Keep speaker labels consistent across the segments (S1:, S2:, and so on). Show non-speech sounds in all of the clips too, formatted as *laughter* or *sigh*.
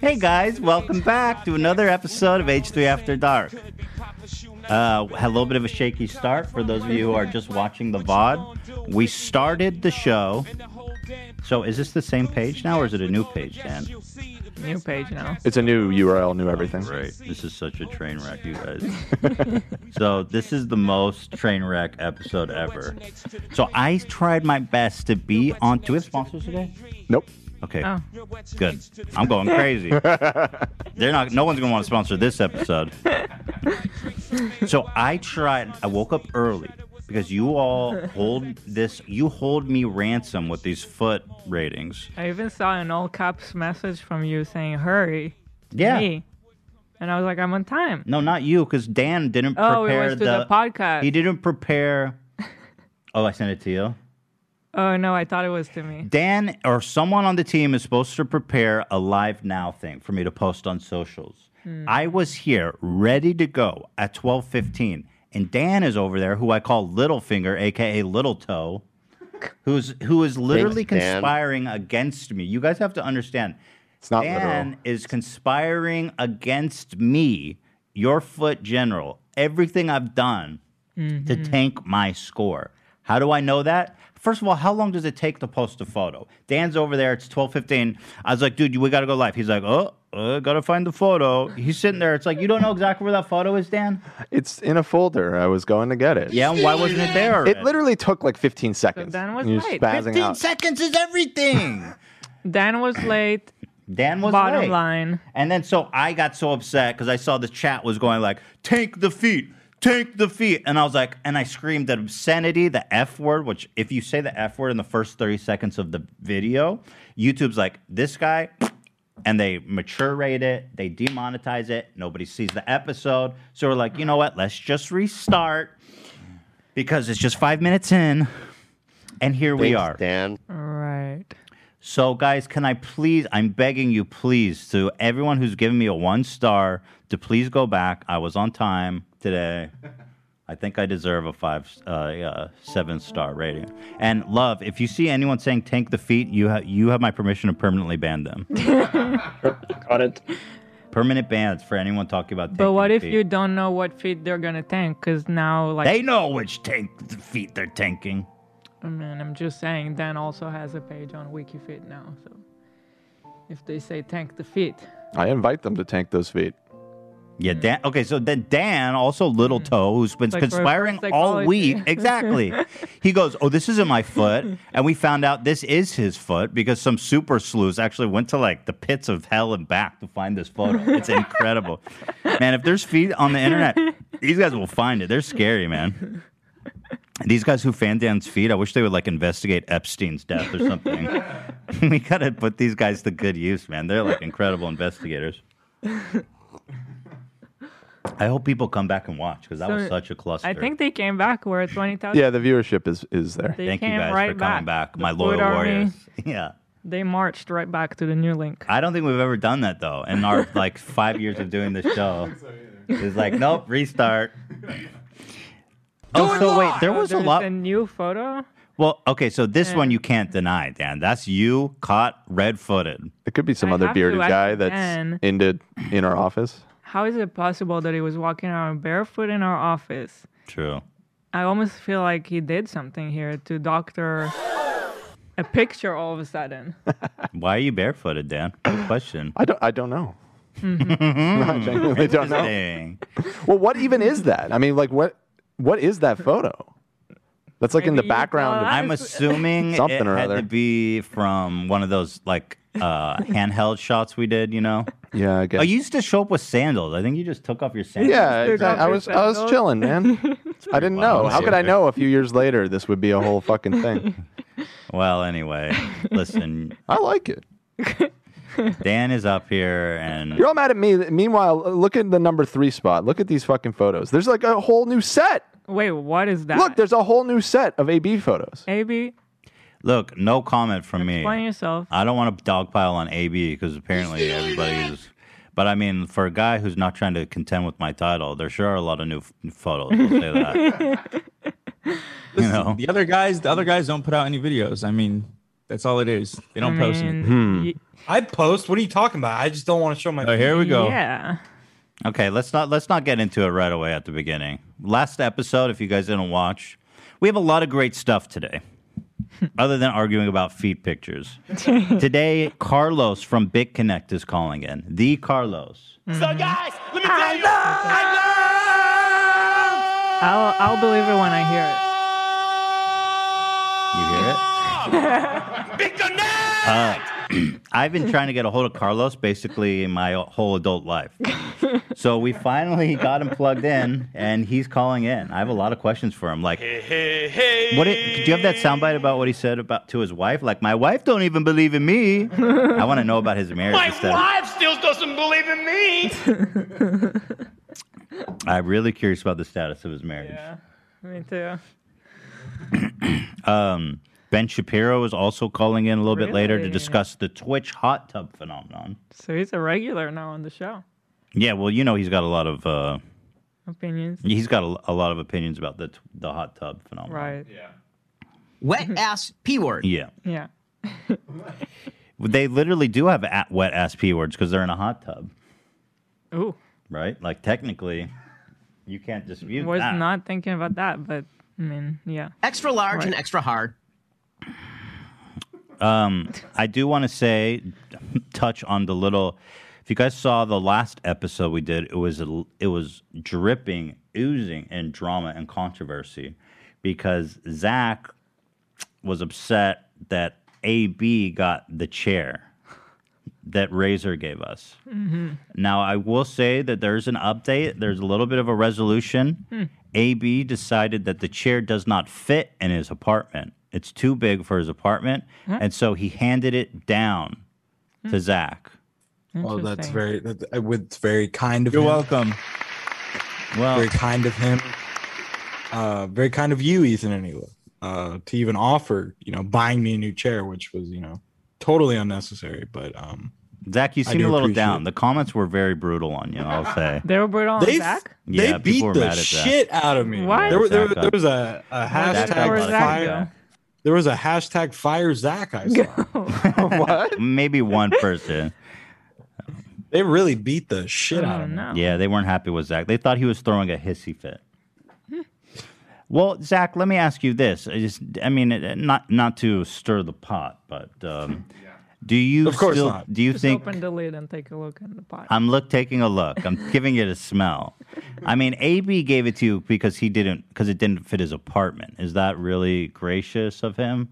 S1: Hey guys, welcome back to another episode of H3 After Dark. Uh, had a little bit of a shaky start for those of you who are just watching the VOD. We started the show. So is this the same page now or is it a new page, Dan?
S2: New page now.
S3: It's a new URL, new everything.
S1: Right. This is such a train wreck, you guys.
S3: *laughs*
S1: so this is the most train wreck episode ever. So I tried my best to be on. Do we have sponsors today?
S3: Nope.
S1: Okay.
S2: Oh.
S1: Good. I'm
S3: *laughs*
S1: going *laughs* crazy.
S2: Mm-hmm.
S1: They're not. No one's gonna want to sponsor this episode. so I tried. I woke up early because you all hold this. You hold me ransom with these foot ratings.
S2: I even saw an all caps message from you saying hurry.
S1: Yeah.
S2: Me. And I was like, I'm on time.
S1: No, not you, because Dan didn't prepare
S2: Oh, it was to the, podcast.
S1: He didn't prepare. Oh, I sent it to you.
S2: oh no, I thought it was to me.
S1: Dan or someone on the team is supposed to prepare a live now thing for me to post on socials. I was here ready to go at 12:15 and Dan is over there who I call Little Finger aka Little Toe who's who is literally
S4: Thanks, Dan.
S1: conspiring against me. You guys have to understand.
S3: It's not
S1: Dan
S3: literal.
S1: is conspiring against me, your foot general, everything I've done to
S5: Mm-hmm.
S1: tank my score. How do I know that? First of all, how long does it take to post a photo? Dan's over there. It's twelve fifteen. I was like, dude, we gotta go live. He's like, oh, uh, gotta find the photo. He's sitting there. It's like you don't know exactly where that photo is, Dan.
S3: It's in a folder. I was going to get it.
S1: Yeah, why wasn't it there?
S3: It
S1: already?
S3: literally took like 15 seconds.
S2: Dan was
S3: You're
S2: right.
S3: spazzing
S1: fifteen
S3: out.
S1: seconds is everything.
S2: *laughs* Dan was late.
S1: Dan was
S2: bottom
S1: late.
S2: line.
S1: And then so I got so upset because I saw the chat was going like, tank the feet, tank the feet. And I was like, and I screamed the obscenity, the F word, which if you say the F word in the first 30 seconds of the video, YouTube's like, this guy, and they mature rate it, they demonetize it, nobody sees the episode. So we're like, you know what? Let's just restart because it's just five minutes in. And here we
S4: Thanks,
S1: are.
S4: Dan.
S2: Right.
S1: So, guys, can I please? I'm begging you, please, to everyone who's given me a one star, to please go back. I was on time today. I think I deserve a five, uh, uh, seven star rating. And love, if you see anyone saying "tank the feet," you have you have my permission to permanently ban them.
S6: *laughs* Got it.
S1: Permanent bans for anyone talking about.
S2: But
S1: tanking
S2: what
S1: the
S2: if
S1: feet.
S2: you don't know what feet they're gonna tank? Cause now, like,
S1: They know which tank the feet they're tanking.
S2: I mean, I'm just saying, Dan also has a page on WikiFeet now. So if they say tank the feet,
S3: I invite them to tank those feet.
S1: Yeah, Dan. Okay, so then Dan, also Little Toe, who's been
S2: Mm. Like reverse
S1: conspiring all
S2: psychology. *laughs*
S1: week. Exactly. he goes, Oh, this isn't my foot. And we found out this is his foot because some super sleuths actually went to like the pits of hell and back to find this photo. It's incredible. man, if there's feet on the internet, these guys will find it. They're scary, man. These guys who fan Dan's feet, I wish they would like investigate Epstein's death or something. *laughs* we gotta put these guys to good use, man. They're like incredible investigators. I hope people come back and watch because that was
S2: So,
S1: such a cluster.
S2: I think they came back. We're at twenty thousand.
S3: Yeah, the viewership is is there.
S2: They
S1: Thank you
S2: came
S1: guys
S2: right
S1: for coming back,
S2: The
S1: my
S2: Food
S1: loyal
S2: Army,
S1: warriors. *laughs* Yeah,
S2: They marched right back to the new link.
S1: I don't think we've ever done that though. In
S2: *laughs*
S1: our like five years of doing this show, it's like nope,
S2: *laughs*
S1: restart. oh, so wait, there
S2: Oh,
S1: was a
S2: there's
S1: lot.
S2: A new photo.
S1: Well, okay, so this one you can't deny, Dan. That's you caught red-footed.
S3: It could be some
S2: I
S3: other
S2: have to
S3: bearded
S2: ask
S3: guy that's
S2: Dan.
S3: ended in our office.
S2: How is it possible that he was walking around barefoot in our office?
S1: True.
S2: I almost feel like he did something here to doctor a picture all of a sudden.
S1: Why are you barefooted, Dan? Good question. Hmm.
S3: I don't I don't know. *laughs*
S2: Mm-hmm.
S3: I genuinely don't know.
S1: Dang.
S3: *laughs* Well, what even is that? I mean, like what what is that photo? That's like in
S2: Maybe
S3: the
S2: you
S3: background.
S2: thought-
S3: Of,
S1: I'm assuming
S3: *laughs* Something
S1: it
S3: or
S1: had
S3: other.
S1: to be from one of those like uh, handheld shots we did, you know?
S3: yeah, I guess.
S1: Oh, you used to show up with sandals. I think you just took off your sandals.
S3: yeah,
S2: took
S3: exactly.
S2: off
S3: I
S2: your
S3: was I was
S2: sandals.
S3: chilling,
S2: *laughs*
S3: man. I didn't know.
S1: wild.
S3: How could I know a few years later this would be a whole fucking thing?
S1: *laughs* Well, anyway, listen,
S3: I like it.
S2: *laughs*
S1: Dan is up here and
S3: You're all mad at me. Meanwhile, look at the number three spot. Look at these fucking photos. There's like a whole new set.
S2: Wait, what is that?
S3: Look, there's a whole new set of AB photos.
S2: AB,
S1: look, no comment from me.
S2: explain yourself.
S1: I don't want to dogpile on AB because apparently everybody's. But I mean, for a guy who's not trying to contend with my title, there sure are a lot of new f- photos. I'll say
S7: *laughs*
S1: that. you know,
S8: The other guys, the other guys don't put out any videos. I mean, that's all it is. They don't
S2: I
S8: post
S2: mean,
S1: Hmm.
S8: anything.
S2: y-
S4: I
S9: *laughs*
S4: post. What are you talking about? I just don't want to show my.
S1: Oh, here we go.
S2: Yeah.
S1: Okay, let's not let's not get into it right away at the beginning. Last episode, if you guys didn't watch, we have a lot of great
S2: *laughs*
S1: stuff today. other than arguing about feet pictures. today, Carlos from BitConnect is calling in. The Carlos.
S2: I'll I'll believe it when I hear it.
S1: You hear it?
S2: *laughs*
S1: *laughs* Uh, *clears throat* I've been trying to get a hold of Carlos basically my whole adult life. so we finally got him plugged in and he's calling in. I have a lot of questions for him. Like, what it, do you have that soundbite about what he said about to his wife? Like, my wife don't even believe in me. I want to know about his
S8: *laughs*
S1: marriage.
S8: My
S1: instead of-
S8: wife still doesn't believe in me.
S1: I'm really curious about the status of his marriage.
S2: Yeah. *laughs* Me too.
S1: *clears throat* Um, ben Shapiro is also calling in a little bit later to
S2: Really?
S1: discuss the Twitch hot tub phenomenon.
S2: So he's a regular now on the show.
S1: Yeah, well, you know he's got a lot of uh,
S2: Opinions.
S1: he's got a, a lot of opinions about the t- the hot tub phenomenon.
S2: Right.
S10: Wet ass P word.
S1: Yeah,
S2: Yeah.
S1: they literally do have at wet ass p words because they're in a hot tub,
S2: Ooh.
S1: right? Like technically, you can't dispute
S2: Was
S1: that.
S2: not thinking about that, but I mean, yeah.
S10: Extra large and
S2: Right.
S10: extra hard.
S1: Um, I do want to say, *laughs* touch on the little. If you guys saw the last episode we did, it was a- it was dripping, oozing in drama and controversy, because Zach was upset that AB got the chair that Razor gave us.
S2: Mm-hmm.
S1: Now I will say that there's an update. There's a little bit of a resolution. AB decided that the chair does not fit in his apartment. It's too big for his apartment, and so he handed it down to Zach.
S4: Oh, that's
S2: Hmm. Interesting.
S4: very. That, I would- it's very kind of
S1: You're
S4: him.
S1: welcome. Well,
S4: Very kind of him. Uh, very kind of you, Ethan and Hila, uh, to even offer, you know, buying me a new chair, which was, you know, totally unnecessary. But um,
S1: Zach, you
S4: I
S1: seem
S4: do
S1: a little
S4: appreciate
S1: down.
S4: it.
S1: The comments were very brutal on you. I'll say.
S2: *laughs* They were brutal on
S4: they
S2: Zach?
S4: they
S1: Yeah, people
S4: beat
S1: were
S4: the
S1: mad at that.
S4: shit out of me.
S2: What?
S4: There, were- there,
S1: Zach uh,
S4: there was a, a
S2: Zach got a
S4: hashtag
S2: lot of hate
S4: fire.
S2: though.
S4: There was a hashtag fire Zach. I
S1: *laughs*
S4: saw.
S3: what?
S1: Maybe one person.
S4: they really beat the shit out
S2: Oh,
S4: of me.
S2: no.
S1: Yeah, they weren't happy with Zach. They thought he was throwing a hissy fit. Well, Zach, let me ask you this. I just, I mean, it- it- not not to stir the pot, but um, do you
S4: Of course
S1: still
S4: not.
S1: do you
S2: Just
S1: think
S2: open the lid and take a look in the pot.
S1: I'm look taking a look? I'm giving it a smell. I mean, AB gave it to you because he didn't because it didn't fit his apartment. Is that really gracious of him?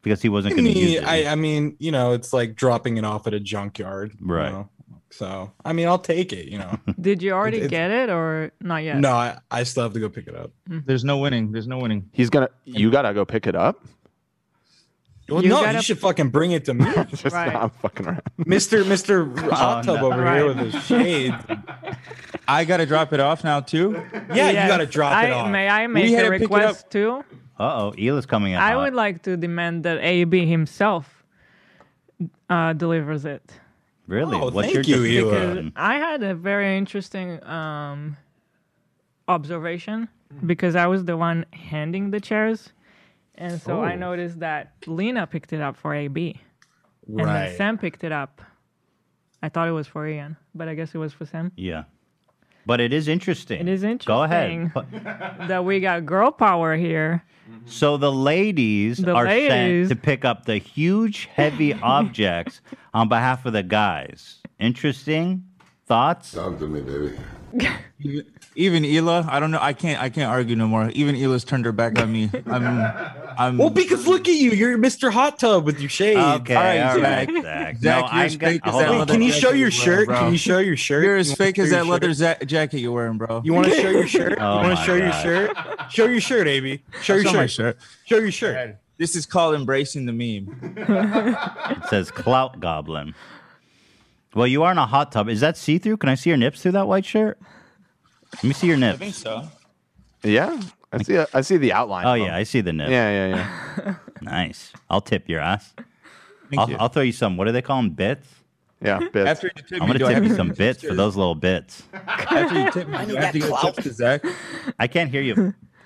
S1: Because he wasn't
S4: I
S1: going to use
S4: mean,
S1: it.
S4: I, I mean, you know, it's like dropping it off at a junkyard, you
S1: Right.
S4: know? So, I mean, I'll take it, you
S1: *laughs*
S4: know.
S2: Did you already
S4: it's-
S2: get it or not yet?
S4: no, I, I still have to go pick it up.
S2: Mm.
S9: There's no winning. There's no winning.
S3: He's gonna. You gotta go pick it up.
S4: Well,
S2: You
S4: no,
S2: gotta-
S4: you should fucking bring it to
S1: *laughs*
S4: me,
S3: *laughs* Just
S2: Right.
S3: I'm fucking around.
S4: Mister Mister
S1: Oh,
S9: Oh,
S4: Hot Tub over here
S2: Right.
S4: with his shade.
S9: *laughs* I gotta drop it off now too.
S4: Yeah,
S2: Yes.
S4: you gotta drop
S2: I,
S4: it off.
S2: May I make
S4: had
S2: a
S4: to pick it up.
S2: request too?
S1: Uh oh, Ela's coming out.
S2: I would like to demand that AB himself uh, delivers it.
S1: really.
S4: Oh,
S1: What's
S4: thank
S1: your
S4: you,
S1: justification?
S4: Ela.
S2: I had a very interesting um, observation because I was the one handing the chairs. And so I noticed that Lena picked it up for AB. And then Sam picked it up. I thought it was for Ian, but I guess it was for Sam.
S1: Yeah. But it is interesting.
S2: It is
S1: Go ahead.
S2: interesting. *laughs* That we got girl power here.
S1: So the ladies
S2: The
S1: are
S2: ladies.
S1: sent to pick up the huge,
S2: *laughs*
S1: heavy objects on behalf of the guys. Interesting thoughts?
S11: Talk to me, baby.
S4: *laughs*
S9: Even Ela, I don't know. I can't. I can't argue no more. Even Ela's turned her back on me. I'm.
S4: *laughs*
S9: I'm.
S4: Well, because look at you, you're Mister Hot Tub with your shade.
S1: Okay, all
S9: Zach.
S1: right, Zach.
S9: Zach,
S1: no,
S9: you're
S1: I'm
S9: as
S1: gonna,
S9: fake as
S1: hold
S9: that
S1: on,
S4: Wait,
S1: hold
S9: mother-
S4: can you
S1: on.
S4: show your
S9: Bro.
S4: shirt? Can you show your shirt?
S9: You're as
S4: You wanna
S9: fake as
S4: show your
S9: that leather
S4: shirt?
S9: za- jacket you're wearing, bro.
S4: You want to show
S9: *laughs*
S4: your shirt?
S1: Oh
S4: you want
S1: my
S4: to show your
S1: God.
S4: shirt? Show your shirt, AB. Show your
S9: Show my
S4: shirt.
S9: shirt.
S4: Show your shirt.
S9: This is called embracing the meme.
S1: *laughs* It says clout goblin. Well, you are in a hot tub. Is that see through? Can I see your nips through that white shirt? Let me see your
S9: I think
S1: nips.
S9: so.
S3: Yeah, I see. I see the outline.
S1: Oh
S3: of
S1: yeah,
S3: him.
S1: I see the nips.
S3: Yeah, yeah, yeah.
S1: *laughs* Nice. I'll tip your ass.
S9: Thank
S1: I'll,
S9: you.
S1: I'll throw you some. What do they call them? Bits.
S3: Yeah, bits.
S9: after you tip
S1: I'm
S9: me,
S1: gonna
S9: do I
S1: tip
S9: have
S1: you
S9: to-
S1: some bits for those little bits.
S9: *laughs* After you tip me, do I have to give tips to Zach.
S1: I can't hear you.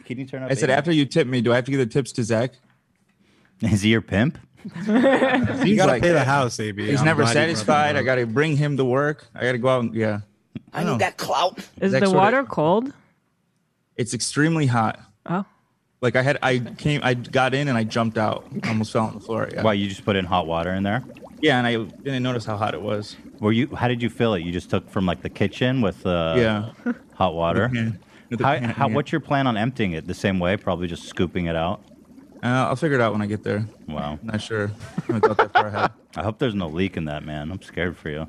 S1: Can you turn up?
S9: I said,
S1: Aiden?
S9: after you tip me, do I have to give the tips to Zach?
S1: *laughs* Is he your pimp?
S4: You
S9: He's
S4: gotta
S9: like
S4: pay the
S9: that.
S4: house, AB.
S9: He's
S4: I'm
S9: never
S4: glad you brought that
S9: satisfied. I
S4: up.
S9: gotta bring him to work. I gotta go out and yeah. I, need that.
S2: Is
S9: Oh. Next
S2: the
S9: one.
S2: water cold?
S9: It's extremely hot.
S2: Oh,
S9: Like I had, I came, I got in and I jumped out. I almost fell on the floor. Yeah.
S1: Why you just put in hot water in there?
S9: Yeah, and I didn't notice how hot it was.
S1: Were you? How did you fill it? You just took from like the kitchen with uh,
S9: yeah.
S1: hot water.
S9: pan. With *laughs* the
S1: How,
S9: pan,
S1: how,
S9: yeah.
S1: what's your plan on emptying it? The same way, probably just scooping it out.
S9: Uh, I'll figure it out when I get there.
S1: Wow.
S9: Not sure. I haven't thought that far ahead.
S1: *laughs* I hope there's no leak in that, man. I'm scared
S9: *laughs*
S1: for you.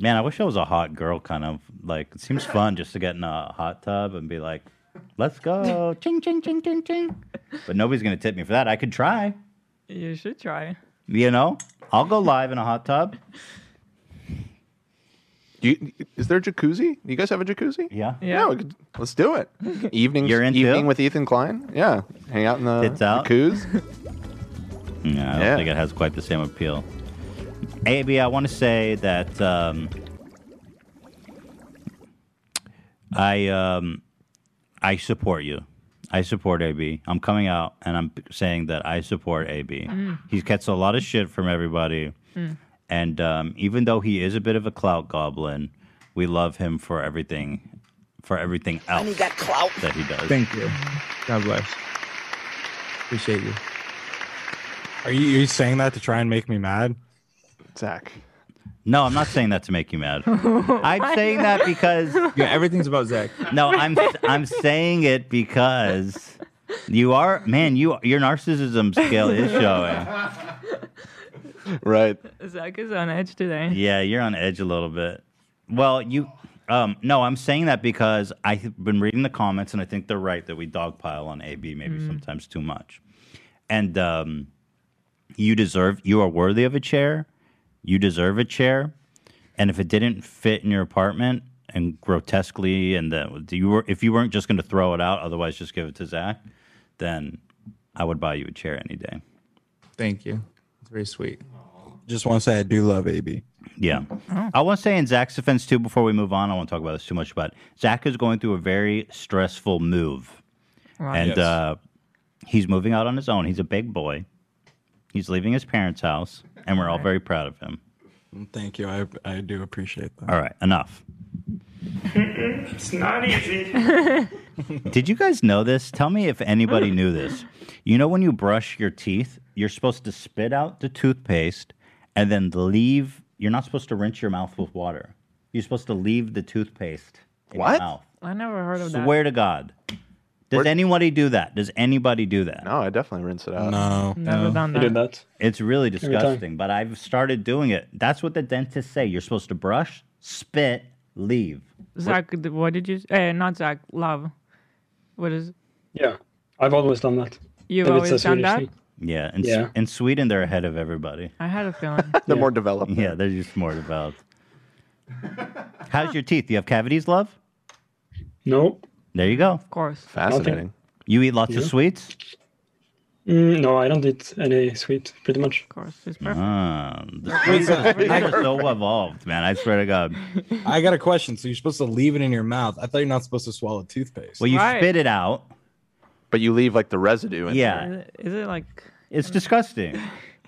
S1: man, I wish I was a hot girl. Kind of like it seems fun just to get in a hot tub and be like, "Let's go, ching ching ching ching ching." But nobody's gonna tip me for that. I could try.
S2: you should try.
S1: You know, I'll go live in a hot tub.
S3: Do you, is there a jacuzzi? You guys have a jacuzzi?
S1: Yeah.
S2: Yeah.
S3: we could, let's do
S1: *laughs*
S3: it. Evening,
S1: You're in,
S3: evening
S1: too?
S3: with Ethan Klein. Yeah, hang out in Uh, the
S1: Tits out.
S3: jacuzzi.
S1: Yeah, I don't
S3: Yeah.
S1: think it has quite the same appeal. AB, I want to say that um, I um, I support you. I support AB. I'm coming out and I'm saying that I support AB. He gets a lot of shit from everybody,
S2: Hmm.
S1: and um, even though he is a bit of a clout goblin, we love him for everything, for everything else that, he does.
S9: Thank you. God bless. Appreciate you.
S4: Are you, are you saying that to try and make me mad?
S3: Zach,
S1: no, I'm not saying that to make you mad. I'm saying that because
S9: *laughs* Yeah, everything's about Zach.
S1: No, I'm I'm saying it because you are man. You your narcissism
S2: *laughs*
S1: scale is showing.
S3: right?
S2: Zach is on edge today.
S1: Yeah, you're on edge a little bit. Well, you. Um, no, I'm saying that because I've been reading the comments and I think they're right that we dogpile on AB maybe sometimes too much. And um, you deserve, you are worthy of a chair. You deserve a chair. And if it didn't fit in your apartment and grotesquely, and the, you were, if you weren't just going to throw it out, otherwise just give it to Zach, then I would buy you a chair any day.
S9: Thank you. It's very sweet.
S4: *laughs* Just want to say I do love AB.
S1: Yeah. I want to say in Zach's defense, too, before we move on, I don't want to talk about this too much, but Zach is going through a very stressful move.
S2: Right.
S1: And
S4: Yes.
S1: uh, he's moving out on his own. He's a big boy. He's leaving his parents' house, and we're all very proud of him.
S4: Thank you. I I do appreciate that.
S1: All right, enough.
S8: It's not easy.
S1: Did you guys know this? Tell me if anybody knew this. You know, when you brush your teeth, you're supposed to spit out the toothpaste and then leave. You're not supposed to rinse your mouth with water. You're supposed to leave the toothpaste in your
S3: What?
S1: mouth.
S2: I never heard of that.
S1: Swear to God. Does anybody do that? Does anybody do that?
S3: No, I definitely rinse it out.
S4: No.
S2: Never done
S6: I did
S2: that.
S6: that.
S1: It's really
S6: time.
S1: disgusting, but I've started doing it. That's what the dentists say. You're supposed to brush, spit, leave.
S2: Zach, d- what did you? s- Eh, not Zach. Love. What is?
S6: Yeah, I've always done that.
S2: You've
S6: If
S2: always done
S6: Swedish
S2: that.
S6: thing.
S1: Yeah. In, S-
S6: Yeah.
S1: in Sweden, they're ahead of everybody.
S2: I had a feeling.
S3: *laughs* They're more developed.
S1: *laughs* Yeah, they're just more developed. How's your teeth? Do you have cavities, love?
S6: No,
S1: There you go.
S2: of course.
S3: Fascinating.
S1: You eat lots of sweets?
S6: mm, no, I don't eat any sweet. Pretty much.
S2: Of course. It's perfect.
S1: Ah, the Swedes *laughs* are so evolved, man. I swear to God.
S4: *laughs* I got a question. So you're supposed to leave it in your mouth. I thought you're not supposed to swallow toothpaste.
S1: Well, you
S2: Right.
S1: spit it out.
S3: But you leave like the residue. In there.
S1: Yeah.
S2: Is it- uh, is it like? uh,
S1: It's disgusting,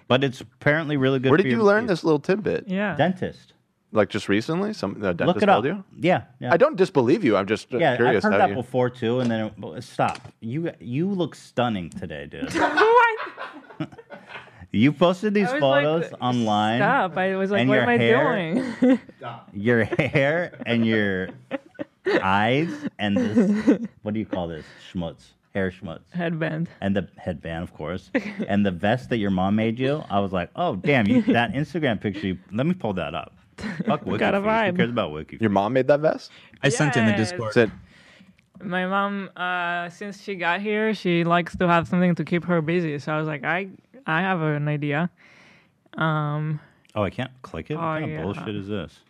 S1: but it's apparently really good.
S3: Where did
S1: for
S3: you
S1: your
S3: learn
S1: teeth.
S3: this little tidbit?
S2: Yeah.
S1: Dentist.
S3: Like just recently? Some the dentist
S1: Look it up.
S3: told you?
S1: Yeah, yeah.
S3: I don't disbelieve you. I'm just uh,
S1: Yeah,
S3: curious.
S1: I've heard
S3: how
S1: that
S3: you-
S1: before too. And then it, stop. You you look stunning today,
S2: *laughs*
S1: dude.
S2: what?
S1: *laughs* You posted *laughs* these
S2: I was
S1: photos
S2: like,
S1: online.
S2: Stop. I was like,
S1: and
S2: what
S1: your
S2: am I
S1: hair. *laughs*
S2: doing?
S1: Your hair and your eyes and this.
S2: *laughs*
S1: What do you call this? Schmutz. Hair schmutz.
S2: Headband.
S1: And the headband, of course, and the vest that your mom made you. I was like, oh damn, you, that Instagram picture. You, let me pull that up. Fuck
S2: *laughs*
S1: Wiki.
S2: Got a
S1: Who
S2: vibe.
S1: cares about Wiki?
S3: Your mom made that vest?
S9: I sent in the
S2: Yes.
S9: Discord.
S3: Said
S2: My mom, uh, since she got here, she likes to have something to keep her busy. So I was like, I, I have an idea. Um,
S1: Oh, I can't click it. What
S2: Oh,
S1: kind
S2: yeah.
S1: of bullshit is this?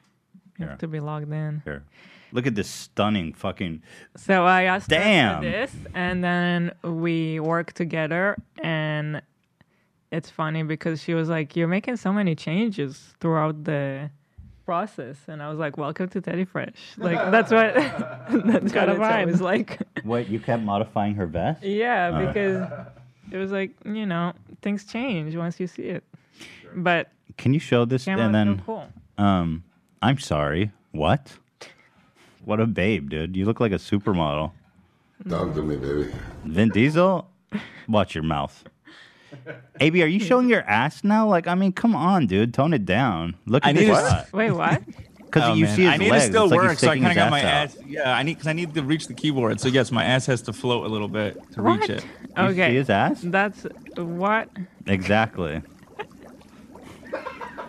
S2: you have to be logged in.
S1: Here, look at this stunning fucking.
S2: So I asked her
S1: Damn.
S2: for this, and then we worked together. And it's funny because she was like, "You're making so many changes throughout the process, and I was like, "Welcome to Teddy Fresh." Like that's what *laughs* that's what
S6: a
S2: it's always like.
S1: Wait, you kept modifying her vest? Uh.
S2: Yeah, because it was like you know things change once you see it. But
S1: Can you show this?
S2: came
S1: and
S2: out so
S1: then,
S2: cool.
S1: um, I'm sorry. What? What a babe, dude. You look like a supermodel.
S11: Talk to me, baby.
S1: Vin Diesel, watch your mouth. AB, are you showing your ass now? Like, I mean, come on, dude. Tone it down. Look at
S9: I need
S1: this
S9: to-
S1: shot.
S2: Wait,
S1: *laughs*
S2: what?
S1: Because
S9: Oh,
S1: you
S9: man.
S1: see his
S9: I need
S1: legs.
S9: to still
S1: it's like he's
S9: work, so I
S1: sticking
S9: kind
S1: his
S9: of got my
S1: out.
S9: ass. Yeah, I need because I need to reach the keyboard. So yes, my ass has to float a little bit to reach
S2: What?
S9: it.
S1: You
S2: Okay,
S1: see his ass?
S2: that's what.
S1: Exactly.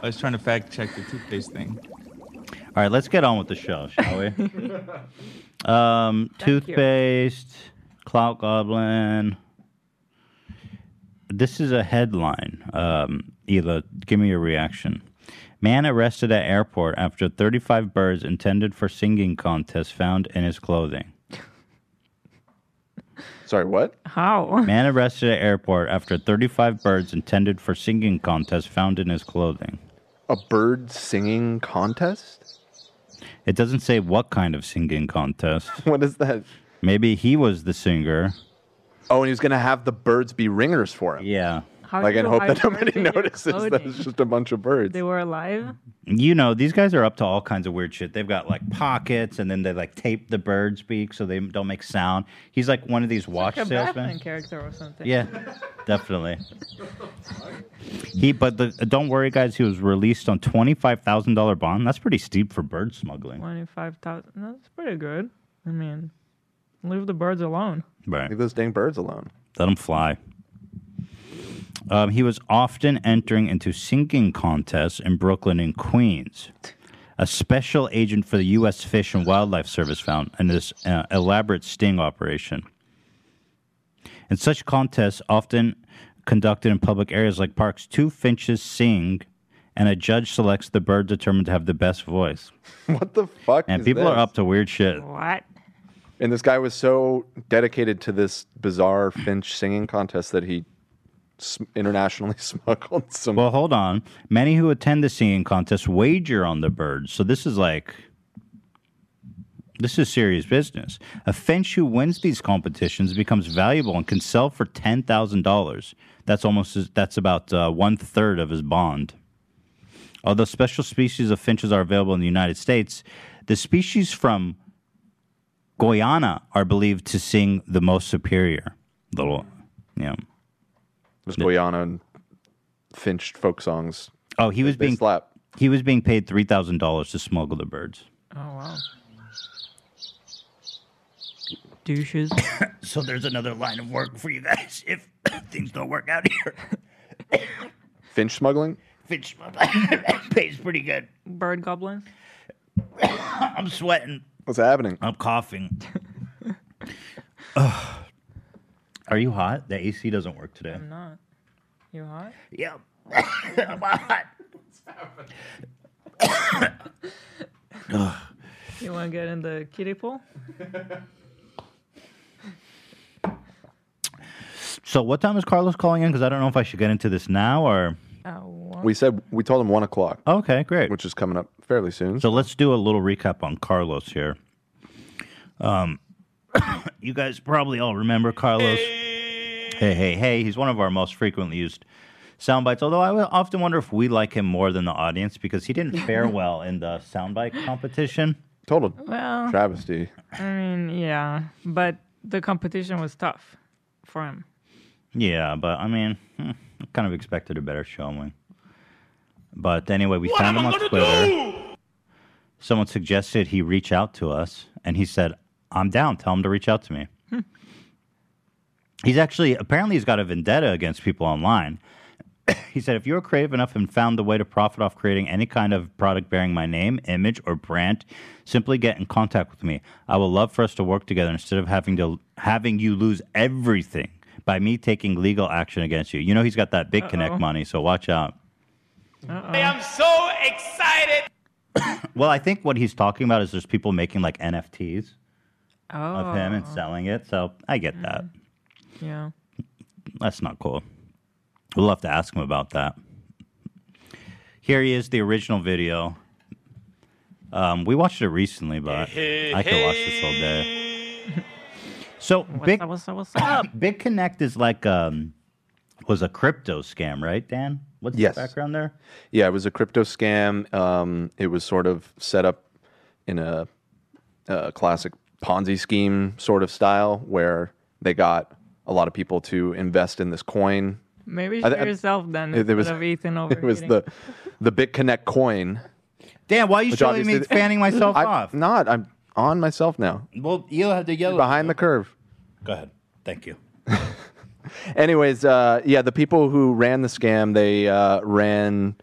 S9: I was trying to fact check the toothpaste thing.
S1: All right, let's get on with the show, shall we? um,
S2: you.
S1: toothpaste, Clout Goblin. This is a headline. Um, Ela, give me your reaction. Man arrested at airport after 35 birds intended for singing contest found in his clothing.
S3: Sorry, what?
S2: How?
S1: Man arrested at airport after 35 birds intended for singing contest found in his clothing.
S3: A bird singing contest?
S1: It doesn't say what kind of singing contest.
S3: *laughs* What is that?
S1: Maybe he was the singer.
S3: Oh, and he was gonna have the birds be ringers for him.
S1: Yeah.
S2: How
S3: Like,
S2: do
S3: and
S2: you
S3: hope
S2: hide
S3: that nobody
S2: birds in your
S3: *laughs* notices that
S2: clothing?
S3: it's just a bunch of birds.
S2: They were alive.
S1: you know these guys are up to all kinds of weird shit they've got like pockets and then they like tape the bird's beak so they don't make sound he's like one of these watch
S2: Like a Batman
S1: salesmen
S2: character or something.
S1: *laughs* yeah definitely he but the don't worry guys he was released on $25000 bond that's pretty steep for bird smuggling
S2: Twenty-five thousand. That's pretty good. I mean, leave the birds alone.
S1: right
S3: Leave those dang birds alone.
S1: Let him fly. Um, he was often entering into singing contests in Brooklyn and Queens. A special agent for the U.S. Fish and Wildlife Service found in this uh, elaborate sting operation. In such contests, often conducted in public areas like parks, two finches sing, and a judge selects the bird determined to have the best voice.
S3: *laughs* What the fuck?
S1: And
S3: is
S1: people are
S3: this?
S1: up to weird shit.
S2: What?
S3: And this guy was so dedicated to this bizarre Finch singing contest that he sm- internationally smuggled some.
S1: Well, hold on. Many who attend the singing contest wager on the birds. So this is like this is serious business. A finch who wins these competitions becomes valuable and can sell for ten thousand dollars. That's almost as- that's about uh, one third of his bond. Although special species of finches are available in the United States, the species from Guyana are believed to sing the most superior. Little, yeah.
S3: There's Guyana and Finch folk songs.
S1: Oh, he was
S3: They
S1: being
S3: slap.
S1: He was being paid three thousand dollars to smuggle the birds.
S2: Oh wow. Douches.
S1: So there's another line of work for you guys *laughs* if *coughs* things don't work out here. *coughs*
S3: Finch smuggling?
S1: Fish pays pretty good.
S2: Bird goblins.
S1: *coughs* I'm sweating.
S3: What's happening?
S1: I'm coughing. *sighs* Ugh. Are you hot? The AC doesn't work today.
S2: I'm not. You hot?
S1: Yep. *coughs* I'm hot.
S2: You want to get in the
S3: *laughs*
S2: kiddie pool?
S1: So what time is Carlos calling in? Because I don't know if I should get into this now or.
S2: Oh, wow.
S3: We said we told him one o'clock,
S1: Okay, great.
S3: which is coming up fairly soon.
S1: So let's do a little recap on Carlos here. Um, *coughs* you guys probably all remember Carlos. Hey. hey, hey, He's one of our most frequently used soundbites. Although I will often wonder if we like him more than the audience because he didn't *laughs* fare well in the soundbite competition.
S3: Total
S2: Well,
S3: travesty.
S2: I mean, yeah, but the competition was tough for him.
S1: Yeah, but I mean, hmm, I kind of expected a better showing. But anyway, we found him on Twitter. Someone suggested he reach out to us, and he said, "I'm down. Tell him to reach out to me." he's actually apparently he's got a vendetta against people online. *coughs* he said, "If you were creative enough and found the way to profit off creating any kind of product bearing my name, image, or brand, simply get in contact with me. I would love for us to work together instead of having to having you lose everything." By me taking legal action against you. You know, he's got that big connect money, so watch out. Well, I think what he's talking about is there's people making like NFTs
S2: Oh, Mm-hmm.
S1: of him and selling it. So I get that.
S2: yeah.
S1: That's not cool. We'll have to ask him about that. Here he is, the original video. Um, we watched it recently, but I could watch this all day. *laughs* So
S2: What's
S1: big
S2: up? What's up? What's
S1: *coughs*
S2: up?
S1: Big Connect is like um, was a crypto scam, right, Dan? What's
S3: Yes.
S1: the background there?
S3: Yeah, it was a crypto scam. Um, it was sort of set up in a, a classic Ponzi scheme sort of style where they got a lot of people to invest in this coin.
S2: Maybe
S3: I-
S2: shoot
S3: I-
S2: yourself then.
S3: It, it was,
S2: instead
S3: *laughs*
S2: of Ethan
S3: it was
S2: overheating.
S3: the, the BitConnect coin.
S1: Dan, why are you
S3: Which
S1: showing me
S3: obviously- *laughs*
S1: fanning myself
S3: I'm
S1: off?
S3: not. I'm on myself now.
S1: Well, you'll have to yellow.
S3: Behind the curve.
S1: Go ahead. Thank you.
S3: Anyways, uh, yeah, the people who ran the scam, they uh, ran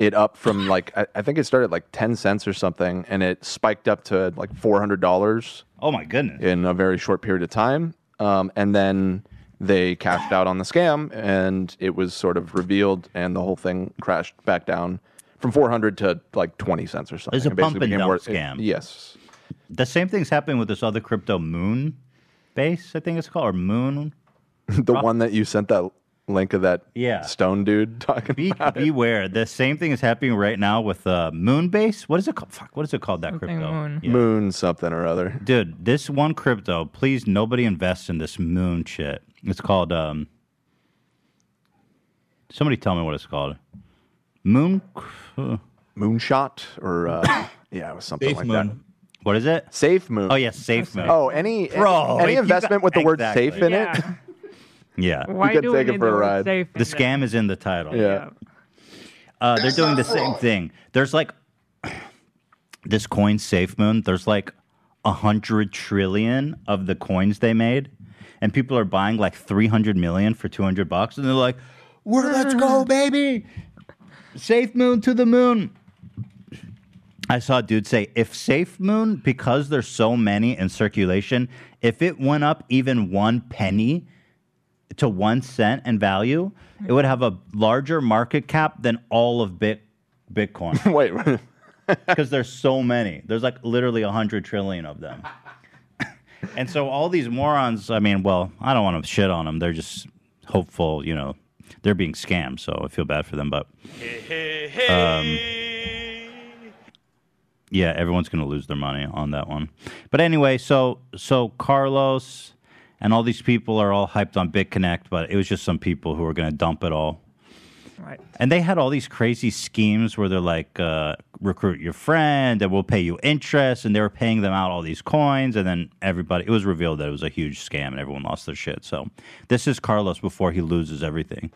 S3: it up from like I, I think it started at like ten cents or something, and it spiked up to like four hundred dollars
S1: Oh my goodness.
S3: in a very short period of time. Um, and then they cashed out on the scam, and it was sort of revealed, and the whole thing crashed back down from four hundred to like twenty cents or something.
S1: It's a
S3: It basically
S1: pump and
S3: became
S1: dump
S3: worth-
S1: scam.
S3: yes,
S1: The same thing's happening with this other crypto, Moon Base, I think it's called, or Moon.
S3: *laughs* the one that you sent that link of that
S1: Yeah.
S3: stone dude *laughs* talking
S1: Be,
S3: about it.
S1: beware. The same thing is happening right now with uh, Moon Base. What is it called? Fuck, what is it called, that
S2: Something
S1: crypto?
S2: Moon.
S1: Yeah.
S3: Moon something or other.
S1: Dude, this one crypto, please nobody invest in this Moon shit. It's called, um, somebody tell me what it's called. Moon, cr-
S3: moonshot or uh, *coughs* yeah, it was something
S9: Safe
S3: like that.
S9: moon.
S1: what is it?
S3: Safe moon.
S1: Oh, yeah, Safe Moon.
S3: Oh, any
S1: Bro,
S3: any
S1: you
S3: investment
S1: got-
S3: with the word
S1: exactly.
S3: safe in it.
S2: yeah.
S1: Yeah.
S2: Why
S3: could
S2: do we
S3: take it
S2: need
S3: for a
S2: the word
S3: ride.
S2: safe
S1: The
S2: in there?
S1: scam is in the title.
S3: Yeah. Oh.
S2: Yeah.
S1: Uh, they're doing the same thing. There's like *sighs* this coin safe moon. There's like a hundred trillion of the coins they made, and people are buying like three hundred million for two hundred bucks, and they're like, "We're let's go, baby! Safe moon to the moon." I saw a dude say, "If safe moon, because there's so many in circulation, if it went up even one penny." to one cent in value, it would have a larger market cap than all of Bit Bitcoin
S3: Wait,
S1: because there's so many. There's like literally a hundred trillion of them, *laughs* and so all these morons. I mean, well, I don't want to shit on them. They're just hopeful, you know. They're being scammed, so I feel bad for them. But um, yeah, everyone's going to lose their money on that one. But anyway, so so Carlos and all these people are all hyped on BitConnect, but it was just some people who were going to dump it all.
S2: Right.
S1: And they had all these crazy schemes where they're like, uh, recruit your friend and we'll pay you interest. And they were paying them out all these coins. And then everybody, it was revealed that it was a huge scam and everyone lost their shit. So this is Carlos before he loses everything,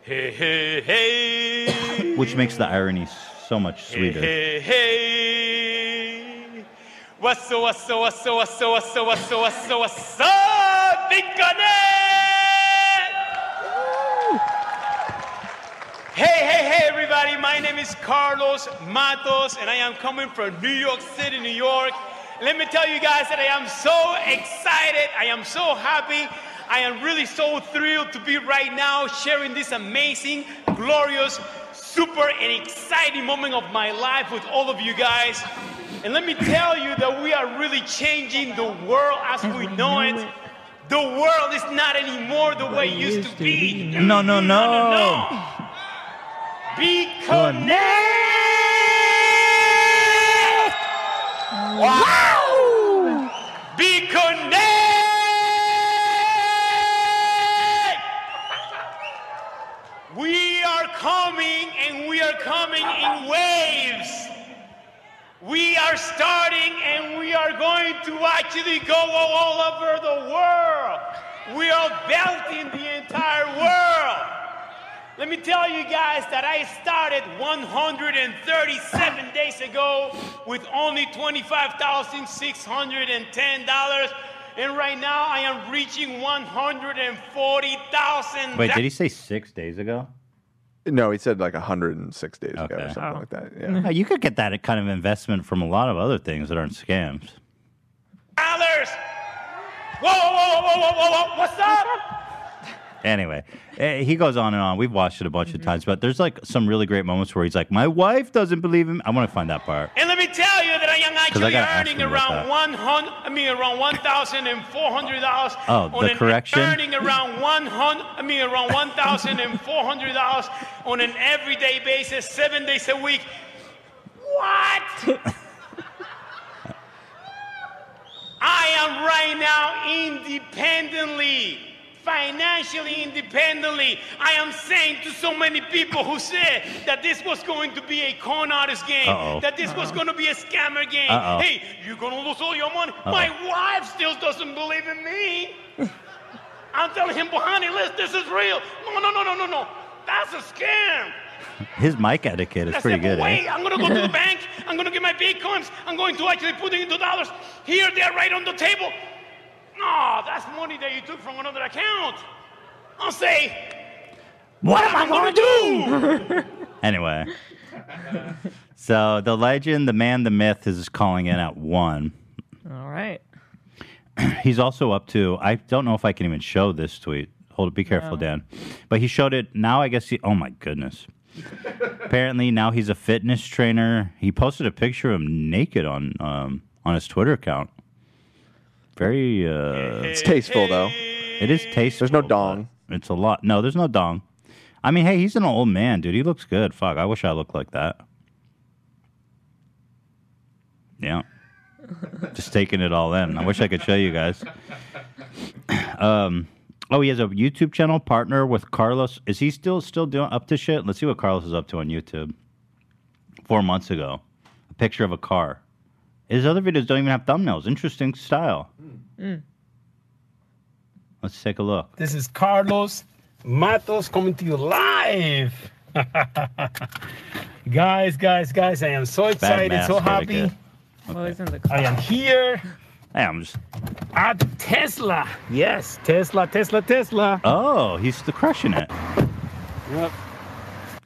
S1: which makes the irony so much sweeter.
S8: *laughs* What's up, what's up, what's up, what's up, what's up, what's up, what's up, what's up, Big Connect! Hey, hey, hey, everybody, my name is Carlos Matos, and I am coming from New York City, New York. Let me tell you guys that I am so excited, I am so happy, I am really so thrilled to be right now sharing this amazing, glorious, super, and exciting moment of my life with all of you guys. And let me tell you that we are really changing the world as we know it. The world is not anymore the way it used to be.
S1: No, no,
S8: No,
S1: no.
S8: no. Be connect. Wow. Be connect. We are coming and we are coming in waves. We are starting and we are going to actually go all over the world. We are belting the entire world. Let me tell you guys that I started 137 days ago with only $25,610. And right now I am reaching 140,000. *laughs*
S1: Wait, did he say six days ago?
S3: no, he said like 106 days ago or
S1: Okay.
S3: something
S2: Oh.
S3: like that. Yeah.
S1: Yeah, you could get that kind of investment from a lot of other things that aren't scams.
S8: dollars? Whoa, whoa, whoa, whoa, whoa, whoa, what's up?
S1: Anyway, eh, he goes on and on. We've watched it a bunch of times, but there's like some really great moments where he's like, "My wife doesn't believe him." I want to find that part.
S8: And let me tell you that I am actually
S1: gotta ask
S8: earning
S1: him about
S8: around
S1: that.
S8: one hundred. I mean, around one thousand and four hundred dollars.
S1: Oh,
S8: on
S1: the
S8: an,
S1: correction?
S8: Earning around one hundred. I mean, around one thousand and four hundred dollars on an
S1: *laughs*
S8: everyday basis, seven days a week. What? I am right now independently, financially independently. I am saying to so many people who said that this was going to be a con artist game,
S1: Uh-oh.
S8: that this was going to be a scammer game.
S1: Uh-oh.
S8: Hey, you're going to lose all your money. My wife still doesn't believe in me. I'm telling him, "Well, honey, listen, this is real. No, no, no, no, no, no. That's a scam.
S1: His mic etiquette is
S8: I said,
S1: pretty
S8: "But
S1: good,
S8: Wait,
S1: eh?
S8: I'm gonna go to the bank. I'm gonna get my bitcoins. I'm going to actually put it into dollars. Here, they're right on the table. No, that's money that you took from another account. I'll say,
S1: What
S8: am I gonna *laughs* do?
S1: Anyway. so the legend, the man, the myth is calling in at one.
S2: *laughs* All right.
S1: *clears throat* He's also up to, I don't know if I can even show this tweet. Hold it, be careful, Dan. But he showed it. Now I guess he, oh my goodness. Apparently now he's a fitness trainer. He posted a picture of him naked on um, on his Twitter account. Very, uh,
S3: It's tasteful though.
S1: it is tasteful.
S3: There's no dong.
S1: It's a lot. No, there's no dong. I mean, hey, he's an old man, dude. He looks good. Fuck, I wish I looked like that. Yeah. Just taking it all in. I wish I could show you guys. *coughs* Um, oh, he has a YouTube channel partner with Carlos. Is he still still doing up to shit? Let's see what Carlos is up to on YouTube. Four months ago, a picture of a car. His other videos don't even have thumbnails. Interesting style. Let's take a look.
S12: This is Carlos Matos coming to you live. *laughs* guys, guys, guys, I am so excited, so
S1: mask
S12: happy.
S1: etiquette.
S2: Well, it's in the
S12: I am here
S1: Hey, I'm just.
S12: at Tesla. Yes, Tesla, Tesla, Tesla.
S1: Oh, he's the crushing it.
S12: Yep.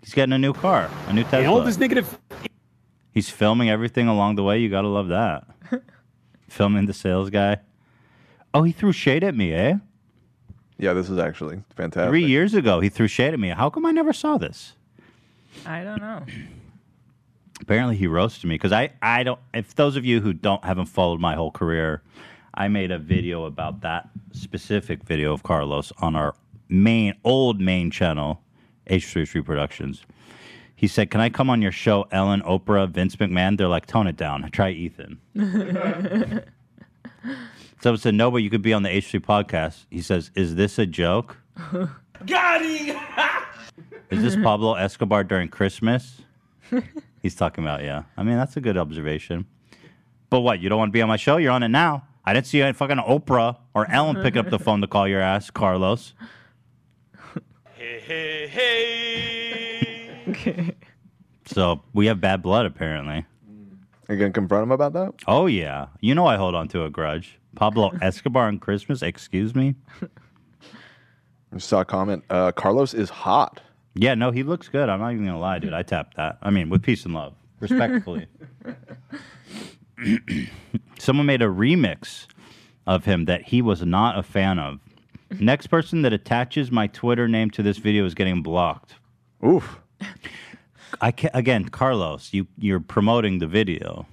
S1: He's getting a new car, a new
S12: And all
S1: Tesla.
S12: this negative
S1: He's filming everything along the way. You gotta love that. filming the sales guy. Oh, he threw shade at me, eh?
S3: Yeah, this is actually fantastic.
S1: Three years ago, he threw shade at me. How come I never saw this?
S2: I
S12: *laughs*
S2: don't know. *laughs*
S1: Apparently, he roasted me because I, I don't. If those of you who don't haven't followed my whole career, I made a video about that specific video of Carlos on our main old main channel, H33 Productions. He said, "Can I come on your show, Ellen, Oprah, Vince McMahon?" They're like, "Tone it down. Try Ethan." so I said, "No, but you could be on the H3 podcast." He says, "Is this a joke?
S2: *laughs*
S1: Is this Pablo Escobar during Christmas?" *laughs* He's talking about, yeah. I mean, that's a good observation. But what? You don't want to be on my show? You're on it now. I didn't see any fucking Oprah or Ellen picking up the phone to call your ass, Carlos.
S8: hey, hey, hey.
S2: Okay.
S1: So we have bad blood, apparently.
S3: Are you gonna confront him about that?
S1: Oh, yeah. You know I hold on to a grudge. Pablo Escobar on Christmas, excuse me?
S3: I just saw a comment. Uh, Carlos is hot.
S1: Yeah, no, he looks good. I'm not even going to lie, dude. I tapped that. I mean, with peace and love,
S2: *laughs*
S1: respectfully. *clears throat* Someone made a remix of him that he was not a fan of. Next person that attaches my Twitter name to this video is getting blocked.
S3: Oof.
S1: I ca again, Carlos, you you're promoting the video.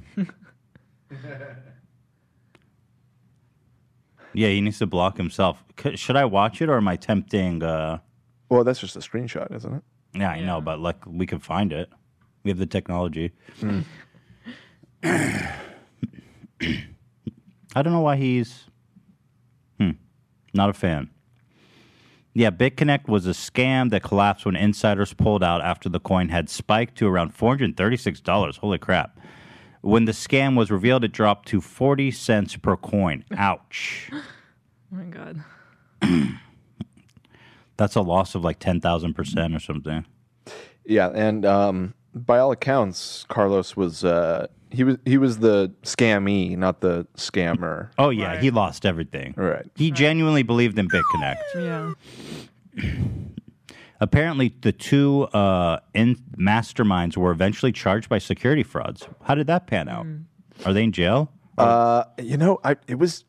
S1: yeah, he needs to block himself. C- should I watch it or am I tempting? Uh,
S3: Well, that's just a screenshot, isn't it?
S1: yeah, I know, but like we can find it. We have the technology.
S3: Hmm.
S1: I don't know why he's hmm, not a fan. Yeah, BitConnect was a scam that collapsed when insiders pulled out after the coin had spiked to around $436. Holy crap. When the scam was revealed, it dropped to 40 cents per coin. Ouch.
S2: Oh my god.
S1: *clears throat* That's a loss of like 10,000% or something.
S3: Yeah, and um, by all accounts, Carlos was uh, he was he was the scammee, not the scammer.
S1: Oh, yeah, he lost everything.
S3: All right.
S1: He genuinely believed in BitConnect.
S2: Yeah.
S1: Apparently, the two uh, in masterminds were eventually charged by security frauds. How did that pan out? Are they in jail?
S3: Uh, you know, I it was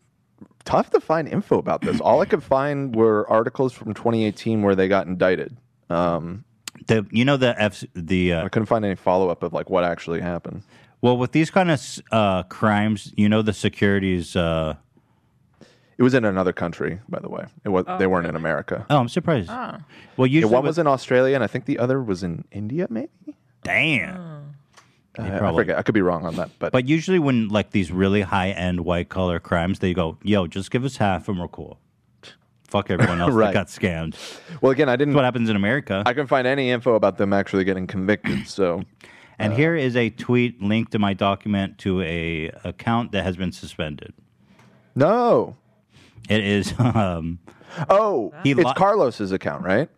S3: tough to find info about this. All I could find were articles from 2018 where they got indicted. Um,
S1: The you know the F the uh,
S3: I couldn't find any follow up of like what actually happened.
S1: well with these kind of uh, crimes, you know the securities. Uh,
S3: It was in another country, by the way. It was they weren't in America.
S1: oh, I'm surprised. Well, usually
S3: Yeah, one
S1: with-
S3: was in Australia, and I think the other was in India, maybe.
S1: Damn.
S3: I- I
S1: probably-
S3: forget. I could be wrong on that, but
S1: But usually, when like these really high end white collar crimes, they go, "Yo, just give us half and we're cool." Fuck everyone else
S3: *laughs* Right.
S1: that got scammed.
S3: Well, again, I didn't.
S1: what happens in America.
S3: I couldn't find any info about them actually getting convicted. So Uh,
S1: And here is a tweet linked to my document to a account that has been suspended.
S3: No.
S1: It is. *laughs* *laughs* Um,
S3: oh,
S1: He
S3: it's
S1: lo-
S3: Carlos's account, right?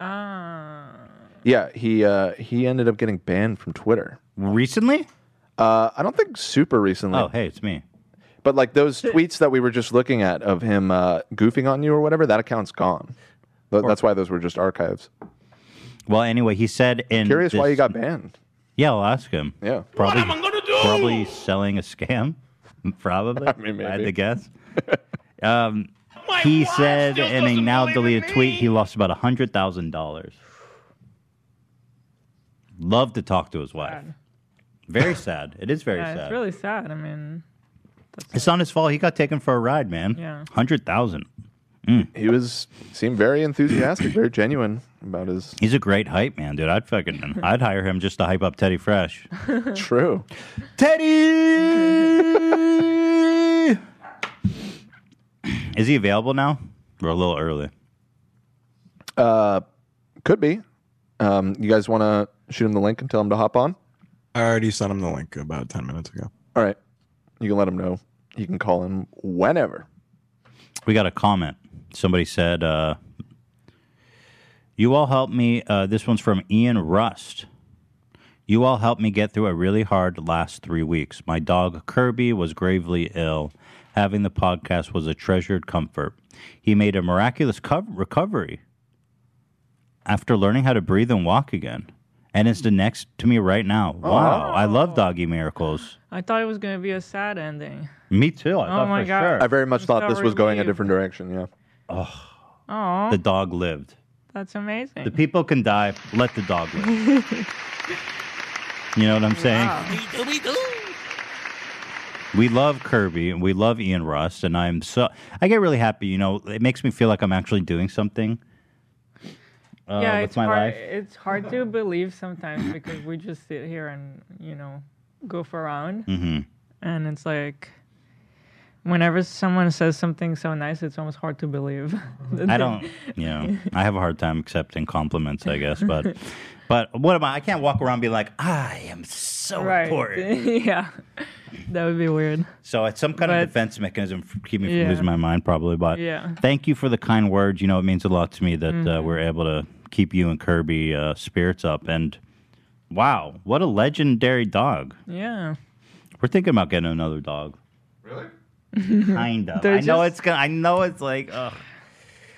S3: Yeah, he uh, he ended up getting banned from Twitter.
S1: Recently?
S3: Uh, I don't think super recently.
S1: oh, hey, it's me.
S3: But like those tweets that we were just looking at of him uh, goofing on you or whatever, that account's gone. Th- That's why those were just archives.
S1: Well, anyway, he said in.
S3: Curious why
S1: this-
S3: he got banned.
S1: Yeah, I'll ask him.
S3: Yeah.
S1: Probably, probably selling a scam. *laughs* Probably. I
S3: mean,
S1: I had
S3: maybe. *laughs*
S1: to guess. um, he said in a now deleted tweet he lost about hundred thousand dollars. Love to talk to his wife. Very sad. It is very
S2: Yeah,
S1: sad.
S2: it's really sad. I mean,
S1: it's not his fault. He got taken for a ride, man.
S2: Yeah.
S1: Hundred thousand. Mm.
S3: He was seemed very enthusiastic,
S1: *clears throat*
S3: very genuine about his
S1: He's a great hype man, dude. I'd fucking I'd hire him just to hype up Teddy Fresh.
S3: *laughs* true.
S1: Teddy Is he available now? We're a little early.
S3: Uh, Could be. Um, you guys want to shoot him the link and tell him to hop on?
S4: I already sent him the link about 10 minutes ago.
S3: All right. You can let him know. You can call him whenever.
S1: We got a comment. Somebody said, uh, You all helped me. Uh, this one's from Ian Rust. You all helped me get through a really hard last three weeks. My dog Kirby was gravely ill. Having the podcast was a treasured comfort. He made a miraculous co- recovery after learning how to breathe and walk again. And it's the next to me right now.
S2: Oh.
S1: Wow. I love doggy miracles.
S2: I thought it was gonna be a sad ending.
S1: Me too. I thought
S2: Oh my
S1: for
S2: God.
S1: sure.
S3: I very much
S2: I'm
S3: thought
S2: so
S3: this was going a
S2: relieved.
S3: different direction. Yeah.
S2: Oh,
S1: the dog lived.
S2: that's amazing.
S1: The people can die. Let the dog live. you know what I'm saying? We love Kirby and we love Ian Rust, and I'm so I get really happy. You know, it makes me feel like I'm actually doing something. Uh,
S2: yeah,
S1: with
S2: it's
S1: my
S2: hard.
S1: life.
S2: It's hard to believe sometimes because we just sit here and you know goof around,
S1: hmm
S2: and it's like whenever someone says something so nice, it's almost hard to believe. *laughs* that
S1: I
S2: they-
S1: don't. You know, I have a hard time accepting compliments. I guess, but but what am I? I can't walk around being like I am so
S2: Right? *laughs*
S1: important.
S2: yeah, that would be weird.
S1: So it's some kind
S2: But-
S1: of defense
S2: *laughs*
S1: mechanism for keep me from
S2: Yeah.
S1: losing my mind, probably. But
S2: Yeah. Mm-hmm.
S1: thank you for the kind words. You know, it means a lot to me that uh, we're able to keep you and Kirby uh, spirits up. And wow, what a legendary dog!
S2: *laughs* Yeah.
S1: We're thinking about getting another dog. Really? Kind of.
S2: *laughs* They're
S1: I know
S2: just-
S1: Oh, it's gonna. I know it's like. Ugh.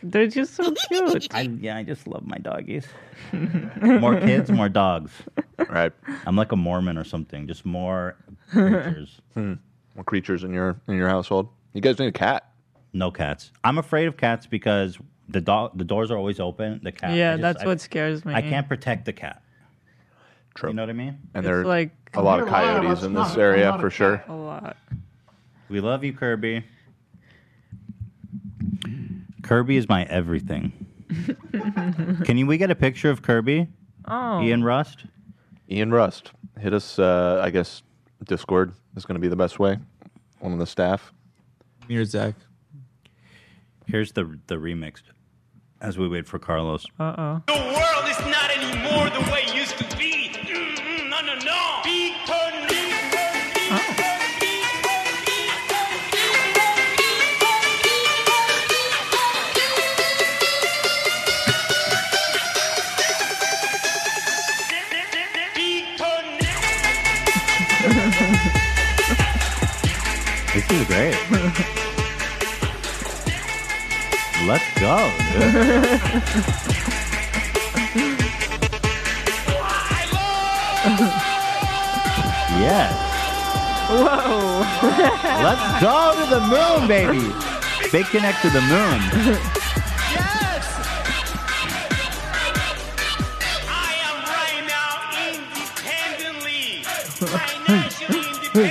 S2: They're just so cute.
S1: *laughs* I yeah. I just love my
S3: *laughs*
S1: doggies. more kids, more dogs.
S3: All right.
S1: I'm like a Mormon or something. Just
S2: *laughs*
S1: more creatures.
S3: Hmm. More creatures in your in your household. You guys need a cat.
S1: No cats. I'm afraid of cats because the dog. The doors are always open. The cat. I
S2: yeah,
S1: just-
S2: that's
S1: I-
S2: what scares me.
S1: I can't protect the cat.
S3: True.
S1: You know what I mean?
S3: and
S2: It's
S3: there are
S2: like
S3: a lot of coyotes in this area for sure.
S2: a lot.
S1: We love you, Kirby. Kirby is my everything.
S2: *laughs* Mm-hmm.
S1: Can you, we get a picture of Kirby,
S2: Oh,
S1: Ian Rust?
S3: Ian Rust, hit us. Uh, I guess Discord is going to be the best way. One of the staff.
S9: Here, Zach.
S1: Here's the the remix as we wait for Carlos.
S2: uh oh.
S8: The world is not anymore the way it used to be. Mm-mm, no, no, no. Big
S1: This is great. Let's go. dude. yes.
S2: Whoa.
S1: Let's go to the moon, baby. Big connect to the moon.
S8: I am right now independently, financially independently.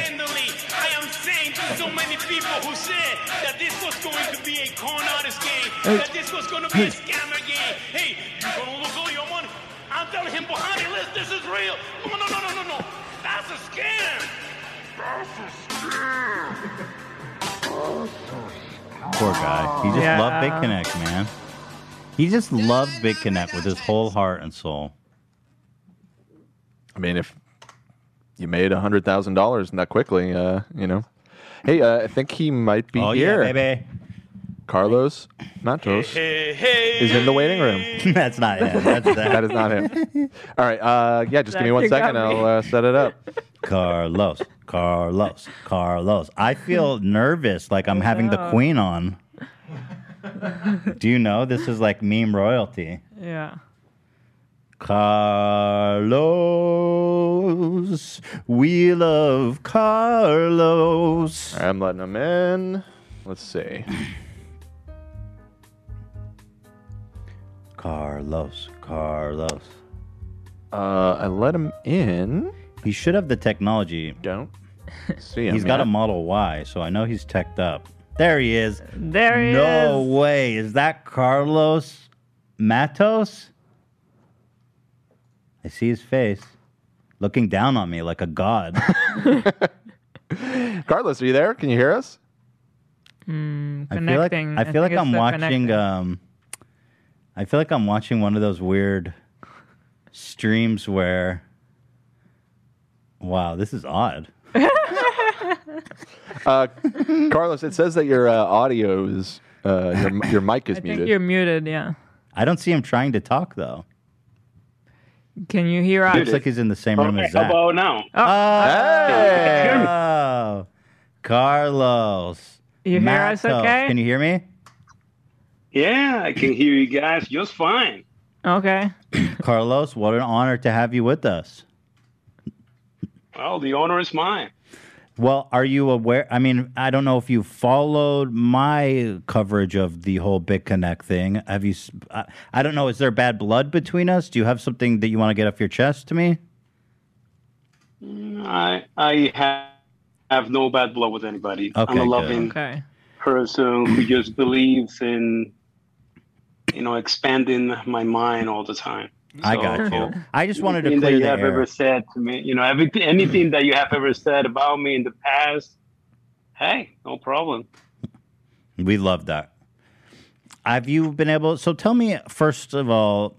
S8: I am saying to so many people who said that this was going to be a con artist game, that this was going to be a scammer game. Hey, you're going to lose all your money. I'm telling him behind the list, this is real. No, no, no, no, no, no. That's a scam.
S1: *laughs* Poor guy. He just
S2: Yeah.
S1: loved Big Connect, man. He just loved Big Connect with his whole heart and soul.
S3: I mean, if you made a hundred thousand dollars that quickly, uh, you know. Hey, uh, I think he might be
S1: Oh, yeah,
S3: here.
S1: baby.
S3: Carlos Matos is in the waiting room.
S1: *laughs* That's not him. That's that.
S3: that is not him. All right. Uh, yeah, just give me one
S1: You got
S3: second.
S1: me.
S3: I'll uh, set it up.
S1: Carlos, Carlos, Carlos. I feel nervous, like I'm having the
S2: Yeah.
S1: queen on. Do you know this is like meme royalty?
S2: Yeah.
S1: Carlos, we love Carlos.
S3: All right, I'm letting him in. Let's see.
S1: Carlos, Carlos.
S3: Uh, I let him in.
S1: He should have the technology.
S2: *laughs*
S3: Don't see him.
S1: He's got
S3: yet.
S1: a Model Y, so I know he's teched up. There he is.
S2: There he
S1: no
S2: is.
S1: way. Is that Carlos Matos? I see his face looking down on me like a god.
S3: *laughs* Carlos, are you there? Can you hear us?
S2: Mm,
S1: I feel like
S2: connecting.
S1: I feel like
S2: think it's
S1: I'm
S2: the
S1: watching
S2: connecting.
S1: um I feel like I'm watching one of those weird streams where wow, this is odd.
S3: Uh, Carlos, it says that your uh, audio is uh, your your mic is
S2: I think
S3: muted.
S2: you're muted. Yeah.
S1: I don't see him trying to talk though.
S2: Can you hear us?
S1: Looks like he's in the same room as Zach.
S12: now?
S1: Oh, Carlos.
S2: You hear us
S1: Matos.
S2: okay?
S1: Can you hear me?
S12: Yeah, I can hear you guys just fine.
S2: Okay.
S1: Carlos, what an honor to have you with us.
S12: Well, the honor is mine.
S1: Well, are you aware? I mean, I don't know if you followed my coverage of the whole BitConnect thing. Have you? s- I, I don't know. Is there bad blood between us? Do you have something that you want to get off your chest to me?
S12: I I have, have no bad blood with anybody.
S1: Okay,
S12: I'm a
S1: good.
S12: loving
S2: Okay.
S12: person
S1: *clears throat*
S12: who just believes in you know expanding my mind all the time.
S1: I got
S12: So,
S1: you. I just wanted to
S12: anything
S1: clear
S12: that you
S1: the
S12: have
S1: air.
S12: ever said to me. You know, everything, anything that you have ever said about me in the past. Hey, no problem.
S1: We love that. Have you been able? So tell me first of all,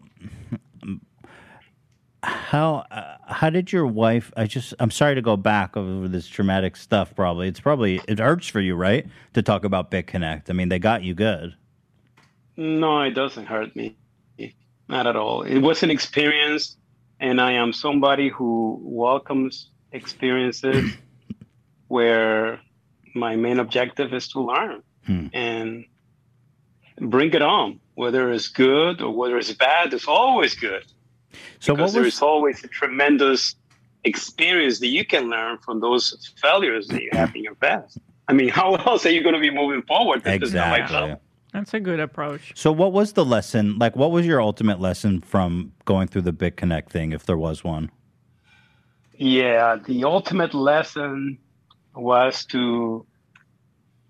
S1: how uh, how did your wife? I just I'm sorry to go back over this traumatic stuff. Probably it's probably it hurts for you, right? To talk about BitConnect. I mean, they got you good.
S12: No, it doesn't hurt me. Not at all. It was an experience, and I am somebody who welcomes
S1: *laughs*
S12: experiences where my main objective is to learn
S1: Hmm.
S12: and bring it on. Whether it's good or whether it's bad, it's always good.
S1: So
S12: because
S1: what
S12: there
S1: was
S12: is always a tremendous experience that you can learn from those failures that you have in your past. I mean, *laughs* how else are you going to be moving forward? if it's not like
S1: exactly?
S2: That's a good approach.
S1: So what was the lesson? Like, what was your ultimate lesson from going through the BitConnect thing, if there was one?
S12: Yeah, the ultimate lesson was to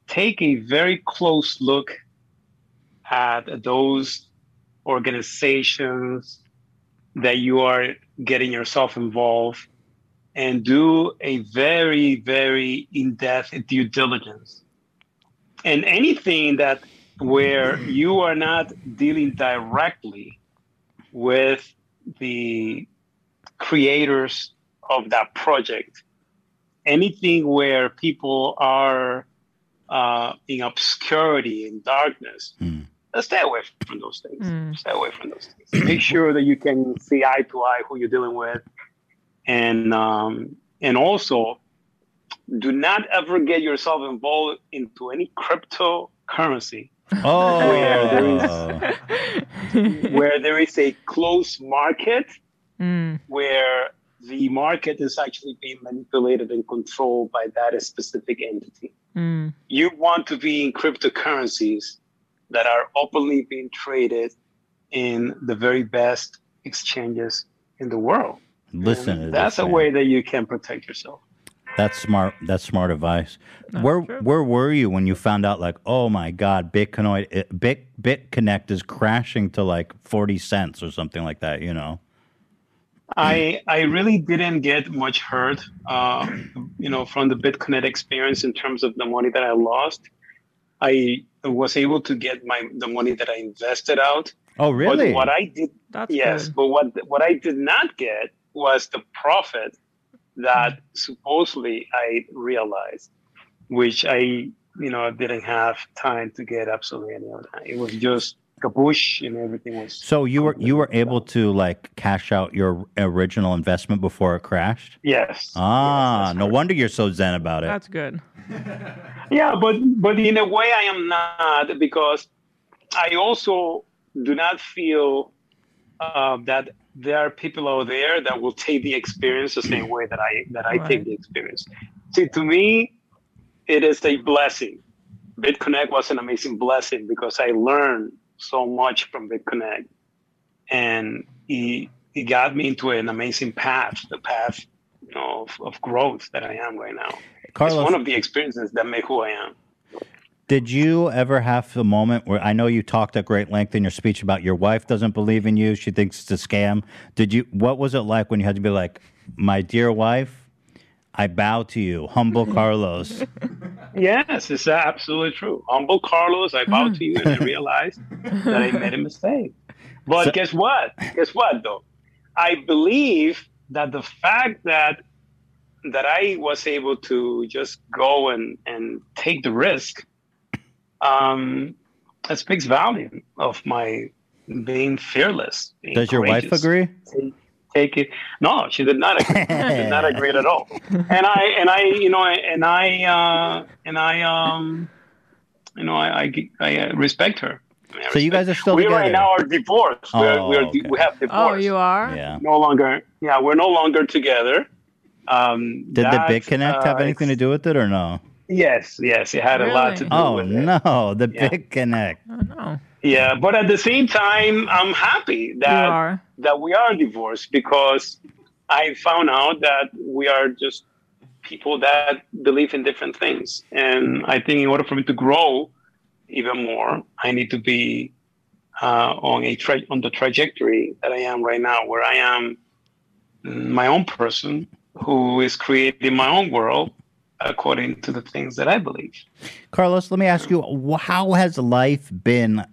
S12: take a very close look at those organizations that you are getting yourself involved and do a very, very in depth due diligence. And anything that where you are not dealing directly with the creators of that project. Anything where people are uh, in obscurity and darkness, stay away from those things. Stay away from those things. *clears throat* Make sure that you can see eye to eye who you're dealing with, and um, and also do not ever get yourself involved into any cryptocurrency
S1: Oh,
S12: where there is a close market
S2: Mm.
S12: Mm-hmm. where the market is actually being manipulated and controlled by that specific entity.
S2: *laughs* Mm.
S12: You want to be in cryptocurrencies that are openly being traded in the very best exchanges in the world.
S1: listen, to
S12: That's
S1: this
S12: a
S1: man.
S12: way that you can protect yourself.
S1: That's smart. That's smart advice. where where were you when you found out? Like, oh my God, Bitcoin, it- Bit BitConnect is crashing to like forty cents or something like that. You know,
S12: I I really didn't get much hurt, uh, you know, from the BitConnect experience in terms of the money that I lost. I was able to get my the money that I invested out.
S1: Oh, really?
S12: But what I did, yes, but what what I did not get was the profit that supposedly I realized, which I you know didn't have time to get absolutely any of that. It was just kabush, and everything was
S1: So you were you were able to like cash out your original investment before it crashed?
S12: Yes.
S1: Ah, no wonder you're so zen about it.
S2: That's good.
S12: Yeah, but but in a way I am not because I also do not feel uh, that there are people out there that will take the experience the same way that I that I take
S13: Right.
S12: the experience. See, to me, it is a blessing. BitConnect was an amazing blessing because I learned so much from BitConnect, and it, it got me into an amazing path, the path you know, of, of growth that I am right now.
S1: Carlos-
S12: it's one of the experiences that make who I am.
S1: Did you ever have a moment where I know you talked at great length in your speech about your wife doesn't believe in you, she thinks it's a scam. Did you what was it like when you had to be like, "My dear wife, I bow to
S12: *laughs*
S1: you, humble Carlos."
S12: Yes, it's absolutely true. Humble Carlos, I bow to you, and I
S1: *laughs*
S12: realized that I made a mistake. But guess what? Guess what, though? I believe that the fact that that I was able to just go and and take the risk, um, that speaks volume of my being fearless. being
S1: Does your wife
S12: courageous.
S1: agree?
S12: Take it. No, she did not
S1: *laughs*
S12: agree. she did not agree at all. And I and I you know and I uh, and I um you know I I, I uh, respect her.
S1: So you guys are still
S12: we
S1: together.
S12: right now are divorced. we're,
S1: Oh,
S12: we're, We have
S2: Oh,
S12: divorced.
S2: you are?
S1: Yeah.
S12: No longer. Yeah, we're no longer together. Um,
S1: Did the
S12: that,
S1: Big Connect have
S12: uh,
S1: anything to do with it or no?
S12: Yes, yes, it had a lot to do
S1: Oh
S12: with it.
S1: no, the Big Connect.
S12: Yeah, but at the same time, I'm happy that
S2: are.
S12: that we are divorced because I found out that we are just people that believe in different things, and I think in order for me to grow even more, I need to be uh, on a tra- on the trajectory that I am right now, where I am my own person who is creating my own world according to the things that I believe.
S1: Carlos, let me ask you, wh- how has life been?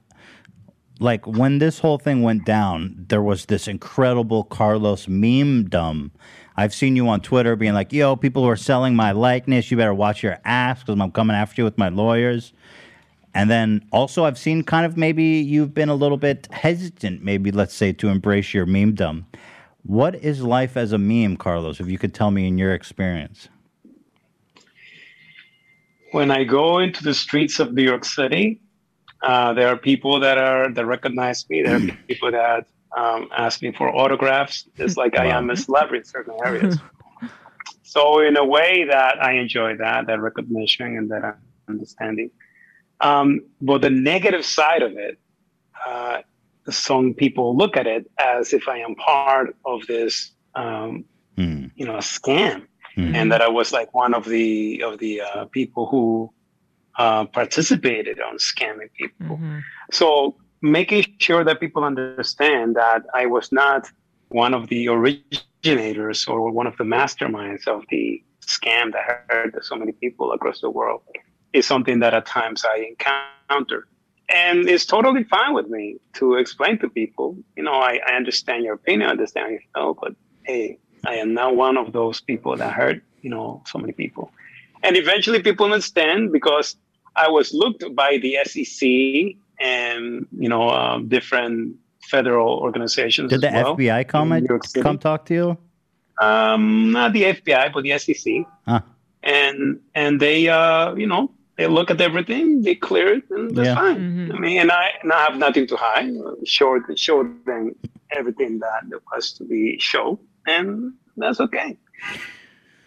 S1: Like when this whole thing went down, there was this incredible Carlos meme dumb. I've seen you on Twitter being like, yo, people are selling my likeness. You better watch your ass because I'm coming after you with my lawyers. And then also, I've seen kind of maybe you've been a little bit hesitant, maybe let's say, to embrace your meme dumb. What is life as a meme, Carlos, if you could tell me in your experience?
S12: when I go into the streets of New York City, uh, there are people that are that recognize me. There are people that um, ask me for autographs. It's like I am a celebrity in certain areas. so in a way that I enjoy that that recognition and that understanding. Um, but the negative side of it, uh, some people look at it as if I am part of this, um, you know, scam, and that I was like one of the of the uh, people who uh, participated on scamming people.
S1: mm-hmm.
S12: So making sure that people understand that I was not one of the originators or one of the masterminds of the scam that hurt so many people across the world is something that at times I encounter. And it's totally fine with me to explain to people, you know, I, I understand your opinion, I understand how you feel, but hey, I am not one of those people that hurt, you know, so many people. And eventually people understand because I was looked by the SEC and, you know, um, different federal organizations.
S1: Did the
S12: as well
S1: FBI come,
S12: in New
S1: and
S12: York City.
S1: come talk to you?
S12: Um, not the FBI, but the SEC.
S1: Huh.
S12: And and they, uh, you know, they look at everything, they clear it, and that's
S1: Yeah.
S12: fine. I mean, and I, and I have nothing to hide. Show show them everything that there was to be shown, and that's okay.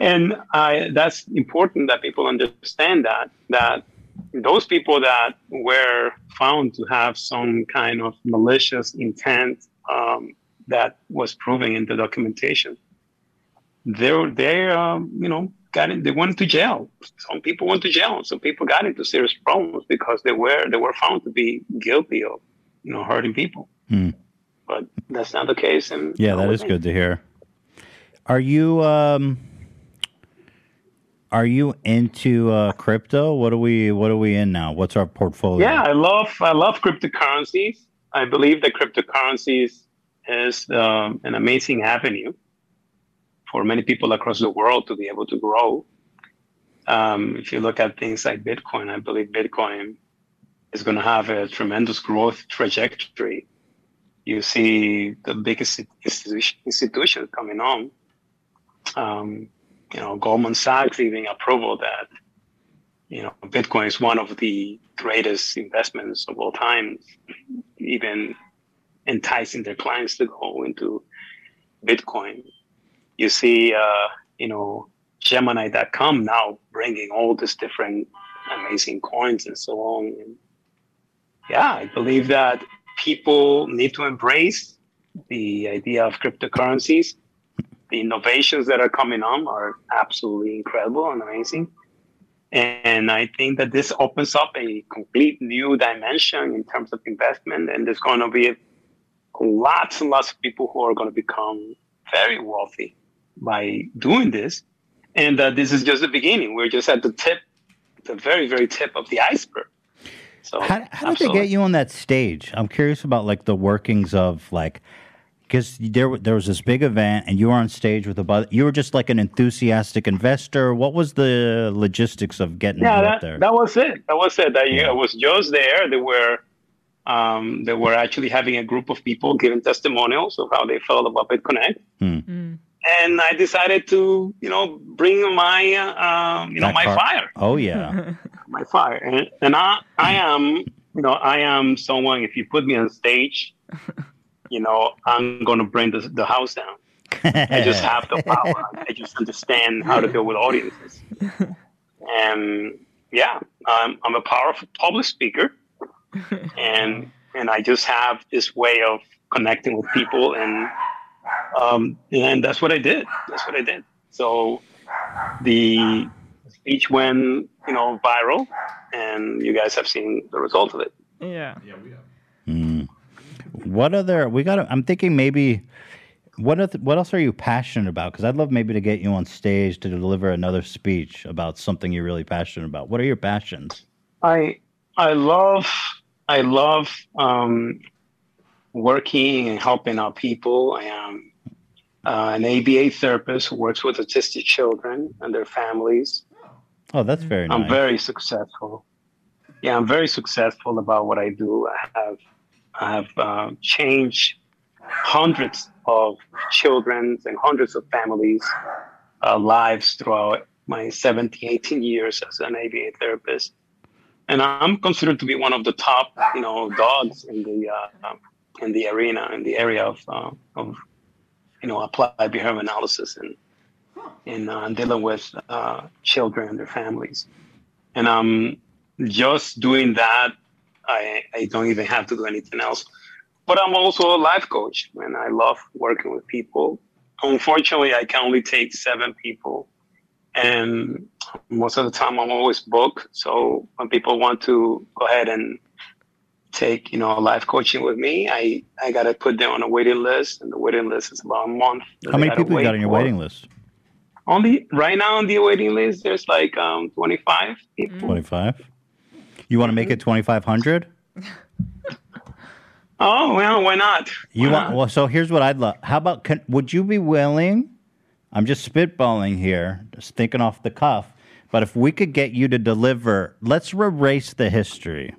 S12: And I, that's important that people understand that that those people that were found to have some kind of malicious intent um, that was proven in the documentation, they were- they um, you know got in, they went to jail. Some people went to jail. Some people got into serious problems because they were they were found to be guilty of you know hurting people.
S1: Hmm.
S12: But that's not the case. And
S1: Yeah, that is good to hear. Are you um are you into uh, crypto? What are we what are we in now? What's our portfolio?
S12: Yeah, I love I love cryptocurrencies. I believe that cryptocurrencies is um, an amazing avenue for many people across the world to be able to grow. Um, if you look at things like Bitcoin, I believe Bitcoin is going to have a tremendous growth trajectory. You see the biggest institution, institutions coming on. Um, you know, Goldman Sachs even approval that you know Bitcoin is one of the greatest investments of all time, even enticing their clients to go into Bitcoin. You see, uh, you know, Gemini.com now bringing all these different amazing coins and so on. And yeah, I believe that people need to embrace the idea of cryptocurrencies. The innovations that are coming on are absolutely incredible and amazing. And I think that this opens up a complete new dimension in terms of investment. And there's going to be lots and lots of people who are going to become very wealthy by doing this. And uh, this is just the beginning. We're just at the tip, the very, very tip of the iceberg. So,
S1: how, how did they get you on that stage? I'm curious about like the workings of like because there w- there was this big event and you were on stage with a bu- you were just like an enthusiastic investor. What was the logistics of getting
S12: yeah,
S1: you
S12: that,
S1: up there?
S12: that was it. That was it. I, I was just there. They were, um, they were actually having a group of people giving testimonials of how they felt about BitConnect,
S1: Hmm.
S12: and I decided to, you know, bring my, uh, um, you know,
S1: That
S12: my
S1: car-
S12: fire,
S1: Oh yeah.
S12: my fire, and, and I, I
S1: Hmm.
S12: am, you know, I am someone. If you put me on stage, you know, I'm gonna bring the, the house down. *laughs* I just have the power. I just understand how to deal with audiences. And yeah, I'm, I'm a powerful public speaker, and and I just have this way of connecting with people, and um, and that's what I did. That's what I did. So the speech went, you know, viral, and you guys have seen the result of it.
S2: Yeah.
S1: What other we got? I'm thinking maybe what oth- what else are you passionate about? Because I'd love maybe to get you on stage to deliver another speech about something you're really passionate about. What are your passions?
S12: I I love I love um, working and helping out people. I am uh, an ABA therapist who works with autistic children and their families.
S1: Oh, that's very nice.
S12: I'm very successful. Yeah, I'm very successful about what I do. I have I have uh, changed hundreds of children's and hundreds of families' uh, lives throughout my 17, 18 years as an ABA therapist. And I'm considered to be one of the top, you know, dogs in the uh, in the arena in the area of, uh, of you know applied behavior analysis and and uh, dealing with uh, children and their families. And um, just doing that, I, I don't even have to do anything else. But I'm also a life coach, and I love working with people. Unfortunately, I can only take seven people, and most of the time I'm always booked. So when people want to go ahead and take, you know, life coaching with me, I I gotta put them on a waiting list, and the waiting list is about a month.
S1: How many
S12: They gotta
S1: people you got
S12: wait
S1: on your
S12: for-
S1: waiting list?
S12: only right now on the waiting list there's like um 25 people
S1: Twenty five. You want to make it twenty five hundred?
S12: *laughs* oh well why not
S1: You want? Well, so here's what I'd love. How about? Can, would you be willing? I'm just spitballing here, just thinking off the cuff. But if we could get you to deliver, let's erase the history.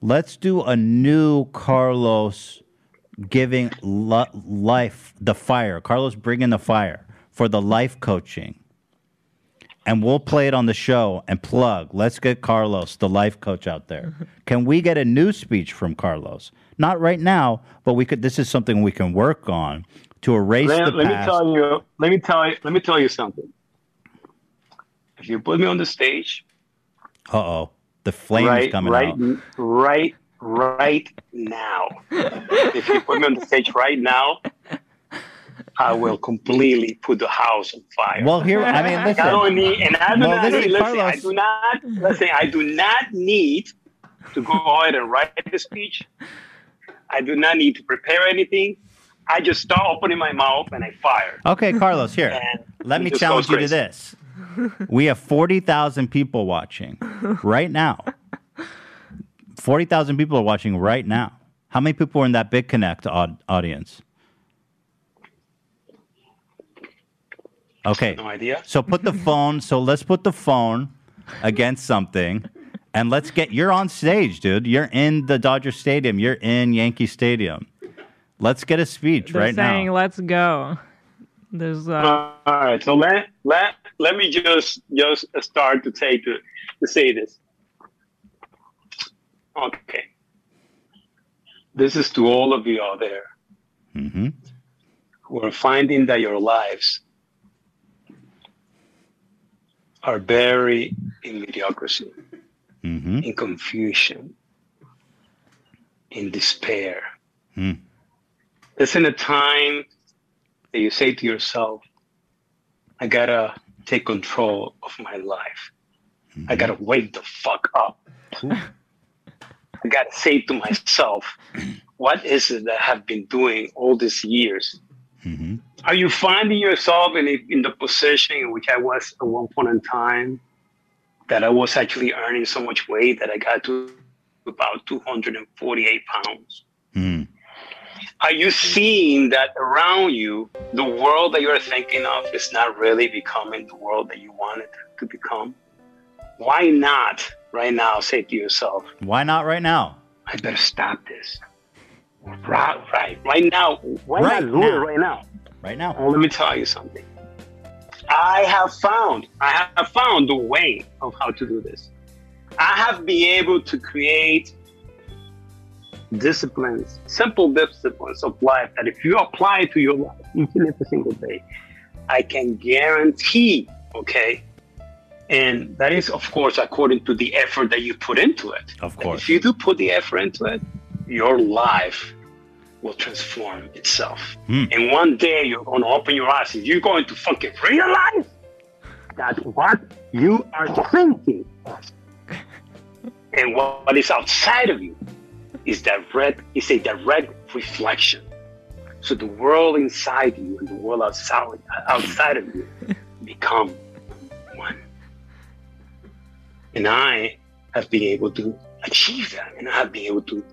S1: Let's do a new Carlos giving lo- life the fire. Carlos bringing the fire for the life coaching. And we'll play it on the show and plug. Let's get Carlos, the life coach out there. Can we get a new speech from Carlos? Not right now, but we could this is something we can work on to erase
S12: let,
S1: the
S12: let me
S1: past.
S12: tell you let me tell you let me tell you something if you put me on the stage
S1: Uh oh. The flame
S12: right
S1: is coming
S12: right
S1: out.
S12: n- right right now if you put me on the stage right now I will completely put the house on fire.
S1: Well, here- I
S12: *laughs*
S1: mean, listen.
S12: I don't need, and I do
S1: Well,
S12: not
S1: listen,
S12: need. Listen, I
S1: Carlos.
S12: do not. Listen, I do not need to go ahead and write the speech. I do not need to prepare anything. I just start opening my mouth and I fire.
S1: Okay, Carlos, here.
S12: *laughs* And
S1: Let
S12: it
S1: me
S12: just
S1: challenge
S12: goes
S1: you to
S12: crazy.
S1: this. We have 40,000 people watching right now. 40,000 people are watching right now. How many people are in that BitConnect aud- audience? Okay.
S12: No idea.
S1: So put the phone, so let's put the phone against something and let's get you're on stage, dude. You're in the Dodger Stadium, you're in Yankee Stadium. Let's get a speech
S2: They're
S1: right now.
S2: saying, "Let's go." There's uh,
S12: Uh, all right, so let let let me just just start to say to to say this. Okay, this is to all of you out there
S1: Mhm.
S12: who are finding that your lives are buried in mediocrity,
S1: Mhm.
S12: in confusion, in despair.
S1: Hmm.
S12: This in a time that you say to yourself, I gotta take control of my life. I gotta wake the fuck up. I gotta say to myself, what is it that I have been doing all these years? Are you finding yourself in, the- in the position in which I was at one point in time? That I was actually earning so much weight that I got to about 248 pounds.
S1: Mm.
S12: Are you seeing that around you, the world that you're thinking of is not really becoming the world that you want it to become? Why not right now say to yourself,
S1: Why not right now?
S12: I better stop this? Right, right, right now. Why
S1: Right
S12: not do
S1: now.
S12: it right now?
S1: Right now.
S12: Well, let me tell you something. I have found, I have found the way of how to do this. I have been able to create disciplines, simple disciplines of life that if you apply to your life each and every single day, I can guarantee, okay? And that is, of course, according to the effort that you put into it.
S1: Of
S12: And
S1: course.
S12: If you do put the effort into it, your life will transform itself.
S1: Hmm.
S12: And one day you're going to open your eyes and you're going to fucking realize that what you are thinking and what- what is outside of you is direct is a direct reflection. So the world inside you and the world outside outside of you become one. And I have been able to achieve that and I have been able to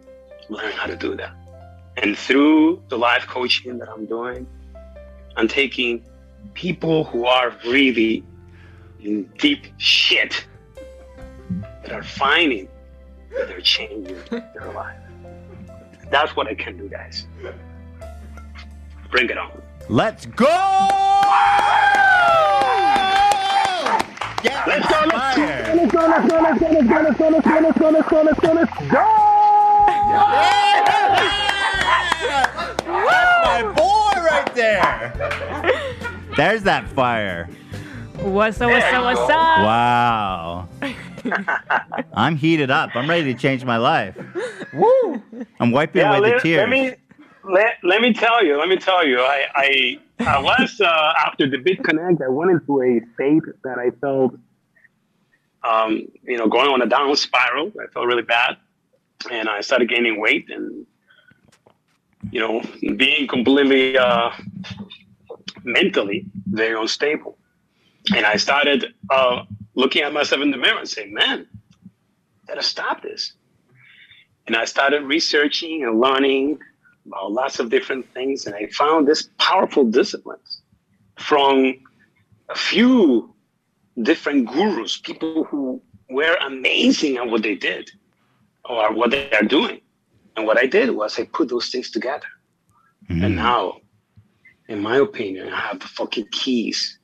S12: learn how to do that. And through the life coaching that I'm doing, I'm taking people who are really in deep shit that are finding that they're changing their life. That's what I can do, guys. Bring it on.
S1: Let's go! Get
S12: Let's go, let's go,
S1: inspired.
S12: let's go, let's go, let's go, let's go, let's go, let's go, let's go, let's go, let's go, let's go!
S1: That's my boy right there. There's that fire.
S2: what's up, what's up, what's up? *laughs*
S1: Wow. I'm heated up. I'm ready to change my life. Woo! I'm wiping
S12: Yeah,
S1: away the
S12: let,
S1: tears.
S12: let me let, let me tell you, let me tell you. I I, I was uh, after the BitConnect, I went into a state that I felt, um, you know, going on a down spiral. I felt really bad, and I started gaining weight and, you know, being completely uh, mentally very unstable. And I started uh, looking at myself in the mirror and saying, "Man, gotta stop this." And I started researching and learning about lots of different things. And I found this powerful disciplines from a few different gurus, people who were amazing at what they did or what they are doing. And what I did was I put those things together. And now, in my opinion, I have the fucking keys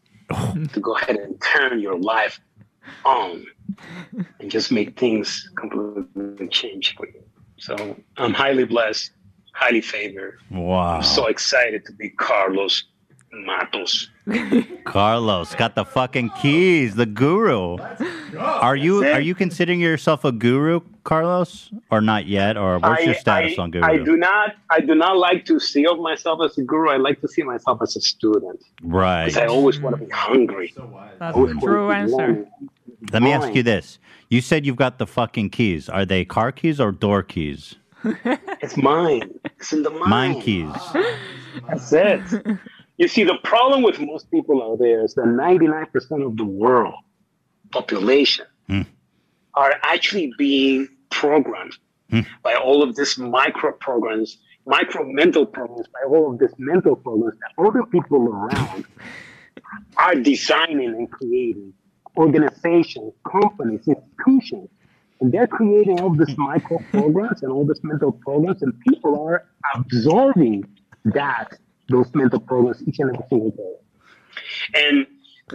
S12: to go ahead and turn your life on and just make things completely change for you. So I'm highly blessed, highly favored.
S1: Wow.
S12: I'm so excited to be Carlos Matos.
S1: Carlos got the fucking keys, the guru. Are you
S12: That's it.
S1: are you considering yourself a guru, Carlos? Or not yet? Or what's
S12: I-
S1: your status
S12: I,
S1: on guru?
S12: I do not I do not like to see of myself as a guru. I like to see myself as a student.
S1: Right.
S12: 'Cause I always want to be hungry.
S2: That's
S12: Always
S2: the
S12: wanna
S2: true
S12: be
S2: answer.
S12: learning.
S1: Let me ask
S12: Fine.
S1: you this. You said you've got the fucking keys. Are they car keys or door keys?
S12: It's mine. It's in the mind.
S1: Mine keys.
S12: That's
S2: *laughs*
S12: it. You see, the problem with most people out there is that 99% of the world population
S1: Hmm.
S12: are actually being programmed
S1: Hmm.
S12: by all of these micro programs, micro mental programs, by all of these mental programs that other people around are designing and creating. Organizations, companies, institutions, and they're creating all these micro programs and all these mental programs, and people are absorbing that those mental programs each and every single day. And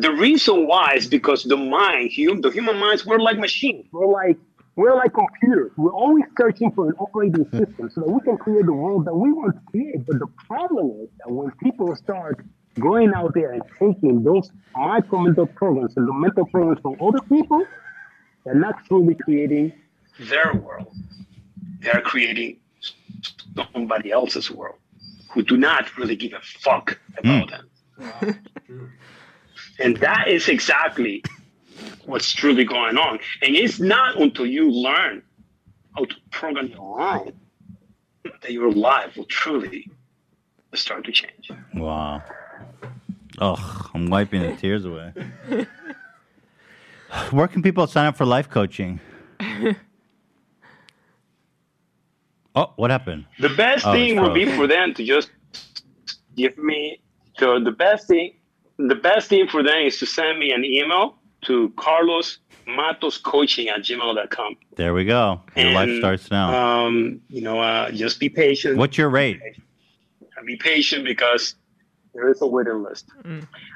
S12: the reason why is because the mind, hum, the human minds, we're like machines. We're like we're like computers. We're always searching for an operating system so that we can create the world that we want to create. But the problem is that when people start going out there and taking those micro mental programs and the mental programs from other people, they're not truly creating their world. They're creating somebody else's world who do not really give a fuck
S1: Mm.
S12: about them. And that is exactly what's truly going on. And it's not until you learn how to program your mind that your life will truly start to
S1: *laughs*
S12: change.
S1: Wow. Ugh, I'm wiping the tears away. Where can people sign up for life coaching? Oh, what happened?
S12: The best
S1: Oh, it's
S12: thing would be
S1: frozen.
S12: for them to just give me so the best thing the best thing for them is to send me an email to carlos matos coaching at gmail.com
S1: There we go. Your life
S12: And,
S1: starts now.
S12: um you know uh just be patient
S1: What's your rate?
S12: and be patient because there is a waiting list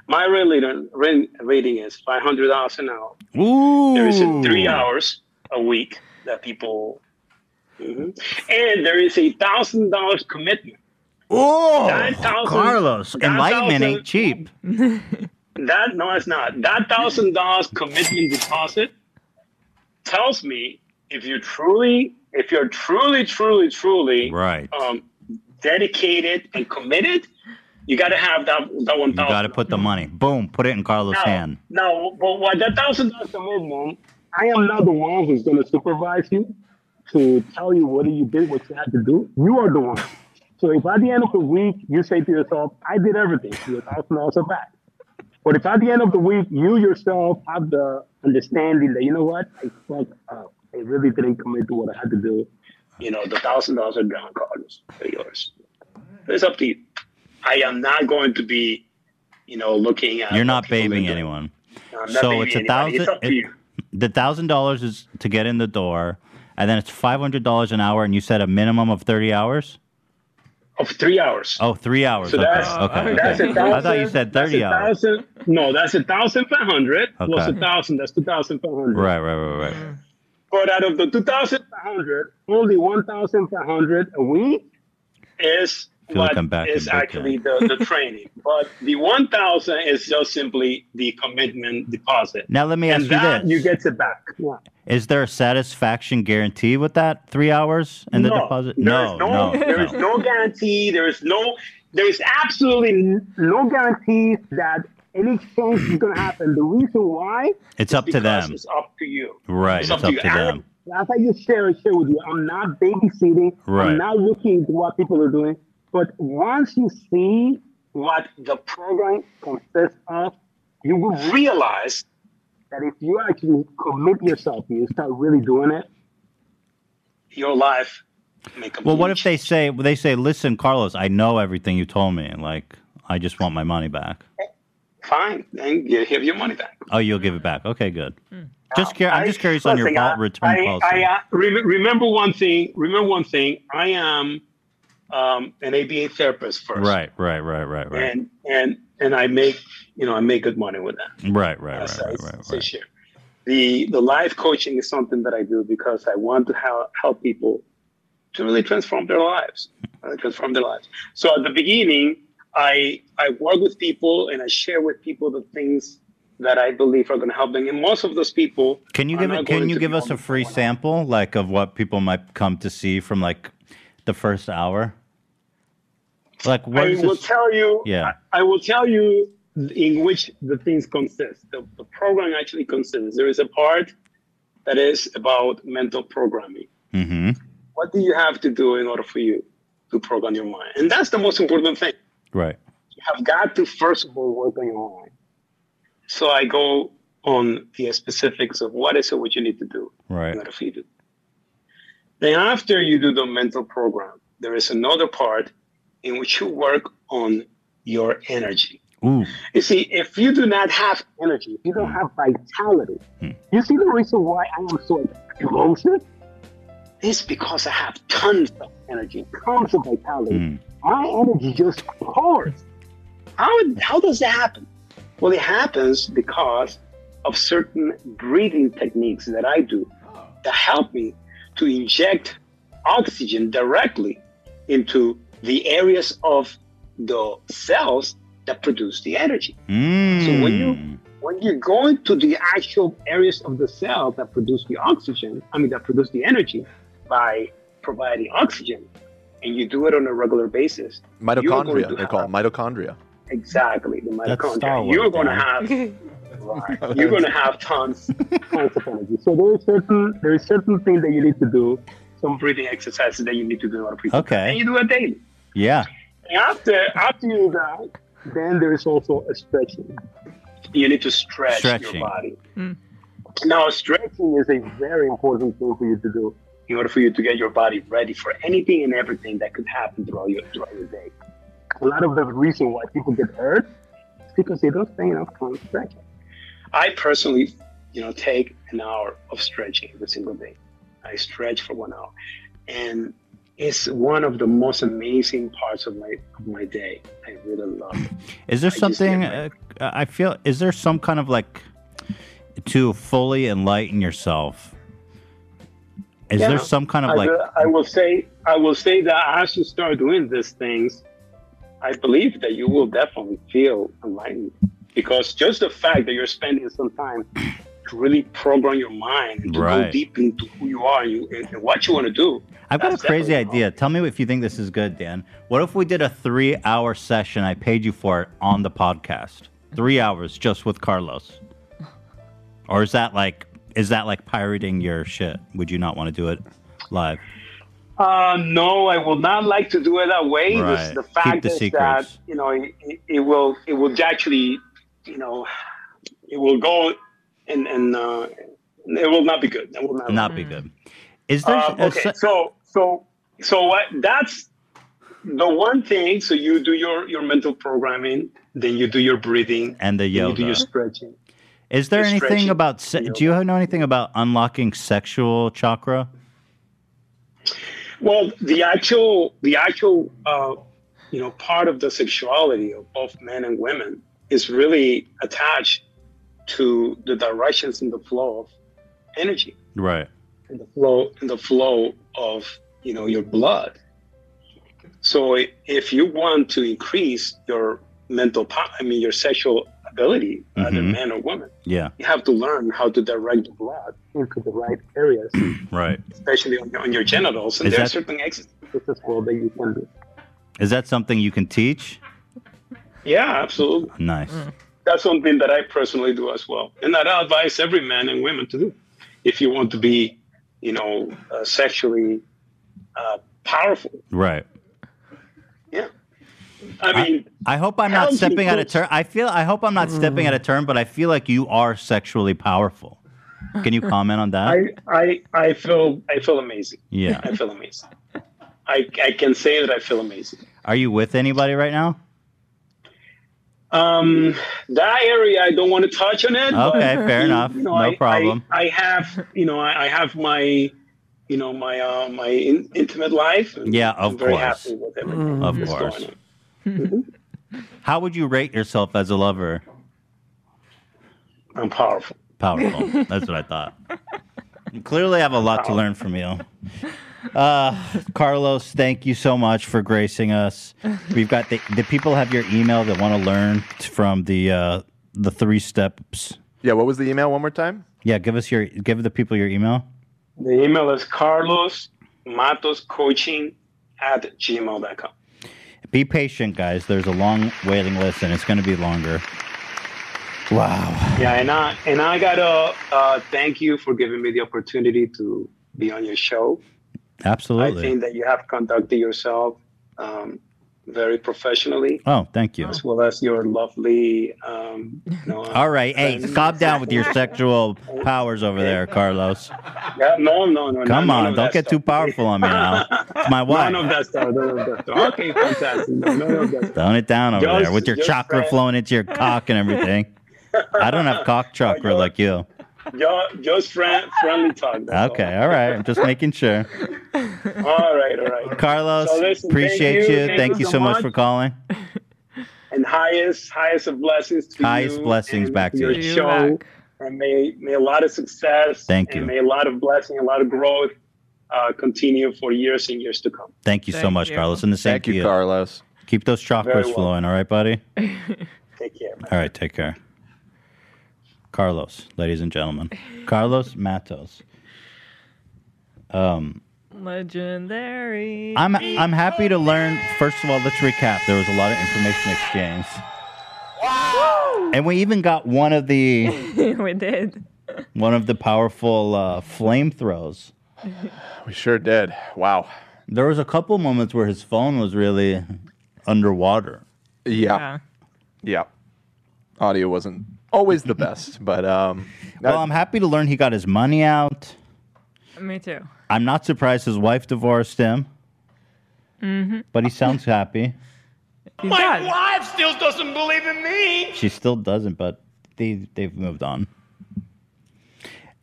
S12: my rating rate- rating is 500 dollars an hour
S1: Ooh.
S12: there is a three hours a week that people Mhm. and there is a thousand dollars commitment
S1: Oh,
S12: Nine thousand-
S1: Carlos,
S12: nine
S1: enlightenment
S12: thousand-
S1: ain't cheap.
S12: *laughs* That no, it's not. That thousand dollars commitment deposit tells me if you're truly, if you're truly, truly, truly
S1: Right.
S12: um, dedicated and committed, you got to have that that one
S1: You got to
S12: thousand.
S1: put the money. Boom, put it in Carlos' hand.
S12: No, but what that thousand dollars commitment, I am not the one who's going to supervise you to tell you what you did, what you had to do. You are the one. So if at the end of the week you say to yourself, "I did everything," your thousand dollars are back. But if at the end of the week you yourself have the understanding that you know what, I fucked up. I really didn't commit to what I had to do. You know, the thousand dollars are gone, Carlos. They're yours. It's up to you. I am not going to be, you know, looking at.
S1: You're
S12: what
S1: not
S12: people are
S1: babying
S12: doing.
S1: anyone.
S12: No, I'm not
S1: So
S12: babying
S1: it's a
S12: anybody.
S1: thousand.
S12: It's up to
S1: it-
S12: you.
S1: the thousand dollars is to get in the door, and then it's five hundred dollars an hour, and you said a minimum of thirty hours.
S12: Of three hours.
S1: Oh, three hours.
S12: So
S1: okay.
S12: that's-
S1: okay.
S12: That's
S1: okay.
S12: a thousand.
S1: I thought you
S12: that's
S1: said thirty
S12: a
S1: hours.
S12: thousand- no, that's a thousand five hundred plus
S1: Okay.
S12: a thousand. That's two thousand five hundred.
S1: Right, right, right, right.
S12: But out of the two thousand five hundred, only one thousand five hundred a week is
S1: I feel like
S12: what
S1: I'm back
S12: is
S1: in big
S12: actually the,
S1: *laughs*
S12: the training. But the one thousand is just simply the commitment deposit.
S1: Now let me ask
S12: and
S1: you
S12: that
S1: this:
S12: you get it back. Yeah.
S1: Is there a satisfaction guarantee with that three hours and the
S12: no,
S1: deposit?
S12: there
S1: No,
S12: is
S1: no,
S12: there is
S1: no.
S12: no guarantee. There is no. There is absolutely n- no guarantee that any change is going to happen. The reason why
S1: It's up to
S12: because
S1: them.
S12: It's up to you.
S1: Right, it's up to
S12: I-
S1: them.
S12: As I just share and share with you, I'm not babysitting.
S1: Right.
S12: I'm not looking into what people are doing. But once you see what the program consists of, you will realize that if you actually commit yourself, you start really doing it, your life may
S1: Well, what
S12: completely
S1: if they say they say, "Listen, Carlos, I know everything you told me. Like, I just want my money back."
S12: fine, then you have your money back.
S1: Oh, you'll give it back. Okay, good. Just cur- I'm
S12: I-
S1: just curious on your
S12: listen, I-
S1: ball- return
S12: I,
S1: policy.
S12: I, uh, rem- remember one thing. Remember one thing. I am um, an ABA therapist first,
S1: right, right, right, right, right,
S12: And and and I make you know I make good money with that.
S1: right, right, right,
S12: That's-
S1: right,
S12: that's-
S1: right,
S12: that's
S1: right.
S12: it. The the life coaching is something that I do because I want to help help people to really transform their lives, uh, transform their lives. So at the beginning, I I work with people and I share with people the things that I believe are going to help them, and most of those people
S1: Can you
S12: are
S1: give
S12: not
S1: it? Can
S12: going
S1: you
S12: to
S1: give
S12: be
S1: us
S12: on
S1: a
S12: the
S1: free sample, like of what people might come to see from like the first hour? Like what
S12: I
S1: is
S12: will
S1: this?
S12: tell you.
S1: Yeah.
S12: I will tell you in which the things consist. The, the program actually consists. There is a part that is about mental programming.
S1: Mm-hmm.
S12: What do you have to do in order for you to program your mind? And that's the most important thing.
S1: Right.
S12: You have got to first of all work on your own life. So I go on the specifics of what is it what you need to do.
S1: Right.
S12: Not if you do. Then after you do the mental program, there is another part in which you work on your energy.
S1: Ooh.
S12: You see, if you do not have energy, if you don't have vitality, you see the reason why I am so explosive? It's because I have tons of energy, tons of vitality. My energy just pours. How, how does that happen? Well, it happens because of certain breathing techniques that I do that help me to inject oxygen directly into the areas of the cells that produce the energy. So
S1: Mm.
S12: when you when you go into the actual areas of the cell that produce the oxygen, I mean that produce the energy by providing oxygen, and you do it on a regular basis, you're going
S3: Mitochondria,
S12: to
S3: they call it mitochondria.
S12: Exactly, the
S3: That's Star
S12: mitochondria.
S3: Wars,
S12: You're going to
S3: man. *laughs*
S12: have, right, you're going to have tons, tons of energy. So there is certain there is certain things that you need to do, some breathing exercises that you need to do on a pre-
S1: Okay.
S12: and you do it daily.
S1: Yeah.
S12: And after after you do that, then there is also a stretching. You need to stretch
S1: Stretching.
S12: your body. Now, stretching is a very important thing for you to do in order for you to get your body ready for anything and everything that could happen throughout your throughout your day. A lot of the reason why people get hurt is because they don't stay enough time stretching. I personally, you know, take an hour of stretching every single day. I stretch for one hour, and it's one of the most amazing parts of my of my day. I really love it.
S1: Is there something uh, I feel? Is there some kind of like to fully enlighten yourself? Is
S12: Yeah.
S1: there some kind of
S12: I
S1: like
S12: will, I will say I will say that as you start doing these things, I believe that you will definitely feel enlightened because just the fact that you're spending some time to really program your mind and to
S1: Right.
S12: go deep into who you are and, you, and, and what you want to do.
S1: I've got a
S12: that's
S1: crazy
S12: definitely-
S1: idea. Tell me if you think this is good, Dan. What if we did a three hour session? I paid you for it on the podcast. Three hours just with Carlos. Or is that like is that like pirating your shit? Would you not want to do it live?
S12: Uh, no, I will not like to do it that way. The-
S1: Right.
S12: The,
S1: Keep
S12: fact
S1: the
S12: is
S1: secrets.
S12: that you know it, it- it will it will actually you know it will go and and uh, it will not be good. It will not,
S1: Not be good. Is there
S12: Um, okay, so so so what? That's the one thing. So you do your your mental programming, then you do your breathing,
S1: And the
S12: then you do
S1: yoga.
S12: your stretching.
S1: Is there
S12: You're
S1: anything
S12: stretching.
S1: about se- do you know anything about unlocking sexual chakra?
S12: Well, the actual the actual uh, you know part of the sexuality of both men and women is really attached to the directions and the flow of energy
S1: Right.
S12: and the flow and the flow of you know your blood. So i- if you want to increase your mental, po- I mean your sexual ability, either
S1: Mhm.
S12: man or woman,
S1: Yeah.
S12: you have to learn how to direct the blood into the right
S1: *clears throat*
S12: areas,
S1: Right.
S12: especially on your, on your genitals. And
S1: Is
S12: there are
S1: that-
S12: certain exercises as well that you can do.
S1: Is that something you can teach?
S12: Yeah, absolutely.
S1: Nice.
S12: That's something that I personally do as well, and that I advise every man and women to do if you want to be, you know, uh, sexually uh, powerful.
S1: Right.
S12: I mean,
S1: I hope I'm not
S12: Healthy
S1: stepping out of
S12: cooks.
S1: turn. I feel I hope I'm not stepping out of turn, but I feel like you are sexually powerful. Can
S12: *laughs*
S1: you comment on that?
S12: I, I I feel I feel amazing.
S1: Yeah.
S12: I feel amazing. I, I can say that I feel amazing.
S1: are you with anybody right now?
S12: Um, that area I don't want to touch on it. but,
S1: Okay, fair enough. No
S12: I- I-
S1: problem.
S12: I, have you know I, I have my you know my uh, my in, intimate life. and
S1: Yeah, of
S12: I'm very
S1: course.
S12: happy with
S3: Mm-hmm.
S12: everything.
S1: Of
S12: that's
S1: course.
S12: going on.
S1: How would you rate yourself as a lover?
S12: I'm powerful.
S1: Powerful. That's what I thought. You clearly have a lot to learn from you. Uh, Carlos, thank you so much for gracing us. We've got the, the people have your email that want to learn from the uh, the three steps.
S3: Yeah, what was the email one more time?
S1: Yeah, give us your give the people your email.
S12: The email is Carlos Matos Coaching at gmail.com.
S1: Be patient, guys. There's a long waiting list, and it's going to be longer. Wow.
S12: Yeah, and I and I gotta uh, thank you for giving me the opportunity to be on your show. I
S1: Absolutely.
S12: think that you have conducted yourself um, very professionally,
S1: Oh, thank you.
S12: as well as your lovely. Um, you know,
S1: All right, hey,
S12: friends.
S1: calm down with your sexual powers over there, Carlos.
S12: Yeah, no, no, no.
S1: Come
S12: none
S1: on,
S12: of
S1: don't
S12: that
S1: get
S12: stuff.
S1: too powerful on
S12: *laughs*
S1: me now. It's my wife.
S12: None of that stuff. None of that stuff. Okay, fantastic. No, none of that
S1: Tone it down over
S12: Just-
S1: there with your
S12: just
S1: chakra
S12: say-
S1: flowing into your cock and everything. I don't
S12: *laughs*
S1: have cock chakra like you.
S12: Yo, just friend, friendly talk. that's
S1: Okay, all right. I'm just making sure.
S12: all. all right, all right.
S1: Carlos,
S12: So listen, thank
S1: appreciate
S12: you,
S1: you. Thank, you so much for calling.
S12: And highest, highest of blessings to
S1: Highest
S12: you
S1: blessings
S12: and
S1: back to
S12: your
S1: you. You
S12: show. And uh, may may a lot of success.
S1: Thank
S12: And
S1: you.
S12: may a lot of blessing, a lot of growth, uh, continue for years and years to come.
S1: Thank you so
S12: Thank
S1: much,
S12: you.
S1: Carlos. And the same
S12: Thank
S1: to
S12: you,
S3: Carlos.
S1: Keep those chakras
S12: Very well.
S1: flowing, all
S12: *laughs*
S1: right, buddy?
S12: Take care.
S1: All right, take care. Carlos, ladies and gentlemen. Carlos Matos. Um,
S2: Legendary. *laughs*
S1: I'm I'm happy to learn. First of all, let's recap. There was a lot of information exchanged, and we even got one of the
S2: *laughs* we did.
S1: one of the powerful uh, flame throws.
S3: We sure did. Wow.
S1: There was a couple moments where his phone was really underwater.
S3: Yeah. yeah. Audio wasn't always the
S1: *laughs*
S3: best, but um
S1: Well, I'm happy to learn he got his money out.
S2: *laughs* Me too.
S1: I'm not surprised his wife divorced him,
S2: Mm-hmm.
S1: but
S3: *laughs*
S1: he sounds happy.
S8: My wife still doesn't believe in me.
S1: She still doesn't, but they they've moved on.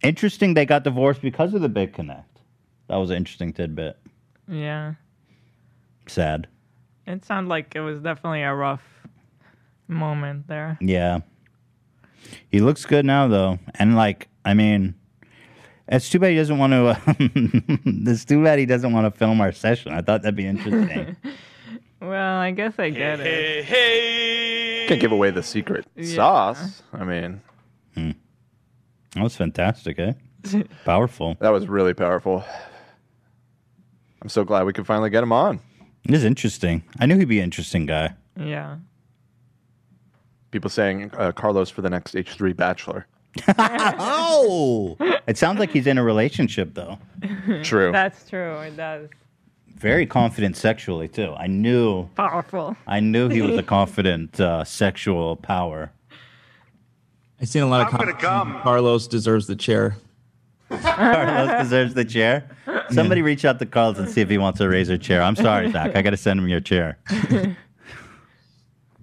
S1: Interesting, they got divorced because of the Big Connect. That was an interesting tidbit.
S2: Yeah.
S1: Sad.
S2: It sounded like it was definitely a
S1: *laughs*
S2: rough moment there.
S1: Yeah. He looks good now, though. And, like, I mean, it's too bad he doesn't want to. Uh, *laughs* it's too bad he doesn't want to film our session. I thought that'd be interesting.
S2: Well, I guess I get it.
S3: can't give away the secret
S2: Yeah.
S3: sauce. I mean,
S1: Hmm. that was fantastic, eh? Powerful.
S3: That was really powerful. I'm so glad we could finally get him on.
S1: This is interesting. I knew he'd be an interesting guy.
S2: Yeah.
S3: People saying uh, Carlos for the next H3 Bachelor.
S1: *laughs* oh! It sounds like he's in a relationship, though. True.
S2: *laughs* That's true. It does.
S1: Very confident sexually, too. I knew.
S2: Powerful.
S1: I knew he was a confident uh, sexual power.
S9: I've seen a lot of comments saying Carlos deserves the chair.
S1: *laughs* Carlos deserves the chair.
S2: *laughs*
S1: Somebody reach out to Carlos and see if he wants a razor chair. I'm sorry, Zach. I got to send him your
S9: *laughs*
S1: chair. *laughs*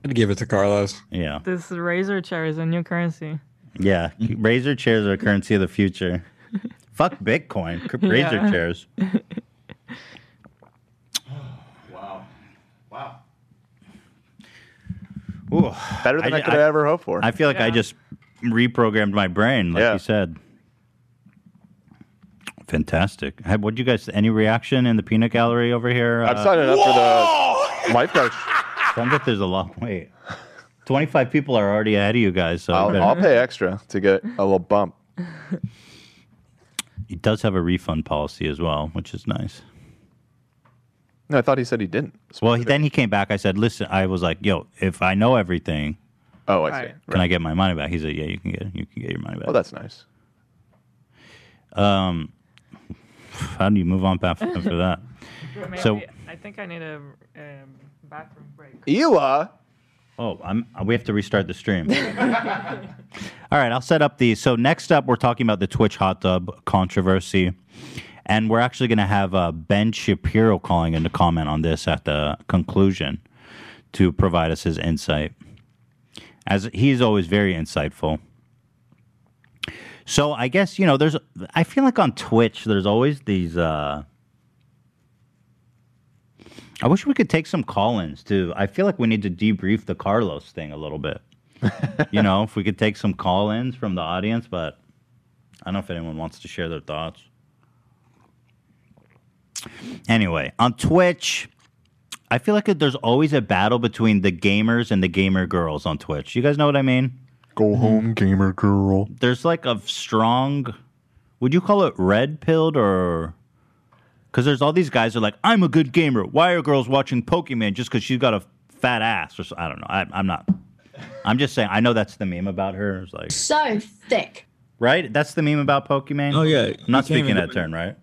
S1: I'd give it to Carlos. Yeah.
S2: This razor chair is a new currency.
S1: Yeah. razor chairs are a currency of the future. Fuck Bitcoin. C- Razor
S2: Yeah.
S1: chairs.
S3: Wow. Wow.
S1: Ooh.
S3: Better than I, could have ever hoped for.
S1: I feel like I just reprogrammed my brain, like you said. Fantastic. Hey, What'd you guys? Any reaction in the peanut gallery over here? Uh,
S3: I've signed up for the
S1: *laughs*
S3: lifeguard.
S1: Sounds like there's a long wait. Twenty-five people are already ahead of you guys, so
S3: I'll, I'll pay extra to get a little bump.
S1: He does have a refund policy as well, which is nice.
S3: No, I thought he said he didn't.
S1: Well, he, then he came back. I said, "Listen, I was like, yo, if I know everything,
S3: oh, I see. Right.
S1: Can I get my money back?" He said, "Yeah, you can get you can get your money back."
S3: Well, that's nice.
S1: Um, *sighs* how do you move on past
S2: *laughs*
S1: after that?
S2: Maybe,
S1: So,
S2: I think I need a um, bathroom
S1: *laughs*
S2: break.
S3: Ela.
S1: Oh, I'm. We have to restart the stream. *laughs* All right, I'll set up the. So next up, we're talking about the Twitch hot tub controversy, and we're actually going to have uh, Ben Shapiro calling in to comment on this at the conclusion to provide us his insight, as he's always very insightful. So I guess you know, there's. I feel like on Twitch, there's always these. Uh, I wish we could take some call-ins too. I feel like we need to debrief the Carlos thing a
S3: *laughs*
S1: little bit. you know, if we could take some call-ins from the audience, but I don't know if anyone wants to share their thoughts. Anyway, on Twitch, I feel like there's always a battle between the gamers and the gamer girls on Twitch. You guys know what I mean? Mm-hmm.
S3: Go home, gamer girl.
S1: There's like a strong would you call it red pilled or because there's all these guys who are like, I'm a good gamer. Why are girls watching Pokemon just because she's got a fat ass? Or so, I don't know. I, I'm not. I'm just saying. I know that's the meme about her. It's like,
S13: So thick.
S1: right? That's the meme about Pokemon.
S9: Oh yeah,
S1: I'm not
S9: You can't
S1: speaking
S9: even
S1: that
S9: go-
S1: turn, right?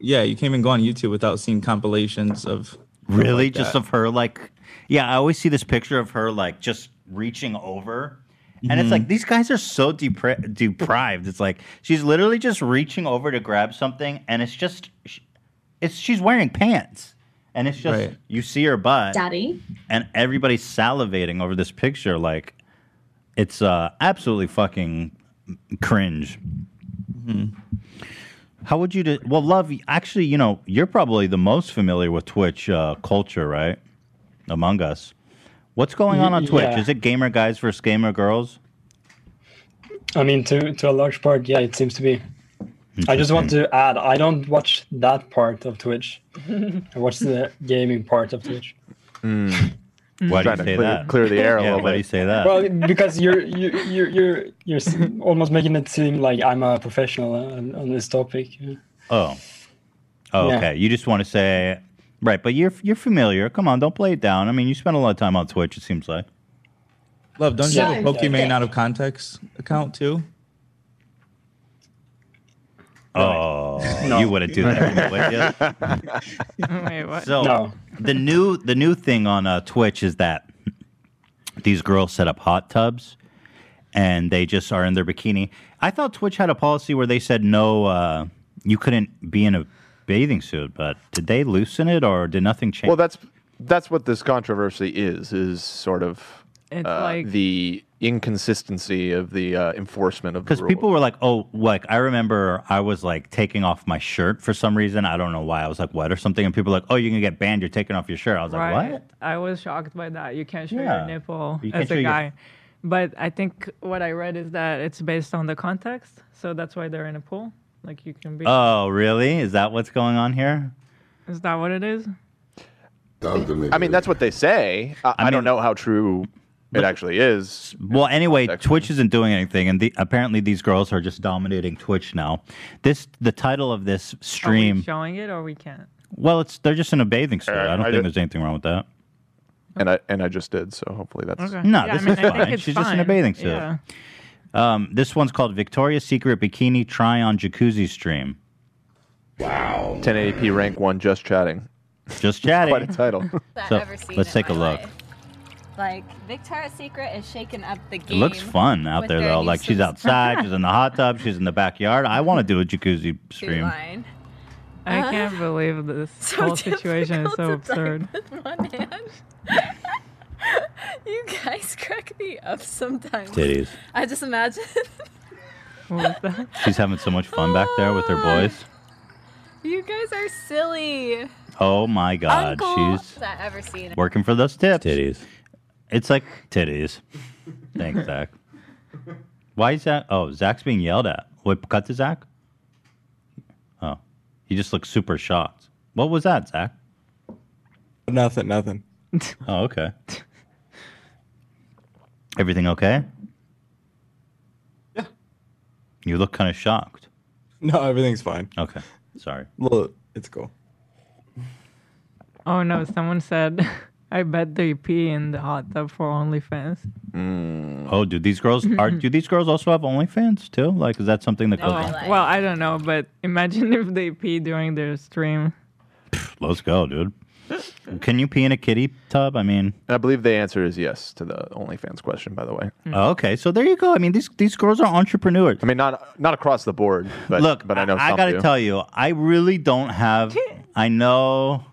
S9: Yeah, you can't even go on YouTube without seeing compilations of
S1: Really? Just of her like Yeah, I always see this picture of her like just reaching over. And
S9: Mm-hmm.
S1: it's like these guys are so depri- deprived. It's like she's literally just reaching over to grab something, and it's just, sh- it's she's wearing pants, and it's just
S9: Right.
S1: you see her butt,
S13: Daddy?
S1: and everybody's salivating over this picture. Like, it's uh, absolutely fucking cringe.
S3: Mm-hmm.
S1: How would you? Do, well, love. Actually, you know, you're probably the most familiar with Twitch uh, culture, right? Among us, what's going on on
S6: Y-
S1: Twitch?
S6: yeah.
S1: Is it gamer guys versus gamer girls?
S6: I mean, to to a large part, yeah, it seems to be. I just want to add, I don't watch that part of
S2: *laughs*
S6: Twitch. I watch the gaming part of Twitch.
S1: Why do you
S3: Mm. Trying to clear-
S1: say that?
S3: clear the air a
S1: *laughs* yeah,
S3: little
S1: Why do
S3: bit.
S1: you say that?
S6: Well, because you're you you're you're you're s- almost making it seem like I'm a professional on, on this topic. yeah.
S1: oh, oh
S6: yeah.
S1: okay. You just want to say right, but you're you're familiar. Come on, don't play it down. I mean, you spend a lot of time on Twitch. It seems like.
S9: Love, don't you have a
S13: Sure.
S9: Pokemon out of context account too?
S1: Oh,
S6: No.
S1: you wouldn't
S9: *laughs*
S1: do that. would you?
S2: Wait, what?
S1: So
S6: No.
S1: the new the new thing on uh, Twitch is that these girls set up hot tubs and they just are in their bikini. I thought Twitch had a policy where they said no, uh, you couldn't be in a bathing suit. But did they loosen it or did nothing change?
S3: Well, that's that's what this controversy is is sort of
S2: It's
S3: uh,
S2: like-
S3: the inconsistency of the uh, enforcement of the
S1: because
S3: rule.
S1: people were like, "Oh, like I remember I was like taking off my shirt for some reason. I don't know why. I was like wet or something." And people were like, "Oh, you can get banned. You're taking off your shirt." I was like, "What?"
S2: I was shocked by that. You can't show
S1: Yeah.
S2: your nipple
S1: You can't
S2: as
S1: show
S2: a
S1: your-
S2: guy. But I think what I read is that it's based on the context, so that's why they're in a pool. Like you can be.
S1: Oh, really? Is that what's going on here?
S2: is that what it is?
S11: Talk to me.
S3: I mean, that's what they say. I, I,
S1: mean-
S3: don't know how true it actually is.
S1: Well, anyway,
S3: Excellent.
S1: Twitch isn't doing anything, and the, apparently these girls are just dominating Twitch now. This the title of this
S2: Are we
S1: stream.
S2: showing it or we can't?
S1: Well, it's they're just in a bathing suit.
S3: Uh,
S1: I don't
S3: I
S1: think
S3: ju-
S1: there's anything wrong with that.
S3: And I and I just did, so hopefully that's
S2: Okay.
S1: No,
S2: Yeah,
S1: this
S2: I mean,
S1: is
S2: I think
S1: fine.
S2: it's
S1: She's just in a
S2: fine.
S1: bathing suit.
S2: Yeah.
S1: Um, this one's called Victoria's Secret Bikini Try On Jacuzzi Stream.
S11: Wow.
S3: 1080p rank one, just chatting. *laughs*
S1: Just
S3: Quite a
S1: chatting.
S3: title.
S13: That
S1: So,
S13: I've ever seen
S1: let's
S13: in
S1: take a
S13: my
S1: look.
S13: life. Like Victoria's Secret is shaking up the
S1: It
S13: game.
S1: looks fun out
S13: with
S1: there
S13: their
S1: though.
S13: new
S1: Like she's
S13: subs-
S1: outside, she's
S13: *laughs*
S1: in the hot tub, she's in the backyard. I want to do a jacuzzi
S13: food
S1: stream.
S13: line.
S2: I can't believe this
S13: *laughs* So
S2: whole situation is so
S13: difficult to type
S2: absurd.
S13: With one hand. *laughs* you guys crack me up sometimes.
S1: Titties.
S13: I just imagine.
S2: What was that?
S1: She's having so much fun back there
S13: Ah.
S1: with her boys.
S13: *laughs* you guys are silly.
S1: Oh my God,
S13: Uncle
S1: she's
S13: that I've ever seen.
S1: working for those tips. Titties. It's like titties.
S13: *laughs*
S1: Thanks, Zach. Why is that? Oh, Zach's being yelled at. Wait, cut to Zach. Oh, he just looks super shocked. What was that, Zach?
S4: Nothing,
S1: *laughs*
S4: nothing.
S1: Oh, okay. *laughs* Everything okay?
S4: Yeah.
S1: You look kind of shocked.
S4: No, everything's fine.
S1: Okay, sorry.
S4: Look, it's cool.
S2: Oh no! Someone said, *laughs* "I bet they pee in the hot tub for OnlyFans."
S1: Oh, do these girls are? Do these girls also have OnlyFans too? Like, is that something that goes?
S13: Oh, I
S1: on?
S13: like-
S2: Well, I don't know, but imagine if they pee during their stream.
S1: Let's go, dude. Can you pee in a kitty tub? I mean,
S3: And I believe the answer is yes to the OnlyFans question, by the way.
S2: Mm.
S1: Oh, okay. So there you go. I mean, these these girls are entrepreneurs.
S3: I mean, not not across the board, but
S1: Look,
S3: but I know
S1: I,
S3: some
S1: gotta
S3: do.
S1: tell you, I really
S2: *laughs*
S1: don't have. I know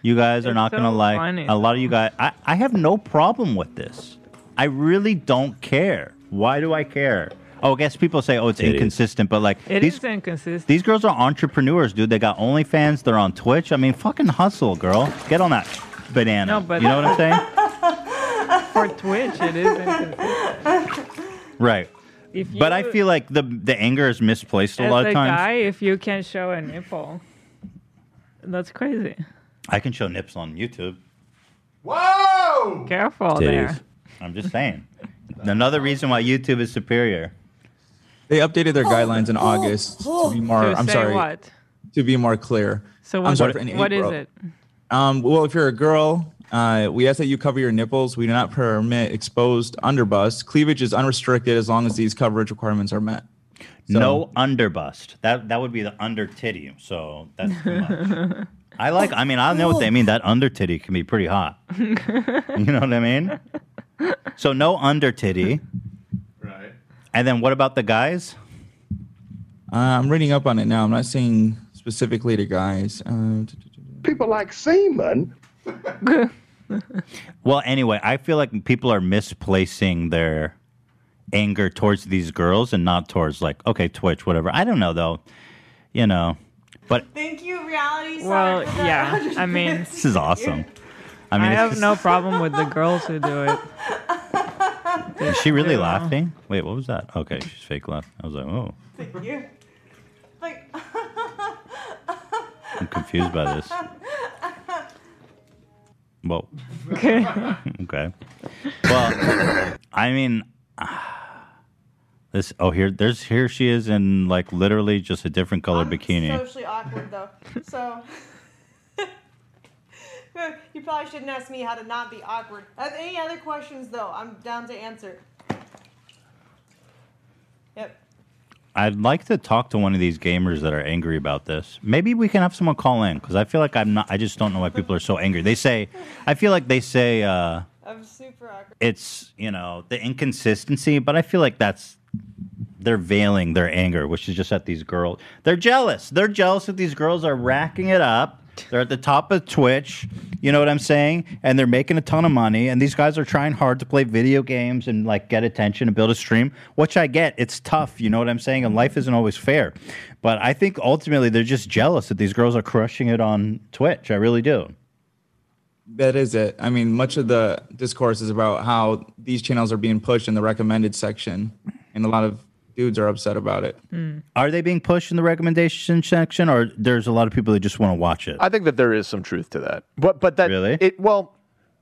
S1: you guys are
S2: It's
S1: not gonna
S2: so
S1: like
S2: funny,
S1: a lot of you guys. I, I have no problem with this. I really don't care. Why do I care? Oh, I guess people say, oh, it's inconsistent, but like
S2: It is
S1: these
S2: inconsistent.
S1: these girls are entrepreneurs, dude. They got OnlyFans. They're on Twitch. I mean, fucking hustle, girl. Get on that banana.
S2: No, but-
S1: you know
S2: *laughs*
S1: what I'm saying?
S2: for Twitch, it is inconsistent.
S1: right.
S2: If
S1: But I
S2: you-
S1: feel like the the anger is misplaced a
S2: as
S1: lot of times.
S2: guy, if you can show a nipple, that's crazy.
S1: I can show nips on YouTube.
S9: Whoa!
S2: Careful Oh, there.
S1: I'm just saying. Another reason why YouTube is superior.
S9: They updated their guidelines in August to
S2: *gasps*
S9: be more.
S2: To
S9: I'm
S2: say
S9: sorry.
S2: what?
S9: To be more clear.
S2: So
S9: I'm
S2: what,
S9: sorry for any
S2: what is
S9: April.
S2: it?
S9: Um, well, if you're a girl, uh, we ask that you cover your nipples. We do not permit exposed underbust. Cleavage is unrestricted as long as these coverage requirements are met.
S1: No underbust. That that would be the under titty. So that's too much. I like. I mean, I know what they mean. That under titty can be pretty hot.
S2: *laughs*
S1: *laughs* You know what I mean? So no under titty.
S14: Right.
S1: And then what about the guys?
S9: Uh, I'm reading up on it now. I'm not saying specifically to guys. Uh,
S11: People like semen.
S1: Well, anyway, I feel like people are misplacing their anger towards these girls and not towards like okay, Twitch, whatever. I don't know though. You know, but
S7: Thank you, reality. Sonic,
S2: Well,
S7: for that
S2: yeah. I
S7: 150
S2: mean,
S1: this is awesome. I
S2: I,
S1: mean,
S2: have
S1: it's-
S2: no problem with the girls who do it.
S1: Is she really
S2: Yeah.
S1: laughing? Wait, what was that? Okay, she's fake laughing. I was like, oh,
S7: Thank you. Like,
S1: I'm confused by this. Whoa.
S2: Okay.
S1: okay. Well, I mean, ah, this. Oh, here, there's here she is in like literally just a different color bikini.
S7: socially awkward though. So *laughs* you probably shouldn't ask me how to not be awkward. Uh, Any other questions though? I'm down to answer. Yep.
S1: I'd like to talk to one of these gamers that are angry about this. Maybe we can have someone call in because I feel like I'm not. I just don't know why people are so angry. They say, I feel like they say. uh
S7: I'm super awkward.
S1: it's you know the inconsistency but i feel like that's they're veiling their anger which is just that these girls they're jealous they're jealous that these girls are racking it up they're at the top of twitch you know what i'm saying and they're making a ton of money and these guys are trying hard to play video games and like get attention and build a stream which i get it's tough you know what i'm saying and life isn't always fair but i think ultimately they're just jealous that these girls are crushing it on twitch i really do
S9: That is it. I mean, much of the discourse is about how these channels are being pushed in the recommended section, and a lot of dudes are upset about it.
S1: Are they being pushed in the recommendation section, or there's a lot of people that just want to watch it?
S3: I think that there is some truth to that. But but that really it well,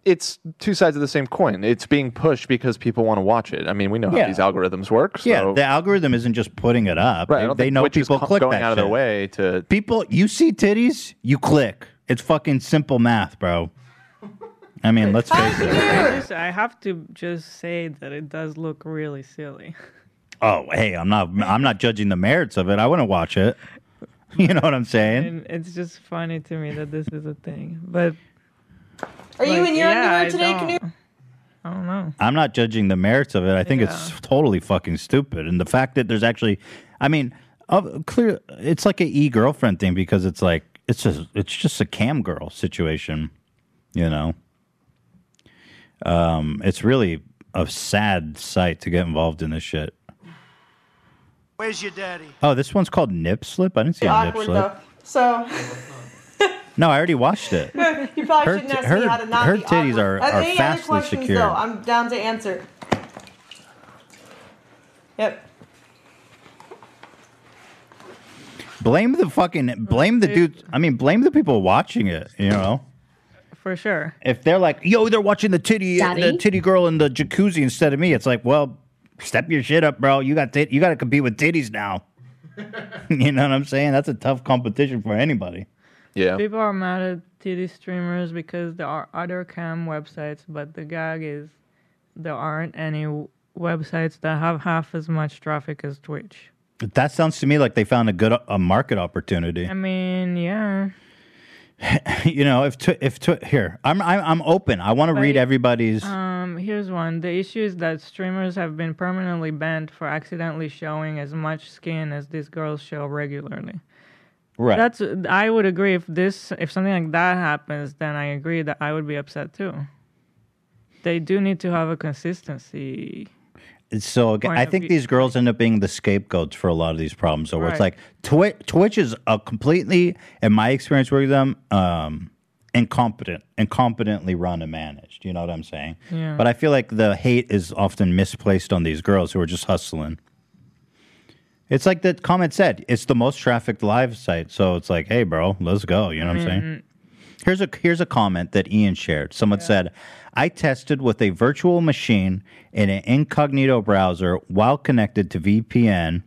S3: it's two sides of the same coin. It's being pushed because people want to watch it. I mean, we know
S1: Yeah.
S3: how these algorithms work. So
S1: yeah, the algorithm isn't just putting it
S3: right, I
S1: up. They-
S3: don't
S1: they
S3: think
S1: know
S3: Twitch is
S1: people
S3: co-
S1: click
S3: going
S1: that
S3: out of their
S1: shit.
S3: way to
S1: People, you see titties, you click. It's fucking simple math, bro. I mean, let's face it.
S2: I, just, I have to just say that it does look really silly.
S1: Oh, hey, I'm not. I'm not judging the merits of it. I want to watch it. *laughs* You know what I'm saying?
S2: And it's just funny to me that this is a thing. But
S7: Are you in
S2: like,
S7: your
S2: yeah,
S7: underwear
S2: I
S7: today,
S2: don't-
S7: Canoe?
S2: I don't know.
S1: I'm not judging the merits of it. I think it's totally fucking stupid. And the fact that there's actually, I mean, uh, clear, it's like an e girlfriend thing because it's like it's just it's just a cam girl situation, you know. Um, it's really a sad sight to get involved in this shit.
S7: Where's your daddy?
S1: Oh, this one's called Nip Slip. I didn't see a Nip
S7: awkward
S1: Slip.
S7: though. So *laughs*
S1: No, I already watched it.
S7: you probably
S1: Her
S7: shouldn't
S1: t-
S7: ask me
S1: her-
S7: how to not
S1: her
S7: be
S1: titties
S7: awkward.
S1: are-
S7: Uh,
S1: are
S7: Any
S1: fast
S7: other
S1: and
S7: questions
S1: secure.
S7: though? I'm down to answer. Yep.
S1: Blame the fucking blame the dudes. I mean, blame the people watching it. You know.
S2: For sure.
S1: if they're like, yo, they're watching the titty, uh, the
S2: Daddy?
S1: titty girl in the jacuzzi instead of me, it's like, well, step your shit up, bro. You got tit- you got to compete with titties now. *laughs* you know what I'm saying? That's a tough competition for anybody.
S3: Yeah.
S2: People are mad at TV streamers because there are other cam websites, but the gag is there aren't any w- websites that have half as much traffic as Twitch.
S1: That sounds to me like they found a good uh, a market opportunity. *laughs*
S2: I mean, yeah.
S1: you know, if tw- if tw- here, I'm I'm, I'm open. I want to read everybody's.
S2: Um, here's one. The issue is that streamers have been permanently banned for accidentally showing as much skin as these girls show regularly.
S1: Right.
S2: That's I would agree if this if something like that happens, then I agree that I would be upset too. They do need to have a consistency.
S1: So again,
S2: Point
S1: I
S2: of
S1: think
S2: view.
S1: these girls end up being the scapegoats for a lot of these problems. So where it's
S2: Right.
S1: like Twi- Twitch is a completely, in my experience working with them, um, incompetent, incompetently run and managed. You know what I'm saying?
S2: Yeah.
S1: But I feel like the hate is often misplaced on these girls who are just hustling. It's like that comment said. It's the most trafficked live site, so it's like, hey, bro, let's go. You know
S2: Mm-hmm.
S1: what I'm saying? Here's a here's a comment that Ian shared. Someone said, "I tested with a virtual machine in an incognito browser while connected to VPN,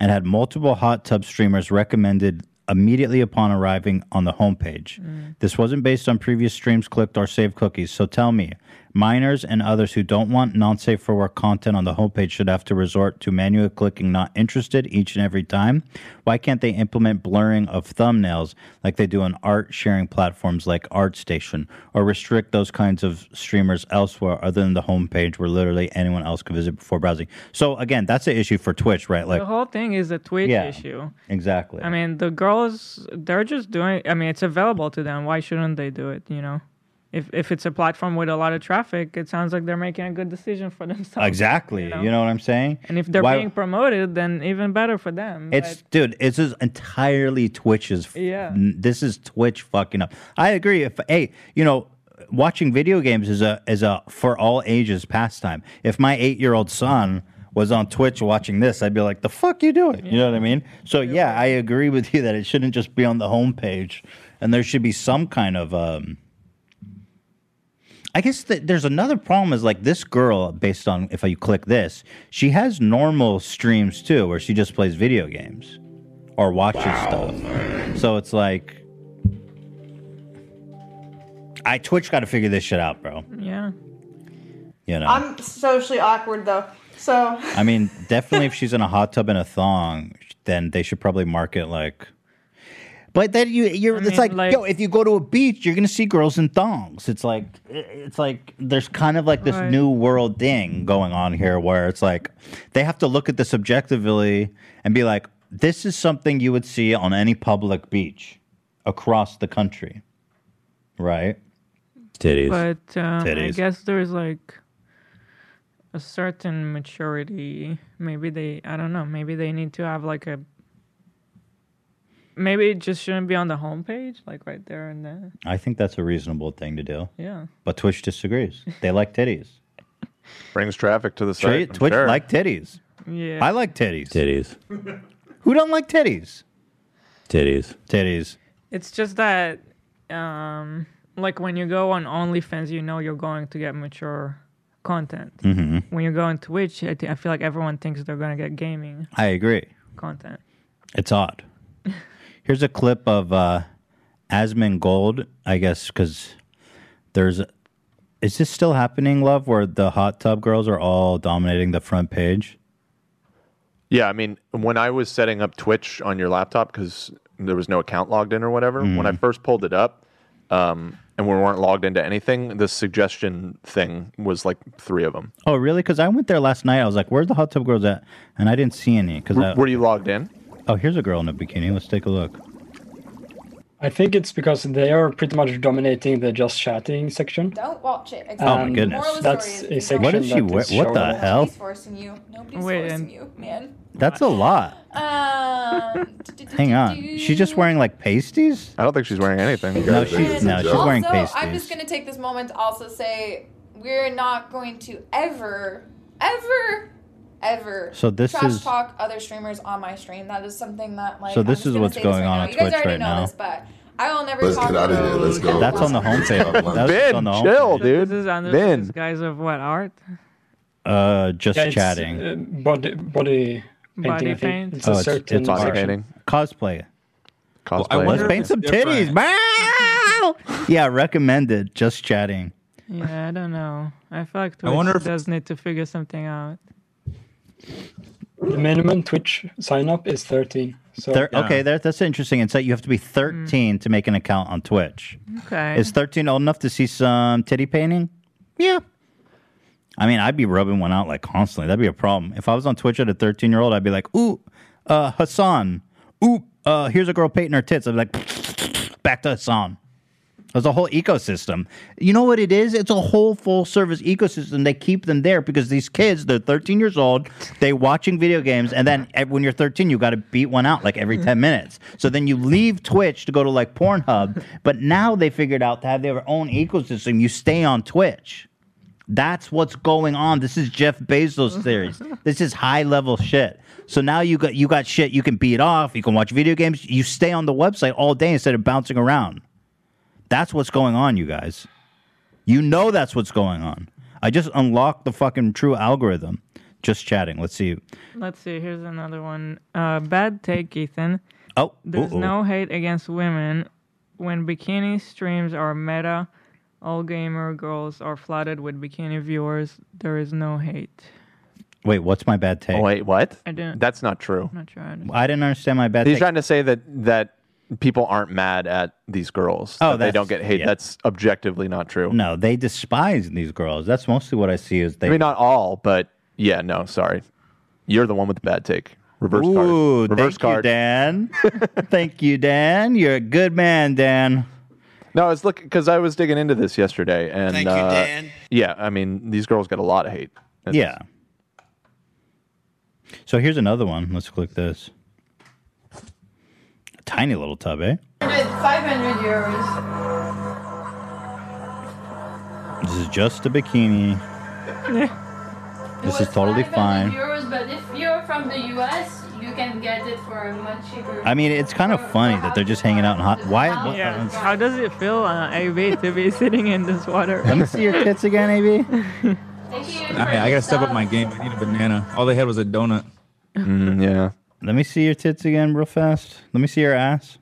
S1: and had multiple hot tub streamers recommended immediately upon arriving on the homepage. This wasn't based on previous streams clicked or saved cookies. So tell me, Minors and others who don't want non safe for work content on the homepage should have to resort to manual clicking not interested each and every time. Why can't they implement blurring of thumbnails like they do on art sharing platforms like ArtStation or restrict those kinds of streamers elsewhere other than the homepage where literally anyone else can visit before browsing? So, again, that's an issue for Twitch, right? Like,
S2: the whole thing is a Twitch
S1: Yeah.
S2: issue.
S1: exactly.
S2: I mean, the girls, they're just doing. I mean, it's available to them. Why shouldn't they do it? You know, if if it's a platform with a lot of traffic, it sounds like they're making a good decision for *laughs* themselves.
S1: Exactly. You know, what I'm saying?
S2: And if they're
S1: Why-
S2: being promoted, then even better for them.
S1: It's dude, this is entirely Twitch's. f-
S2: Yeah.
S1: n- This is Twitch fucking up. I agree. If hey, you know, watching video games is a is a for all ages pastime. If my eight year old son was on Twitch watching this, I'd be like, the fuck you doing? You know what I mean? So yeah, I agree with you that it shouldn't just be on the homepage, and there should be some kind of. um I guess that there's another problem is like this girl, based on if you click this, she has normal streams too, where she just plays video games or watches stuff. So it's like, I Twitch got to figure this shit out, bro.
S2: yeah.
S1: You know, i
S7: I'm socially awkward though. So
S1: mean, definitely if she's in a hot tub in a thong, then they should probably market like. But then you, you're. it's like, yo, if you go to a beach, you're gonna see girls in thongs. It's like, it's like there's kind of like this
S14: Right.
S1: new world thing going on here where it's like they have to look at this objectively and be like, this is something you would see on any public beach across the country, right? Titties.
S2: But um, I
S1: Titties.
S2: guess there's like a certain maturity. Maybe they, I don't know. Maybe they need to have like a. Maybe it just shouldn't be on the homepage, like right there and there.
S1: I think that's a reasonable thing to do.
S2: Yeah.
S1: But Twitch disagrees. They like titties.
S3: *laughs* Brings traffic to the
S1: Tra-
S3: site. I'm
S1: Twitch
S3: sure.
S1: like titties.
S2: Yeah.
S1: I like titties.
S14: Titties.
S1: Who don't like titties?
S14: Titties.
S1: Titties.
S2: It's just that, um, like when you go on OnlyFans, you know you're going to get mature content.
S1: Mhm.
S2: When you go on Twitch, I, thi- I feel like everyone thinks they're gonna get gaming
S1: I agree.
S2: content.
S1: It's
S2: *laughs*
S1: odd. Here's a clip of uh, Asmund Gold, I guess, because there's. Is this still happening, love, where the hot tub girls are all dominating the front page?
S3: Yeah, I mean, when I was setting up Twitch on your laptop because there was no account logged in or whatever,
S1: Mm-hmm.
S3: when I
S14: Mhm.
S3: first pulled it up, um, and we weren't logged into anything, the suggestion thing was like three of them.
S1: Oh, really? Because I went there last night. I was like, where's the hot tub girls at? And I didn't see any. Cause I,
S3: Were you logged in?
S1: oh, here's a girl in a bikini. Let's take a look.
S6: I think it's because they are pretty much dominating the just chatting section.
S13: Don't watch it.
S6: Oh my goodness.
S13: Moral of the
S6: That's
S13: story
S6: a
S13: is
S6: section
S13: don't
S6: What
S13: watch
S6: did she
S13: it.
S6: wear- what the
S13: Nobody's
S1: hell?
S13: forcing you. Nobody's
S2: Wait,
S13: forcing
S2: and-
S13: you, man.
S1: That's a lot.
S13: Um, *laughs* d- d- d-
S1: Hang on. She's just wearing like pasties?
S3: I don't think she's wearing anything.
S1: No, she's,
S13: And
S1: no, she's wearing
S13: also,
S1: pasties.
S13: I'm just gonna take this moment to also say we're not going to ever, ever, ever
S1: So this
S13: trash
S1: is-
S13: talk other streamers on my stream. That is something that like.
S1: So
S13: I'm
S1: this
S13: just
S1: is
S13: gonna
S1: what's
S13: say
S1: going
S13: this right
S1: on
S13: now.
S1: on
S13: You guys
S1: Twitch
S13: already
S1: right
S13: know
S1: now.
S13: this, but I will never
S1: Let's
S13: talk
S1: get outta here.
S13: about
S1: Let's go. That's on the homepage. That's
S3: Ben,
S1: on the homepage.
S3: chill,
S2: This
S3: dude.
S2: is under
S3: Ben.
S2: guise of what art?
S1: Uh, just
S2: Yeah, it's,
S1: chatting. Oh,
S6: Uh, body, body painting.
S2: Body
S6: I think.
S2: paint.
S6: It's a
S1: it's-
S6: certain
S1: it's art.
S6: section.
S1: Cosplay.
S3: Cosplay.
S1: Let's paint some titties, man. yeah, recommended. Just chatting.
S2: Yeah, I don't know. I feel like Twitch
S6: wonder if-
S2: does need to figure something out.
S6: The minimum Twitch sign up is 13. So
S1: Thir- Okay, there, that's interesting insight. You have to be 13 to make an account on Twitch.
S2: *laughs* Okay.
S1: Is 13 old enough to see some titty painting? Yeah. I mean, I'd be rubbing one out like constantly. That'd be a problem. If I was on Twitch at a 13 year old, I'd be like, ooh, uh, Hassan. Ooh, uh, here's a girl painting her tits. I'd be like, *laughs* back to Hassan. There's a whole ecosystem. You know what it is? It's a whole full service ecosystem. They keep them there because these kids, they're 13 years old, they watching video games, and then eh, when you're 13, you got to beat one out like every 10 minutes. So then you leave Twitch to go to like Pornhub, but now they figured out to have their own ecosystem. You stay on Twitch. That's what's going on. This is Jeff
S2: *laughs*
S1: Bezos theories. This is high level shit. So now you got you got shit. You can beat off. You can watch video games. You stay on the website all day instead of bouncing around. That's what's going on, you guys. You know that's what's going on. I just unlocked the fucking true algorithm. Just chatting. Let's see.
S2: Let's see. Here's another one. Uh, bad take, Ethan.
S1: Oh,
S2: There's
S1: uh-oh.
S2: no hate against women when bikini streams are meta All gamer girls are flooded with bikini viewers. There is no hate.
S1: Wait, what's my bad take?
S3: Oh, wait, what?
S2: I didn't.
S3: That's not true.
S2: I'm not sure. I didn't-
S1: I didn't understand my bad
S3: He's
S1: take.
S3: trying to say that that people aren't mad at these girls.
S1: Oh,
S3: that they
S1: that's-
S3: don't get hate.
S1: yeah.
S3: That's objectively not true.
S1: no, they despise these girls. That's mostly what I see is they.
S3: I mean, not all, but yeah, no, sorry. You're the one with the bad take. Reverse
S1: Ooh,
S3: card. Reverse
S1: thank
S3: card. *laughs*
S1: you, Dan. thank you, Dan. You're a good man, Dan.
S3: No, I was looking because I was digging into this yesterday, and
S1: Thank you,
S3: uh,
S1: Dan.
S3: Yeah, I mean, these girls get a lot of hate. It's-
S1: Yeah. So here's another one. Let's click this. tiny little tub, eh?
S7: 500 euros.
S1: This is just a bikini. This is totally fine.
S14: euros, but if you're from the US, you can get it for much cheaper.
S1: I mean, it's kind of funny that they're just hanging out in hot. Why? what-
S2: Yeah. How does it feel, uh, AB, to be *laughs* sitting in this water?
S1: Let me see your tits again, AB.
S9: I, I gotta step up my game. I need a banana. All they had was a donut.
S3: Mm, yeah.
S1: Let me see your tits again, real fast. Let me see your ass.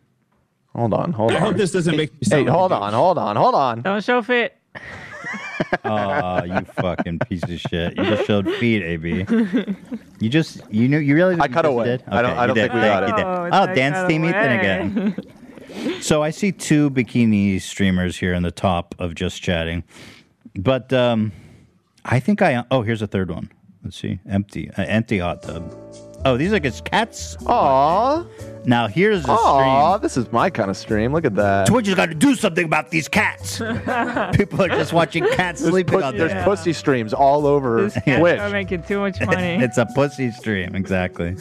S3: Hold on, hold
S9: I hope this doesn't make me
S3: Hey,
S9: sound.
S3: hold on, hold on, hold on.
S2: Don't show fit.
S1: *laughs* Oh, you fucking piece of shit! You just showed feet, AB. You just, you knew, you really. I cut away. Did?
S3: I don't-
S1: Okay,
S3: I
S1: you
S3: don't
S1: did.
S3: think we
S1: Thank
S3: got
S1: you,
S3: it.
S1: Dan.
S3: Oh,
S1: Oh,
S3: I
S1: dance
S3: cut
S1: team Ethan
S3: away.
S2: *laughs*
S1: again. So I see two bikini streamers here in the top of just chatting, but um, I think I. Oh, here's a third one. Let's see, empty, uh, empty hot tub. Oh, these are just cats.
S3: Aww.
S1: Now here's a
S3: Aw,
S1: stream.
S3: this is my kind of stream. Look at that.
S1: Twitch has got to do something about these
S2: *laughs*
S1: cats. People are just watching cats
S3: There's,
S1: sleeping
S3: pus-
S1: on
S3: there's
S1: there. *laughs*
S3: pussy streams all over
S2: These cats
S3: Twitch.
S2: are making too much money.
S1: *laughs* it's a pussy stream, exactly.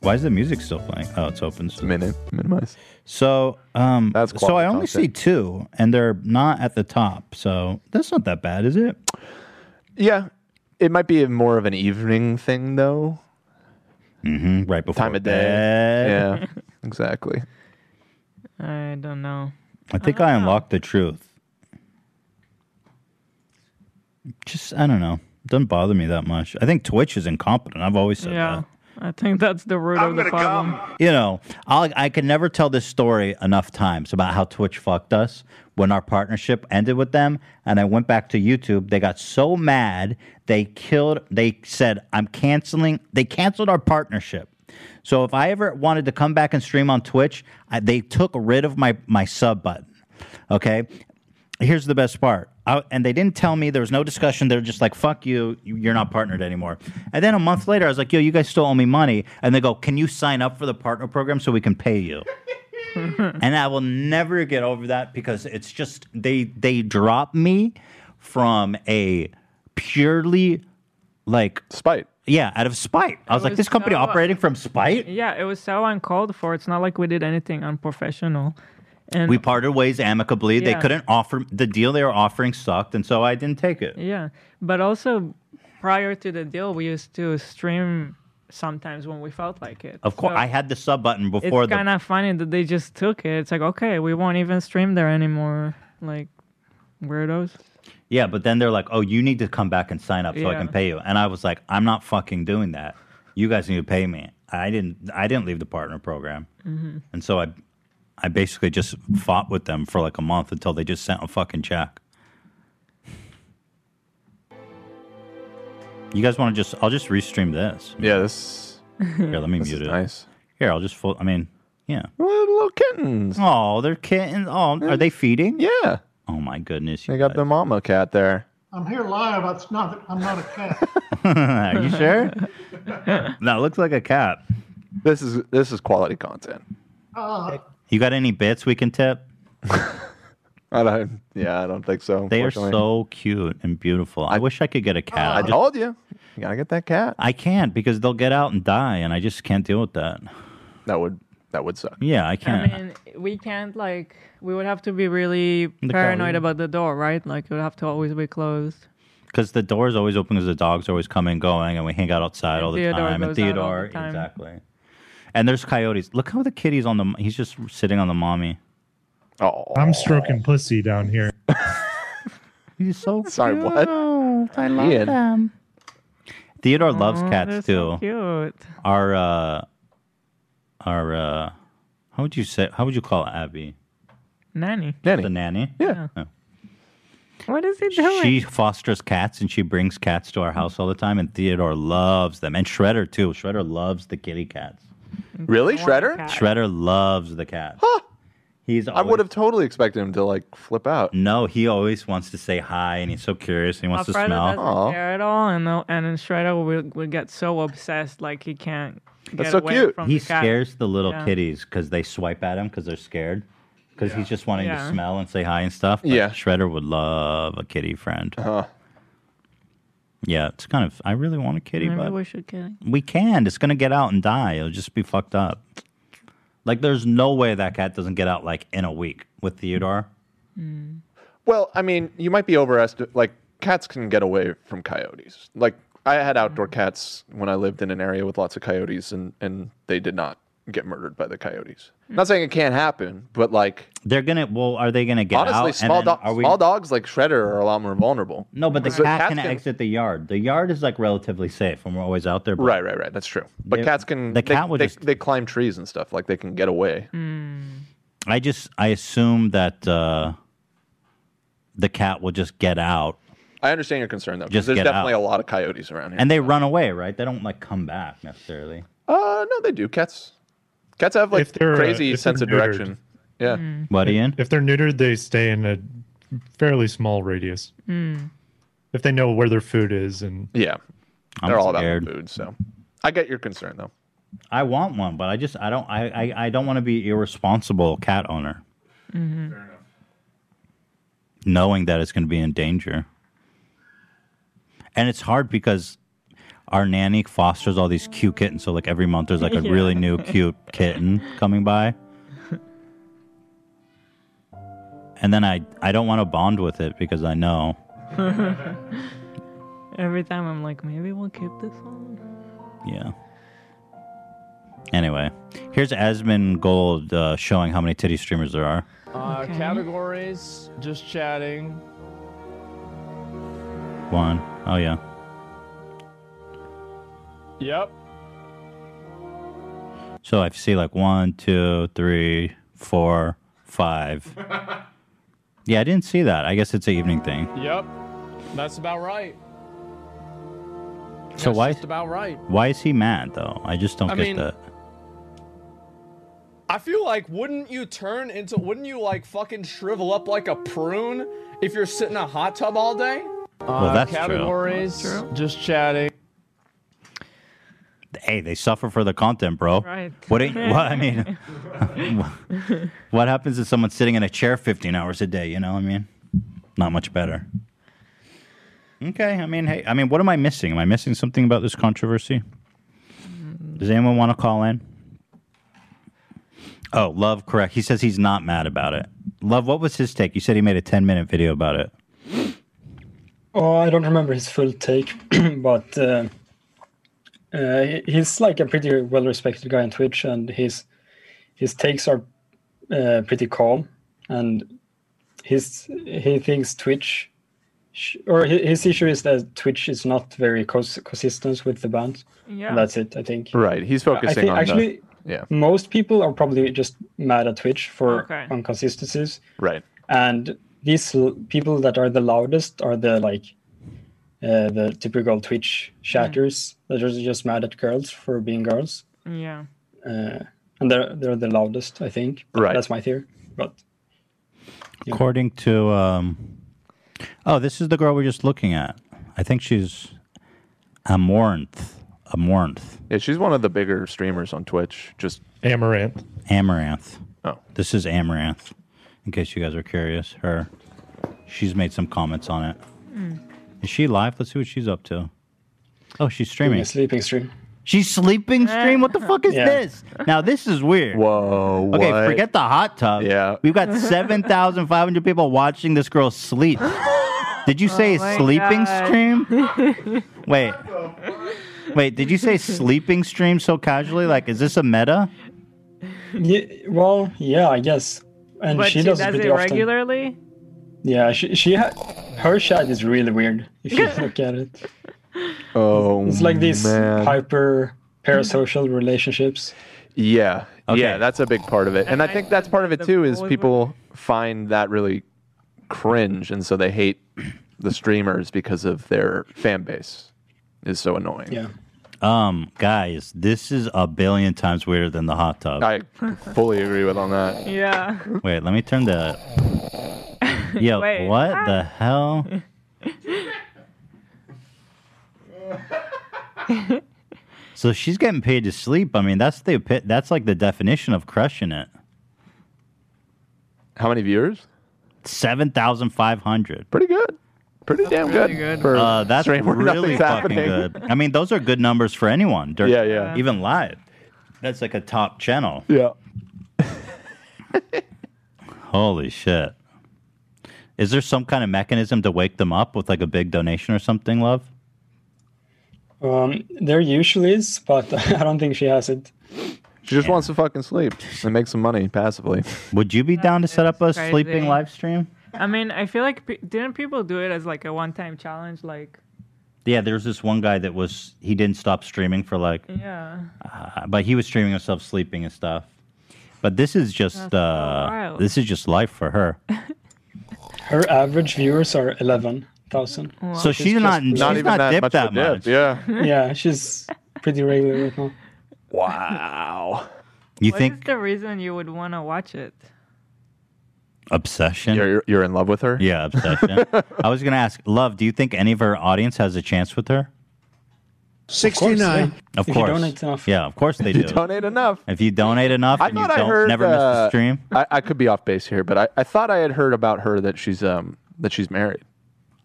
S1: Why is the music still playing? Oh, it's open. It's
S3: minim- minimized.
S1: So, um,
S3: That's
S1: so I
S3: quality
S1: only see
S3: content.
S1: two, and they're not at the top. So that's not that bad, is it?
S3: Yeah, it might be more of an evening thing though.
S1: Mm-hmm. Right before
S3: time of day.
S1: bed.
S3: Yeah, exactly.
S2: *laughs* I don't know.
S1: I think I, unlocked the truth. Just I don't know. Doesn't bother me that much. I think Twitch is incompetent. I've always said
S2: Yeah. I think that's the root of the problem.
S1: you know, I'll, I can never tell this story enough times about how Twitch fucked us when our partnership ended with them. And I went back to YouTube. They got so mad, they killed, they said, I'm canceling, they canceled our partnership. So if I ever wanted to come back and stream on Twitch, I, they took rid of my, my sub button. Okay. Here's the best part. I, and they didn't tell me. There was no discussion. They're just like, fuck you. you- You're not partnered anymore. And then a month later, I was like, yo, you guys still owe me money. And they go, can you sign up for the partner program so we can pay you? and I will never get over that because it's just, they, they drop me from a purely like
S3: spite.
S1: Yeah, out of spite. I was
S2: It
S1: like,
S2: was
S1: this company
S2: so- *laughs*
S1: operating from spite?
S2: Yeah, it was so uncalled for. It's not like we did anything unprofessional. And
S1: we parted ways amicably. They
S2: Yeah.
S1: couldn't offer the deal they were offering sucked, and so I didn't take it.
S2: Yeah, but also prior to the deal, we used to stream sometimes when we felt like it.
S1: Of course,
S2: So
S1: I had the sub button before
S2: It's
S1: the.
S2: kind of funny that they just took it. It's like, okay, we won't even stream there anymore. Like, weirdos.
S1: Yeah, but then they're like, "Oh, you need to come back and sign up so I
S2: Yeah.
S1: can pay you." And I was like, "I'm not fucking doing that. You guys need to pay me." I didn't. I didn't leave the partner program,
S2: Mhm.
S1: and so I, I basically just fought with them for like a month until they just sent a fucking check. You guys want to just? I'll just restream this.
S3: Yeah, this.
S1: Here, let
S3: *laughs*
S1: me
S3: this
S1: mute
S3: is
S1: it.
S3: Nice.
S1: Here, I'll just. Full, I mean, yeah.
S3: Little kittens.
S1: Oh, they're kittens. Oh, are they feeding?
S3: Yeah.
S1: Oh my goodness.
S3: They got the mama cat there.
S15: I'm here live. It's not. I'm not a
S1: *laughs*
S15: cat.
S1: Are
S3: *laughs*
S1: you sure? that looks like a cat.
S3: This is this is quality content.
S15: Uh,
S1: You got any bits we can tip?
S3: I don't. Yeah, I don't think so.
S1: They are
S3: unfortunately.
S1: so cute and beautiful. I, wish I could get a cat.
S3: I
S1: just-
S3: told you. You gotta get that cat.
S1: I can't because they'll get out and die, and I just can't deal with that.
S3: That would that would suck.
S1: Yeah, I
S2: I
S1: can't.
S2: mean, we can't like we would have to be really
S1: The
S2: paranoid
S1: color.
S2: about the door, right? Like it would have to always be closed.
S1: Because the door is always open because the dogs always come and going, and we hang out outside all the
S2: Theodore
S1: time. And
S2: goes out all the
S1: Theodore,
S2: time.
S1: exactly. And there's coyotes. Look how the kitty's on the. He's just sitting on the mommy.
S3: Oh,
S16: I'm stroking pussy down here.
S1: *laughs* he's so.
S3: *laughs* Sorry, what?
S1: I
S16: love Ian.
S1: them. Theodore loves
S2: Aw,
S1: cats
S2: they're
S1: too.
S2: so cute.
S1: Our uh, our uh, how would you say? How would you call Abby?
S2: Nanny.
S1: Nanny. The nanny.
S3: Yeah.
S2: What is he doing?
S1: She fosters cats and she brings cats to our house all the time, and Theodore loves them. And Shredder, too. Shredder loves the kitty cats.
S3: Really? Shredder?
S1: Shredder loves the cats. He's
S3: I would have totally expected him to like flip out.
S1: No, he always wants to say hi and he's so curious and he wants to
S2: Alfredo
S1: smell.
S2: Oh, doesn't care at all, and the- and then Shredder will, will get so obsessed like he can't. get away From
S1: He
S2: the cat.
S1: scares the little
S2: Yeah.
S1: kitties because they swipe at him because they're scared. Because he's just wanting
S2: Yeah.
S1: to smell and say hi and stuff. But
S3: Yeah. Uh-huh.
S1: Shredder would love a kitty friend. Yeah, it's kind of. I really want a kitty,
S2: Maybe
S1: but
S2: we should *laughs* get it.
S1: we can. It's gonna get out and die. It'll just be fucked up. Like there's no way that cat doesn't get out like in a week with Theodore.
S3: Well, I mean, you might be overestimating. Like, cats can get away from coyotes. Like, I had outdoor cats when I lived in an area with lots of coyotes, and, and they did not get murdered by the coyotes. Not saying it can't happen, but like,
S1: They're gonna. Well, are they gonna get out?
S3: honestly,
S1: and
S3: small,
S1: then
S3: do-
S1: are we-
S3: small dogs like Shredder are a lot more vulnerable.
S1: No, but the
S3: So
S1: cat
S3: cats
S1: can, exit the yard. The yard is like relatively safe, and we're always out there. But
S3: Right, right, right. That's true. But
S1: They-
S3: cats can. they,
S1: the cat would
S3: they,
S1: just-
S3: they climb trees and stuff. Like, they can get away.
S2: Hmm.
S1: I just I assume that uh, the cat will just get out,
S3: I understand your concern though, because
S1: Just
S3: there's
S1: get
S3: definitely
S1: out.
S3: a lot of coyotes around here.
S1: and they run away. Right? They don't like come back necessarily.
S3: uh, no, they do. Cats, cats have like
S1: If they're, uh,
S3: crazy
S1: if they're
S3: sense of
S1: neutered. Hmm.
S3: direction. Yeah.
S2: Mm-hmm.
S1: What, Ian?
S16: If they're neutered, they stay in a fairly small radius. If they know where their food is and
S3: Yeah.
S1: I'm
S3: They're all
S1: scared.
S3: about the food, so I get your concern though.
S1: I want one, but I just I don't I I, I don't want to be irresponsible cat owner,
S2: Mm-hmm.
S1: knowing that it's going to be in danger. And it's hard because our nanny fosters all these cute kittens. So like every month there's like a
S17: Yeah.
S1: really new cute kitten coming by. And then I I don't want to bond with it because I know
S2: Every time I'm like, maybe we'll keep this one.
S1: Yeah. Anyway, here's Asmund Gold uh, showing how many titty streamers there are.
S18: Uh, Categories, just chatting.
S1: One. Oh yeah.
S18: Yep.
S1: So I see like one, two, three, four, five. Yeah, I didn't see that. I guess it's an evening thing.
S18: Yep. That's about right.
S1: So why?
S18: just about right.
S1: Why is he mad though? I just don't
S18: I
S1: get
S18: mean-
S1: that.
S18: I feel like wouldn't you turn into wouldn't you like fucking shrivel up like a prune if you're sitting in a hot tub all day?
S19: Uh,
S1: Well, that's true.
S18: categories, just chatting.
S1: Hey, they suffer for the content, bro.
S18: Right.
S1: What? do you- what I
S2: *laughs*
S5: *laughs*
S1: mean, what happens if someone's sitting in a chair 15 hours a day? You know, what I mean, not much better. Okay, I mean, hey, I mean, what am I missing? Am I missing something about this controversy? Does anyone want to call in? Oh, love, correct. He says he's not mad about it. Love, what was his take? You said he made a 10 minute video about it.
S6: Oh, I don't remember his full take, *clears throat* but uh, uh, he- he's like a pretty well-respected guy on Twitch, and his his takes are uh, pretty calm, and his he thinks Twitch, sh- or hi- his issue is that Twitch is not very cons- consistent with the band.
S2: Yeah.
S6: And that's it, I think.
S3: Right, he's
S6: I- I
S3: focusing
S6: think
S3: on the-
S6: actually.
S3: yeah.
S6: Most people are probably just mad at Twitch for
S2: Okay.
S6: inconsistencies
S3: Right.
S6: and these l- people that are the loudest are the like uh, the typical twitch chatters
S2: Mm.
S6: that are just mad at girls for being girls
S2: Yeah.
S6: uh, and they're they're the loudest i think
S1: Right.
S6: that's my theory but
S1: According to, um, oh, this is the girl we're just looking at. I think she's Amaranth. Amaranth.
S3: Yeah, she's one of the bigger streamers on Twitch. Just
S1: Amaranth. Amaranth.
S3: Oh.
S1: This is Amaranth, in case you guys are curious. Her. She's made some comments on it. Is she live? Let's see what she's up to. Oh, she's streaming.
S6: a sleeping stream
S1: She's sleeping
S2: *laughs*
S1: stream? What the fuck is
S6: Yeah.
S1: this? Now, this is weird.
S3: Whoa.
S1: Okay,
S3: what?
S1: forget the hot tub. Yeah. We've got 7,500 people watching this
S2: *laughs*
S1: girl sleep. Did you *laughs* say
S2: Oh my
S1: sleeping
S2: God.
S1: stream? Wait. Wait, did you say sleeping stream so casually? Like, is this a meta?
S6: yeah, well yeah i guess uh, and
S2: but
S6: she,
S2: she
S6: does,
S2: does
S6: it pretty
S2: it
S6: often
S2: regularly.
S6: yeah she, she ha- her chat is really weird if
S2: *laughs*
S6: you look at it
S3: Oh,
S6: it's like these
S3: man.
S6: hyper parasocial relationships
S3: Yeah, yeah,
S1: Okay.
S3: that's a big part of it, and I think that's part of it
S1: The
S3: too. Is
S1: boys were-
S3: people find that really cringe, and so they hate the streamers because of their fan base is so annoying. Yeah,
S1: Um, guys, this is a billion times weirder than the hot tub.
S3: I fully agree with on that.
S2: Yeah.
S1: Wait, let me turn the. Yo,
S2: Wait.
S1: what the hell?
S2: *laughs*
S1: So she's getting paid to sleep. I mean, that's the epi- that's like the definition of crushing it.
S3: How many viewers?
S1: Seven thousand five hundred.
S3: Pretty good. Pretty damn
S1: really
S3: good.
S1: good.
S3: for
S1: Uh, that's
S3: stream where
S1: really
S3: nothing's
S1: fucking
S3: happening.
S1: good. I mean, those are good numbers for anyone. Dur-
S3: Yeah, yeah.
S1: Even live, that's like a top channel.
S3: Yeah.
S1: Holy shit! Is there some kind of mechanism to wake them up with like a big donation or something, love?
S6: Um, there usually is, but *laughs* I don't think she has it.
S3: She just wants to fucking sleep and make some money passively.
S1: Would you be down to set up a
S2: crazy.
S1: sleeping live stream?
S2: *laughs* I mean, I feel like pe- didn't people do it as like a one-time challenge? Like,
S1: Yeah, there's this one guy that was he didn't stop streaming for like
S2: yeah.
S1: Uh, but he was streaming himself sleeping and stuff. But this is just
S6: That's so
S1: uh,
S6: wild.
S1: this is just life for her.
S6: Her average viewers are eleven thousand.
S1: So she's not- Not she's even not that dipped much of that a dip, much. yeah.
S6: yeah, she's pretty regular right
S1: *laughs*
S6: now.
S3: Wow.
S1: You
S2: What
S1: think
S2: is the reason you would want to watch it? *laughs*
S1: obsession?
S3: You're you're in love with her? *laughs*
S1: Yeah, obsession. I was gonna ask, love. Do you think any of her audience has a chance with her?
S6: Sixty-nine. If
S1: Of
S6: you
S1: course.
S6: donate enough.
S1: Yeah, of course they
S3: you
S1: do.
S3: donate enough.
S1: if you donate enough, and you don't never miss
S3: uh,
S1: the stream.
S3: I, I could be off base here, but I, I thought I had heard about her that she's um that she's married.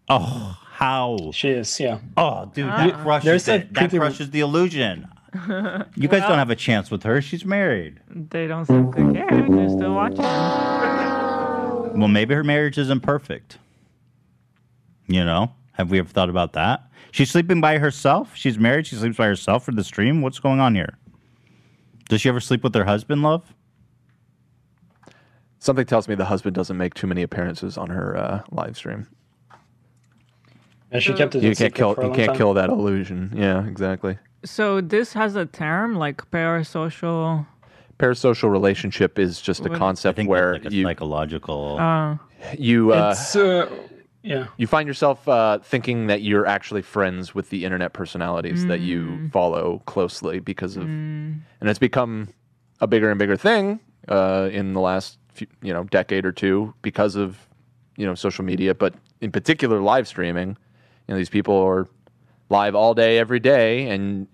S1: Oh, how
S6: she is? Yeah.
S1: Oh, dude,
S6: You-
S1: that crushes
S6: there's a
S1: it. That
S6: pretty-
S1: crushes the illusion. You guys don't have a chance with her. She's married.
S2: They
S6: *laughs*
S2: don't seem to care. They're still watching.
S1: Well, maybe her marriage isn't perfect. You know, have we ever thought about that? She's sleeping by herself. She's married. She sleeps by herself for the stream. What's going on here? Does she ever sleep with her husband, love?
S3: Something tells me the husband doesn't make too many appearances on her uh, live stream.
S6: Yeah, she kept it.
S3: you
S6: a
S3: can't
S6: secret
S3: kill
S6: for a
S3: you
S6: long
S3: can't
S6: time.
S3: kill that illusion. Yeah, exactly.
S2: So this has a term like parasocial.
S3: Parasocial relationship is just a
S2: Well, I
S3: concept where you
S1: psychological.
S2: Uh,
S3: you uh,
S6: It's, uh, yeah.
S3: you find yourself uh, thinking that you're actually friends with the internet personalities that you follow closely because of, and it's become a bigger and bigger thing uh, in the last few, you know decade or two because of you know social media, but in particular live streaming. You know these people are live all day every day, and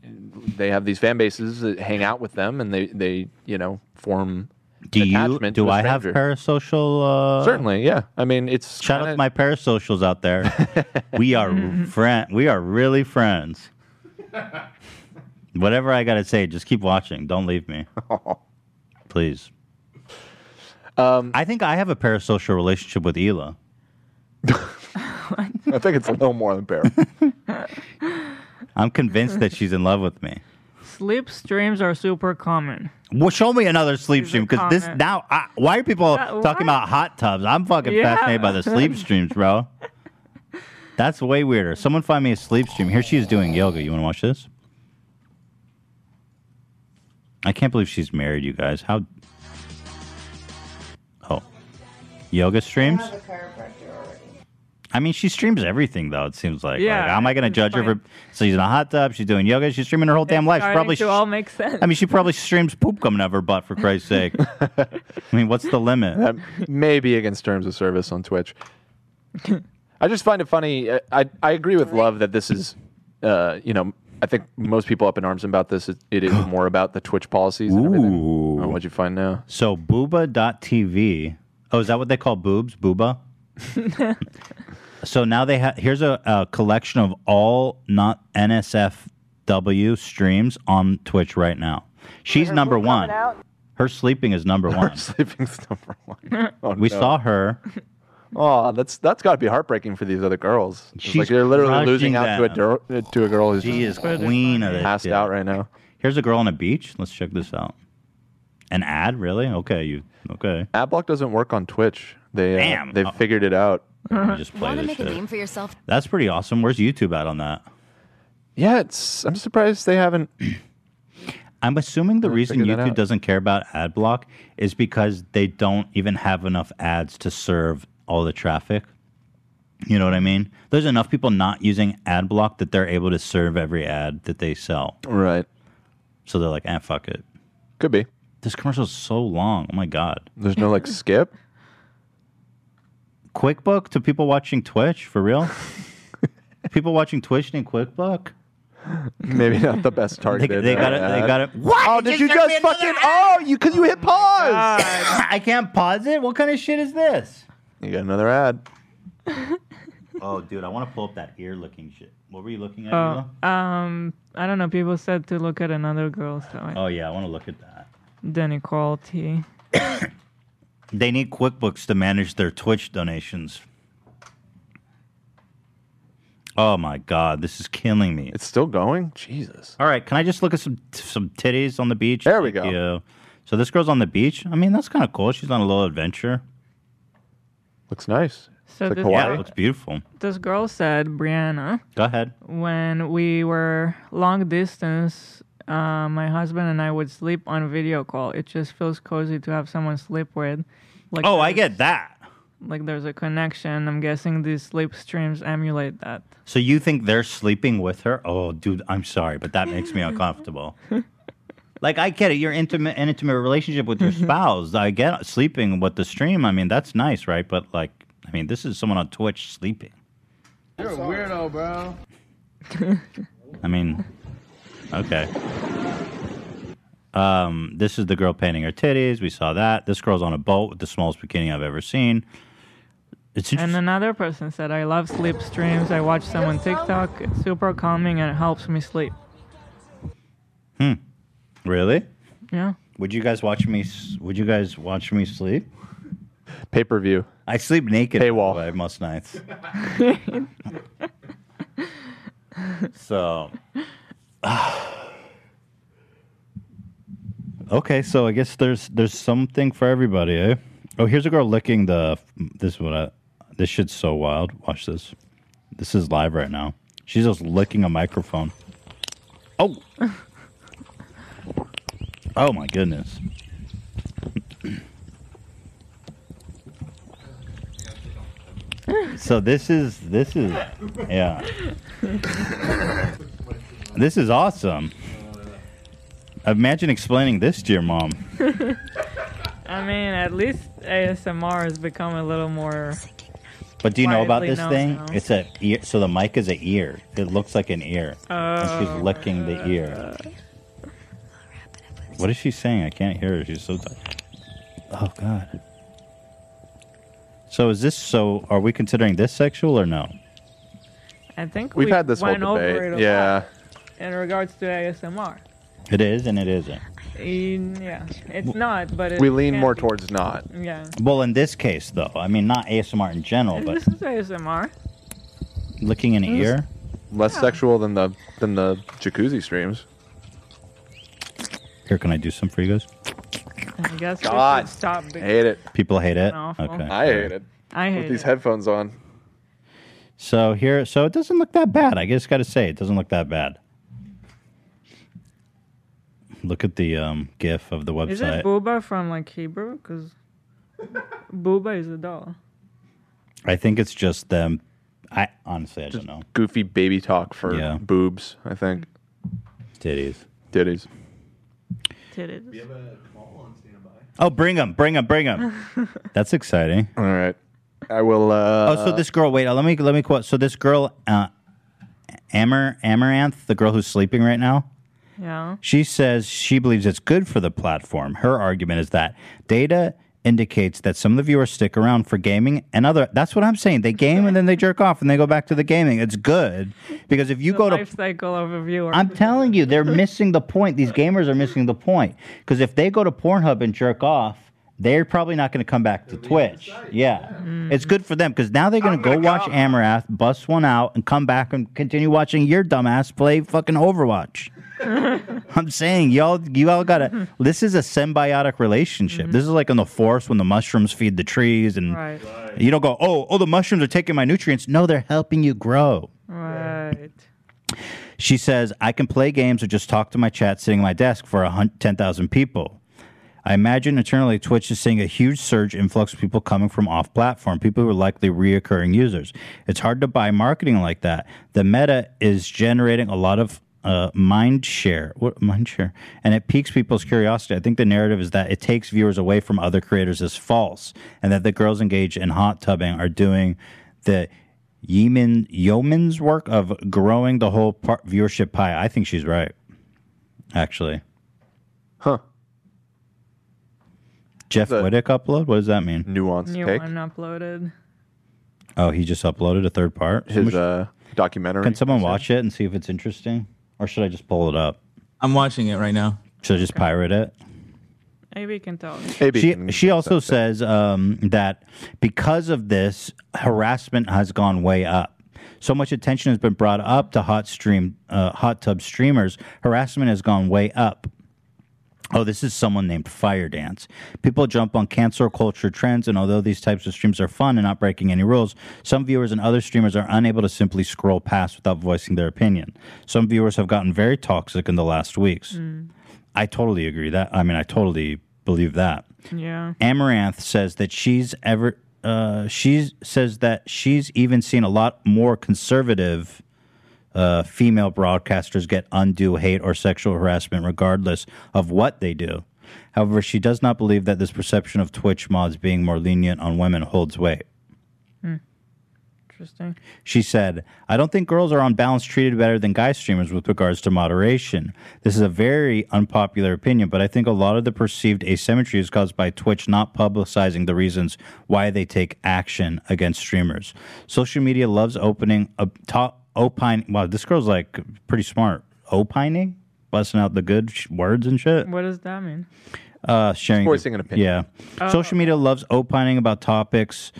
S3: they have these fan bases that hang out with them, and they they you know form.
S1: Do you?
S3: attachment to
S1: Do
S3: a
S1: I have
S3: stranger.
S1: parasocial? Uh,
S3: Certainly, yeah. I mean, it's
S1: Shout out to my parasocials
S3: *laughs*
S1: out there. we are friend. We are really friends. Whatever I gotta say, just keep watching. Don't leave me, please.
S3: Um,
S1: I think I have a parasocial relationship with Ela.
S3: *laughs* I think it's a little more than bare.
S1: I'm convinced that she's in love with me.
S2: sleep streams are super common.
S1: Well, show me another sleep stream because this
S2: comment.
S1: now. I, why are people
S2: Uh, what?
S1: talking about hot tubs? I'm fucking
S2: Yeah.
S1: fascinated by the sleep streams, bro. That's way weirder. Someone find me a sleep stream. Here she is doing yoga. You want to watch this? I can't believe she's married, you guys. How? Oh, yoga streams.
S13: have a chiropractor already.
S1: I mean, she streams everything though. It seems like. Like,
S2: Yeah,
S1: how am I going to judge her for? So she's in a hot tub. She's doing yoga. She's streaming her whole damn life. She
S2: Starting
S1: probably.
S2: to all make sense.
S1: I mean, she probably streams poop coming out of her butt for Christ's
S3: *laughs*
S1: sake. I mean, what's the limit?
S3: that may be against terms of service on Twitch. I just find it funny. I I, I agree with Love that this is, uh, you know, I think most people up in arms about this. It, it is more about the Twitch policies. And everything. Oh, what'd you find now?
S1: So booba.tv. Oh, is that what they call boobs? Booba? so now they have here's a, a collection of all not NSFW streams on Twitch right now. She's *laughs* number one. Her sleeping is number
S3: *laughs*
S1: one.
S3: sleeping's number
S1: *laughs*
S3: one. Oh,
S1: we
S3: no.
S1: saw her.
S3: Oh, that's that's got to be heartbreaking for these other girls. It's
S1: She's
S3: like they're literally losing
S1: crushing
S3: out to a
S1: them.
S3: dir- to a girl who's
S1: She is
S3: just
S1: queen of this.
S3: passed
S1: shit.
S3: out right now.
S1: Here's a girl on a beach. Let's check this out. An ad, really? Okay, you okay?
S3: Ad block doesn't work on Twitch. They uh,
S1: Damn. Oh.
S3: they've figured it out.
S1: just play this shit.
S17: for yourself? *laughs*
S1: That's pretty awesome. Where's YouTube at on that?
S3: Yeah, it's. I'm surprised they haven't.
S1: I'm assuming the reason
S3: figure that
S1: YouTube
S3: out.
S1: doesn't care about ad block is because they don't even have enough ads to serve all the traffic. You know what I mean? There's enough people not using ad block that they're able to serve every ad that they sell.
S3: Right.
S1: So they're like, ah, fuck it.
S3: Could be.
S1: This commercial's so long. Oh my god.
S3: There's no like skip.
S1: *laughs* QuickBook to people watching Twitch
S3: *laughs*
S1: for real. people watching Twitch need QuickBook.
S3: Maybe not the
S1: *laughs*
S3: best target.
S1: They, they got it. They got it.
S3: What? Oh, did you just fucking? Oh, you because you hit
S2: Oh
S3: pause. *laughs*
S1: I can't pause it. What kind of shit is
S2: *laughs*
S1: this?
S3: You got another ad.
S1: *laughs* Oh, dude, I want to pull up that ear-looking shit. What were you looking at?
S2: Oh, um, I don't know. People said to look at another girl, so I,
S1: Milo? oh yeah, I want to look at that.
S2: then equality.
S1: They need QuickBooks to manage their Twitch donations. Oh my god, this is killing me.
S3: It's still going. Jesus.
S1: All right, can I just look at some some titties on the beach? There we go. So this girl's on the beach. I mean, that's kind of cool. She's on a little adventure.
S3: Looks nice.
S2: So It's like this- Hawaii.
S1: Yeah, it looks beautiful.
S2: This girl said, Brianna,
S1: Go ahead.
S2: when we were long distance, uh, my husband and I would sleep on video call. It just feels cozy to have someone sleep with. Like
S1: oh, I
S2: there's-
S1: get that.
S2: Like there's a connection. I'm guessing these sleep streams emulate that.
S1: So you think they're sleeping with her? Oh, dude, I'm sorry, but that makes me uncomfortable. Like I get it, you're intimate, an intimate relationship with your spouse. I get sleeping with the stream. I mean, that's nice, right? But like, I mean, this is someone on Twitch sleeping.
S17: You're a weirdo, bro.
S1: I mean, okay. Um, this is the girl painting her titties. We saw that. This girl's on a boat with the smallest bikini I've ever seen. It's
S2: And another person said, I love sleep streams. I watch some on TikTok. It's super calming and it helps me sleep.
S1: Hmm. really.
S2: Yeah.
S1: Would you guys watch me? s- Would you guys watch me sleep?
S3: Pay per view.
S1: I sleep naked. Paywall. By most nights. so. *sighs* okay, so I guess there's there's something for everybody, eh? Oh, here's a girl licking the. This is what I. This shit's so wild. Watch this. This is live right now. She's just licking a microphone. Oh. oh my goodness. so this is this is yeah. This is awesome. Imagine explaining this to your mom.
S2: I mean, at least ASMR has become a little more.
S1: But do you know about
S2: Widely
S1: this
S2: known
S1: thing?
S2: now.
S1: It's a ear. So the mic is a ear. It looks like an ear, and
S2: Oh.
S1: she's licking the ear. What is she saying? I can't hear her. She's so. T- oh God. So is this so? Are we considering this sexual or no?
S2: I think
S1: We've
S2: we
S1: had this whole
S2: went over
S1: debate,
S2: it a
S1: yeah.
S2: lot in regards to ASMR.
S1: It is and it isn't.
S2: In- yeah, it's not, but it
S1: We lean
S2: can
S1: more
S2: be.
S1: towards not.
S2: Yeah.
S1: Well, in this case, though, I mean, not ASMR in general, but
S2: This is ASMR.
S1: licking an
S2: It was-
S1: ear.
S3: Less sexual than the than the jacuzzi streams.
S1: Here, can I do some for you guys?
S2: I guess we
S3: God,
S2: should stop. be-
S3: hate it.
S1: People hate it.
S2: Awful.
S1: Okay.
S3: I hate it.
S2: I hate
S3: With these
S2: it.
S3: headphones on.
S1: So here, so it doesn't look that bad. I guess got to say it doesn't look that bad. Look at the um, GIF of the website.
S2: Is it Booba from like Hebrew? Because Booba is a doll.
S1: I think it's just them. I honestly, I don't know.
S3: Goofy baby talk for boobs. I think.
S1: Titties.
S3: Titties.
S2: Titties. We
S17: have a call on
S1: Oh, bring them, bring them,
S2: *laughs*
S1: bring them. That's exciting.
S3: All right, I will. uh
S1: oh, so this girl. Wait, uh, let me let me quote. So this girl, uh, Amar Amaranth, the girl who's sleeping right now.
S2: Yeah.
S1: She says she believes it's good for the platform. Her argument is that data indicates that some of the viewers stick around for gaming and other that's what I'm saying. They game and then they jerk off and they go back to the gaming. It's good because if you
S2: the
S1: go to
S2: life cycle of a viewer.
S1: I'm telling you, they're missing the point. These gamers are missing the point because if they go to Pornhub and jerk off, they're probably not going to come back to Twitch. Yeah,
S2: Mm-hmm.
S1: it's good for them because now they're going to go watch Amarath, bust one out, and come back and continue watching your dumbass play fucking Overwatch. *laughs* I'm saying y'all, you all gotta. This is a symbiotic relationship. This is like in the forest when the mushrooms feed the trees, and
S2: Right.
S1: you don't go, oh, oh, the mushrooms are taking my nutrients. No, they're helping you grow.
S2: Right.
S1: She says, I can play games or just talk to my chat sitting at my desk for a hun- 10,000 people. I imagine internally Twitch is seeing a huge surge influx of people coming from off platform, people who are likely reoccurring users. It's hard to buy marketing like that. The meta is generating a lot of uh, mind share. What mind share? And it piques people's curiosity. I think the narrative is that it takes viewers away from other creators is false, and that the girls engaged in hot tubbing are doing the yeoman, yeoman's work of growing the whole par- viewership pie. I think she's right, actually. Huh. Jeff Whittick upload? What does that mean? Nuance
S2: New one uploaded.
S1: Oh, he just uploaded a third part.
S3: His,
S1: uh,
S3: documentary.
S1: Can someone watch it and see if it's interesting, or should I just pull it up?
S9: I'm watching it right now.
S1: Should I just pirate it?
S2: Maybe you can tell.
S1: she she also says um, that because of this, harassment has gone way up. So much attention has been brought up to hot stream, uh, hot tub streamers. Harassment has gone way up. Oh, this is someone named Fire Dance. People jump on cancel culture trends, and although these types of streams are fun and not breaking any rules, some viewers and other streamers are unable to simply scroll past without voicing their opinion. Some viewers have gotten very toxic in the last weeks.
S2: Mm.
S1: I totally agree that. I mean, I totally believe that.
S2: Yeah.
S1: Amaranth says that she's ever uh, she says that she's even seen a lot more conservative uh, female broadcasters get undue hate or sexual harassment, regardless of what they do. However, she does not believe that this perception of Twitch mods being more lenient on women holds weight.
S2: Hmm. Interesting.
S1: She said, I don't think girls are on balance treated better than guy streamers with regards to moderation. This is a very unpopular opinion, but I think a lot of the perceived asymmetry is caused by Twitch not publicizing the reasons why they take action against streamers. Social media loves opening up top opine. Wow, this girl's like pretty smart. Opining? Busting out the good sh- words and shit?
S2: What does that mean?
S1: uh, sharing
S3: voicing an opinion.
S1: Yeah,
S2: Oh.
S1: social media loves opining about topics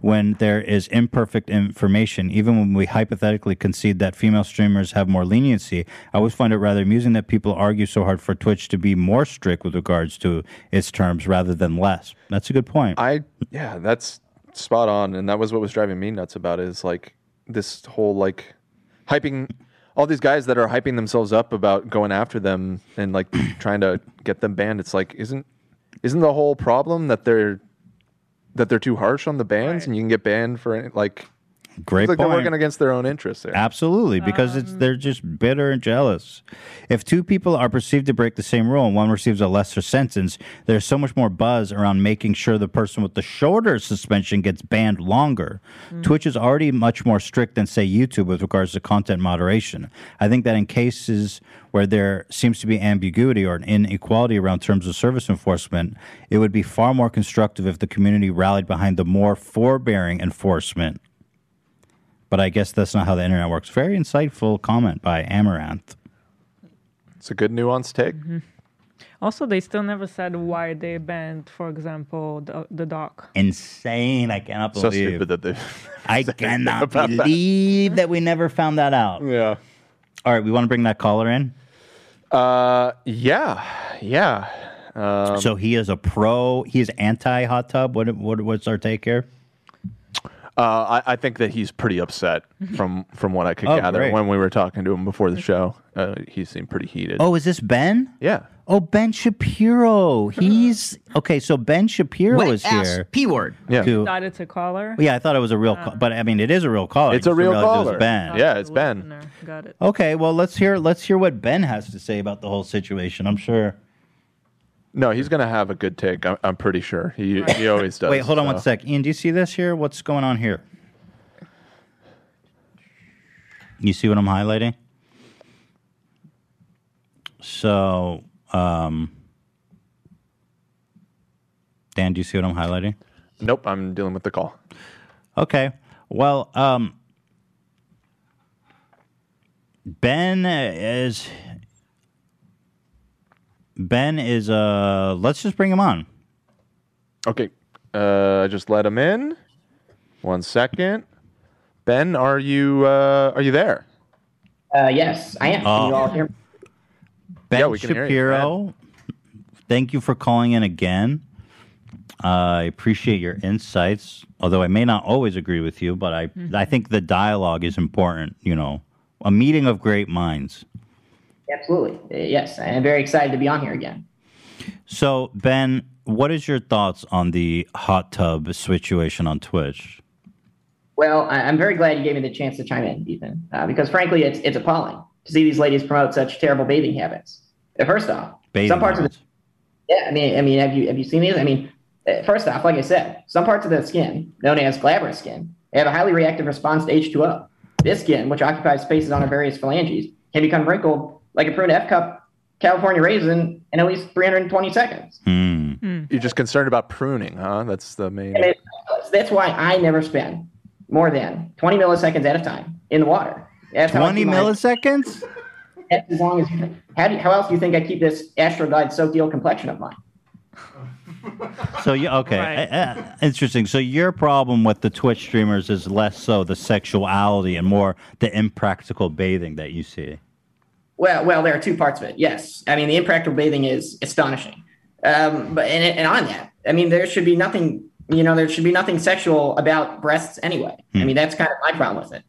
S1: when there is imperfect information. Even when we hypothetically concede that female streamers have more leniency, I always find it rather amusing that people argue so hard for Twitch to be more strict with regards to its terms rather than less. That's a good point.
S3: I yeah, that's spot on, and that was what was driving me nuts about it, is like this whole like hyping all these guys that are hyping themselves up about going after them and like *clears throat* trying to get them banned. It's like isn't isn't the whole problem that they're that they're too harsh on the bans and you can get banned for any, like
S1: Great
S3: it's like they're
S1: point.
S3: working against their own interests there.
S1: Absolutely, because it's they're just bitter and jealous. If two people are perceived to break the same rule and one receives a lesser sentence, there's so much more buzz around making sure the person with the shorter suspension gets banned longer. Twitch is already much more strict than say YouTube with regards to content moderation. I think that in cases where there seems to be ambiguity or an inequality around terms of service enforcement, it would be far more constructive if the community rallied behind the more forbearing enforcement but I guess that's not how the internet works. Very insightful comment by Amaranth.
S3: It's a good nuanced take.
S2: Also, they still never said why they banned, for example, the, the doc.
S1: Insane. I cannot
S3: So
S1: believe.
S3: stupid that they *laughs*
S1: I cannot believe that. we never found that out.
S3: Yeah.
S1: All right, we want to bring that caller in.
S3: Uh, yeah, yeah. Um,
S1: so he is a pro. He is anti hot tub. What, what what's our take here?
S3: Uh, I, I think that he's pretty upset from from what I could
S1: Mm-hmm. Oh,
S3: gather
S1: great. Mm-hmm.
S3: when we were talking to him before the show. Uh, he seemed pretty heated.
S1: Oh, is this Ben?
S3: Yeah.
S1: Oh, Ben Shapiro. He's okay. So Ben Shapiro
S2: Wet
S1: is
S2: ass
S1: here.
S10: P word.
S1: Yeah.
S2: Decided to call her.
S1: yeah, I thought it was a real, call, but I mean, it is a real caller.
S3: It's a real
S1: call.
S3: caller.
S1: Ben.
S3: Yeah, it's Ben.
S2: Got it.
S1: Okay, well let's hear let's hear what Ben has to say about the whole situation. I'm sure.
S3: No, he's gonna have a good take. I'm, I'm pretty sure. He he always does.
S1: *laughs* Wait, hold on one
S3: so.
S1: sec. Ian, do you see this here? What's going on here? You see what I'm highlighting? So, um, Dan, do you see what I'm highlighting?
S3: Nope, I'm dealing with the call.
S1: Okay. Well, um, Ben is Ben is uh let's just bring him on.
S3: Okay, uh, I just let him in. One second. Ben, are you uh, are you there?
S20: Uh, yes, I am. Can you all hear me?
S1: Ben
S20: Yeah, we can hear you,
S1: Shapiro, thank you for calling in again. Uh, I appreciate your
S20: Mm-hmm.
S1: insights, although I may not always agree with you, but I I think the dialogue is important, you know, a meeting of great minds.
S20: Absolutely. Uh, Yes, I'm very excited to be on here again.
S1: So, Ben, what is your thoughts on the hot tub situation on Twitch?
S20: Well, I- I'm very glad you gave me the chance to chime in, Ethan, uh, because frankly, it's it's appalling to see these ladies promote such terrible bathing habits. Uh, First off,
S1: Bathing
S20: some parts of the yeah, I mean, I mean, have you have you seen these? I mean, uh, first off, like I said, some parts of the skin, known as glabrous skin, have a highly reactive response to H2O. This skin, which occupies spaces on our various phalanges, can become wrinkled like a pruned F cup California raisin in at least 320 seconds.
S1: Hmm.
S3: You're just concerned about pruning, huh? That's the main.
S20: And it, that's why I never spend more than 20 milliseconds at a time in the water. That's how I
S1: 20
S20: keep my-
S1: milliseconds?
S20: That's as long as. How, do, how else do you think I keep this Astro Guide soaked eel complexion of mine?
S1: So, you, okay, Uh, uh, interesting. So, your problem with the Twitch streamers is less so the sexuality and more the impractical bathing that you see.
S20: Well, well, there are two parts of it. Yes, I mean the impractical bathing is astonishing. Um, but and, and on that, I mean there should be nothing. You know, there should be nothing sexual about breasts anyway. I mean that's kind of my problem with it.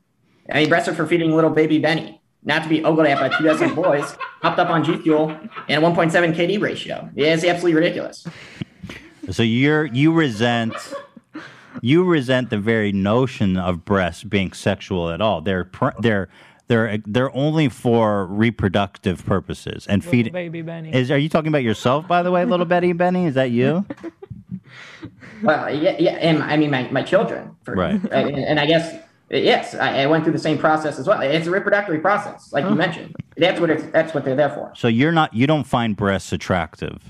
S20: I mean breasts are for feeding little baby Benny, not to be ogled at by two dozen boys *laughs* hopped up on G fuel and a 1.7 KD ratio. Yeah, it's absolutely ridiculous.
S1: So you're you resent you resent the very notion of breasts being sexual at all. They're pr- they're they're they're only for reproductive purposes and
S2: Little
S1: feeding.
S2: baby Benny.
S1: Is are you talking about yourself by the way, little Betty Benny? Is that you?
S20: Well, yeah, yeah, and I mean my, my children, for,
S1: Right.
S20: I- and, and I guess yes, I, I went through the same process as well. It's a reproductory process, like you mentioned. That's what it's, that's what they're there for.
S1: So you're not you don't find breasts attractive.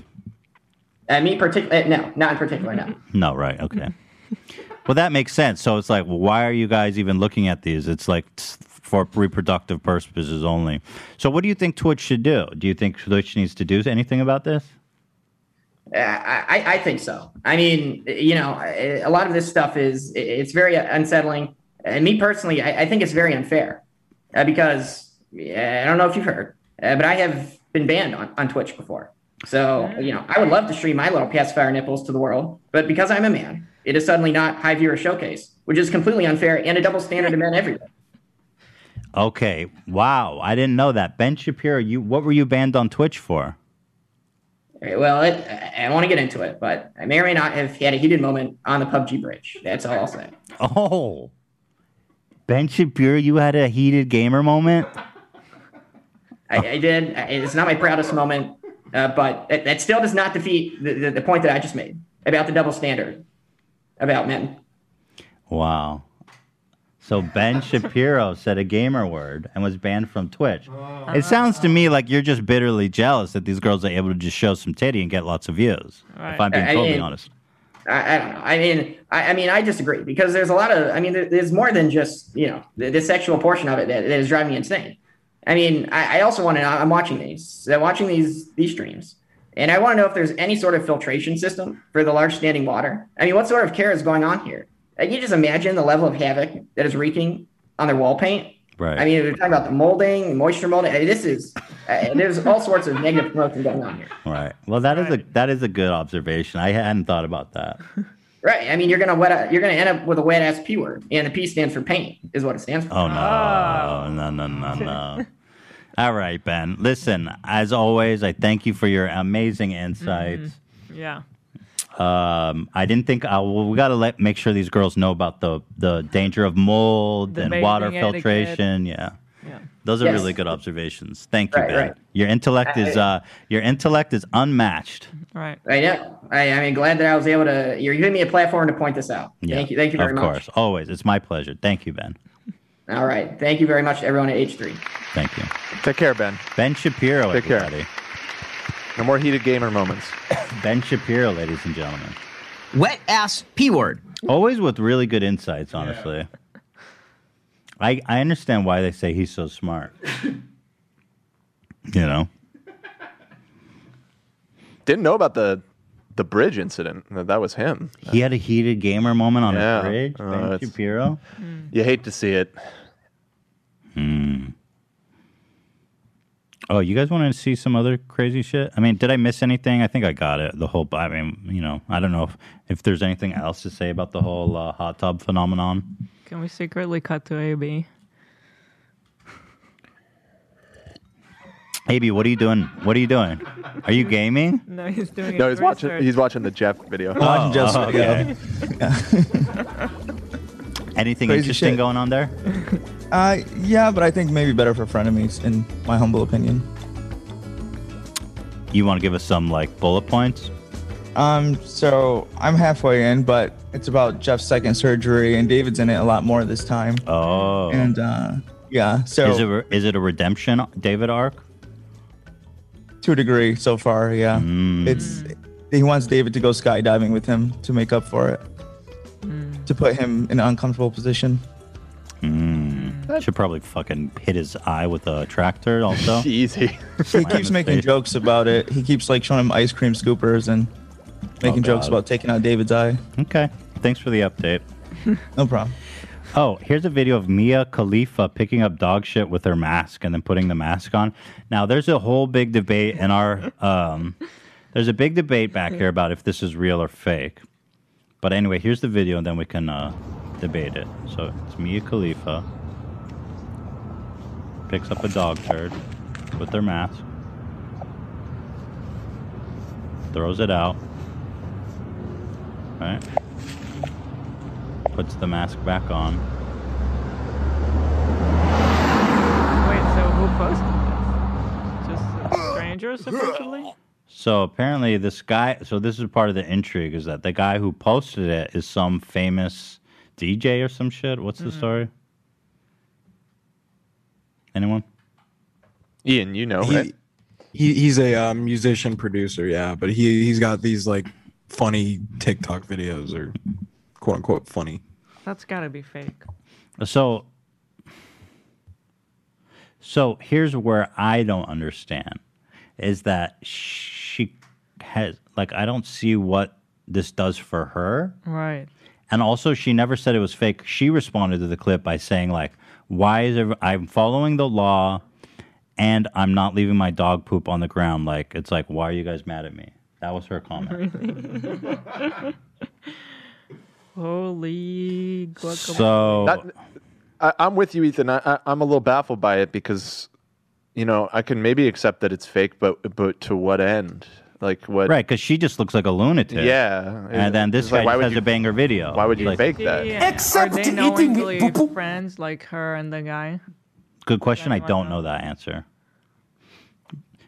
S20: Uh, me particular? Uh, no, not in particular. No.
S1: No, right. Okay. *laughs* well, that makes sense. So it's like, well, why are you guys even looking at these? It's like it's for reproductive purposes only. So what do you think Twitch should do? Do you think Twitch needs to do anything about this?
S20: Uh, I, I- I think so. I mean, you know, uh, a a lot of this stuff is it's very unsettling. And me personally, I, I think it's very unfair uh, because yeah, I don't know if you've heard, uh, but I have been banned on, on Twitch before. So you know, I would love to stream my little pacifier nipples to the world, but because I'm a man, it is suddenly not high viewer showcase, which is completely unfair and a double standard to men everywhere.
S1: Okay. Wow. I didn't know that. Ben Shapiro, you what were you banned on Twitch for? *laughs*
S20: All right, well, it, I, I want to get into it, but I may or may not have had a heated moment on the PUBG bridge. That's all I'll say.
S1: Oh. Ben Shapiro, you had a heated gamer moment?
S20: I, I did. I- It's not my proudest moment, uh, but that, that still does not defeat the, the, the point that I just made about the double standard about men.
S1: Wow. So Ben Shapiro said a gamer word and was banned from Twitch. It sounds to me like you're just bitterly jealous that these girls are able to just show some titty and get lots of views. If
S20: Right.
S1: I'm being
S20: I- I
S1: totally
S20: mean-
S1: honest.
S20: I, I don't know. I mean, I, I mean, I disagree because there's a lot of. I mean, there, there's more than just you know the, the sexual portion of it that, that is driving me insane. I mean, I, I also want to. know I'm watching these. I'm watching these these streams, and I want to know if there's any sort of filtration system for the large standing water. I mean, what sort of care is going on here? Uh, Can you just imagine the level of havoc that is wreaking on their wall paint?
S1: Right.
S20: I mean, we're talking about the molding, moisture molding. I mean, this is uh, there's all sorts
S1: *laughs*
S20: of negative promotion going on here.
S1: All right. Well, that is a that is a good observation. I hadn't thought about that.
S20: Right. I mean, you're gonna wet. You're gonna end up with a wet ass p word, and the p stands for paint, is what it stands for.
S1: Oh no, no, no, no, no. All right, Ben. Listen, as always, I thank you for your amazing insights.
S2: Yeah.
S1: Um, I didn't think. Uh, well, we gotta let make sure these girls know about the the danger of mold
S2: The
S1: and water
S2: bathing etiquette.
S1: filtration. Yeah. Those are
S2: Yes.
S1: really good observations. Thank you,
S20: Right,
S1: Ben.
S20: right.
S1: Your intellect is
S20: I-
S1: uh, your intellect is unmatched.
S2: Right.
S20: I know. I, I mean, glad that I was able to. You're giving me a platform to point this out.
S1: Yeah,
S20: Thank you. Thank you very
S1: Of
S20: much.
S1: course, always. It's my pleasure. Thank you, Ben.
S20: All right. Thank you very much, to everyone at H three.
S1: Thank you.
S3: Take care, Ben.
S1: Ben Shapiro.
S3: Take care.
S1: everybody.
S3: No more heated gamer moments.
S1: *coughs* ben Shapiro, ladies and gentlemen.
S10: Wet ass P word.
S1: Always with really good insights, honestly. I I understand why they say he's
S3: *coughs*
S1: so smart. you know.
S3: Didn't know about the the bridge incident. That, that was him.
S1: He had a heated gamer moment on
S3: Yeah.
S1: a bridge.
S3: Uh,
S1: ben
S3: it's-
S1: Shapiro.
S3: *laughs* You hate to see it.
S1: Hmm. Oh, you guys want to see some other crazy shit? I mean, did I miss anything? I think I got it. The whole, I mean, you know, I don't know if, if there's anything else to say about the whole uh, hot tub phenomenon.
S2: Can we secretly cut to AB?
S1: AB, what are you doing? What are you doing? Are you gaming?
S2: No, he's doing
S3: No,
S2: it
S3: he's
S2: for
S3: watching.
S2: research.
S3: He's watching the Jeff video.
S1: Oh, oh, okay. *laughs* Anything
S9: Crazy
S1: interesting
S9: shit.
S1: going on there?
S9: *laughs* Uh, yeah, but I think maybe better for frenemies, in my humble opinion.
S1: You want to give us some like bullet points?
S9: Um, so I'm halfway in, but it's about Jeff's second surgery, and David's in it a lot more this time.
S1: Oh.
S9: And uh, yeah, so
S1: is it re- is it a redemption David arc?
S9: to a degree so far, yeah.
S1: Hmm.
S9: It's he wants David to go skydiving with him to make up for it, to put him in an uncomfortable position.
S1: Mm. Should probably fucking hit his eye with a tractor
S9: *laughs*
S1: *laughs* also.
S3: Easy.
S9: He keeps making jokes about it. He keeps like showing him ice cream scoopers and making jokes
S1: Oh, God.
S9: about taking out David's eye.
S1: Okay. Thanks for the update.
S9: No problem.
S1: Oh, here's a video of Mia Khalifa picking up dog shit with her mask and then putting the mask on. Now, there's a whole big debate in our um, there's a big debate back here about if this is real or fake. But anyway, here's the video, and then we can uh, debate it. So it's Mia Khalifa picks up a dog turd with their mask, throws it out, right? Puts the mask back on.
S2: Wait, so who posted this? Just uh, strangers, supposedly?
S1: So apparently, this guy. So this is part of the intrigue: is that the guy who posted it is some famous DJ or some shit. What's the story? Anyone?
S3: Ian, you know,
S4: He-
S3: right?
S4: He, he's a uh, musician producer, yeah, but he he's got these like funny TikTok videos or quote unquote funny.
S2: That's gotta be fake.
S1: So, so here's where I don't understand: is that she has like I don't see what this does for her.
S2: Right.
S1: And also, she never said it was fake. She responded to the clip by saying, like, why is every- I'm following the law and I'm not leaving my dog poop on the ground. Like, it's like, why are you guys mad at me? That was her comment.
S2: Really? *laughs* Holy guacamole.
S1: So-
S3: That- I, I'm with you, Ethan. I, I, I'm a little baffled by it because, you know, I can maybe accept that it's fake, but but to what end? Like what?
S1: right, because she just looks like a lunatic.
S3: Yeah.
S1: And then this
S3: It's
S1: guy
S3: like, why
S1: just
S3: would
S1: has
S3: you-
S1: a banger video. Why
S3: would you
S1: like,
S3: fake
S2: Except Are they knowingly friends like her and the guy?
S1: Good question. I don't know that answer.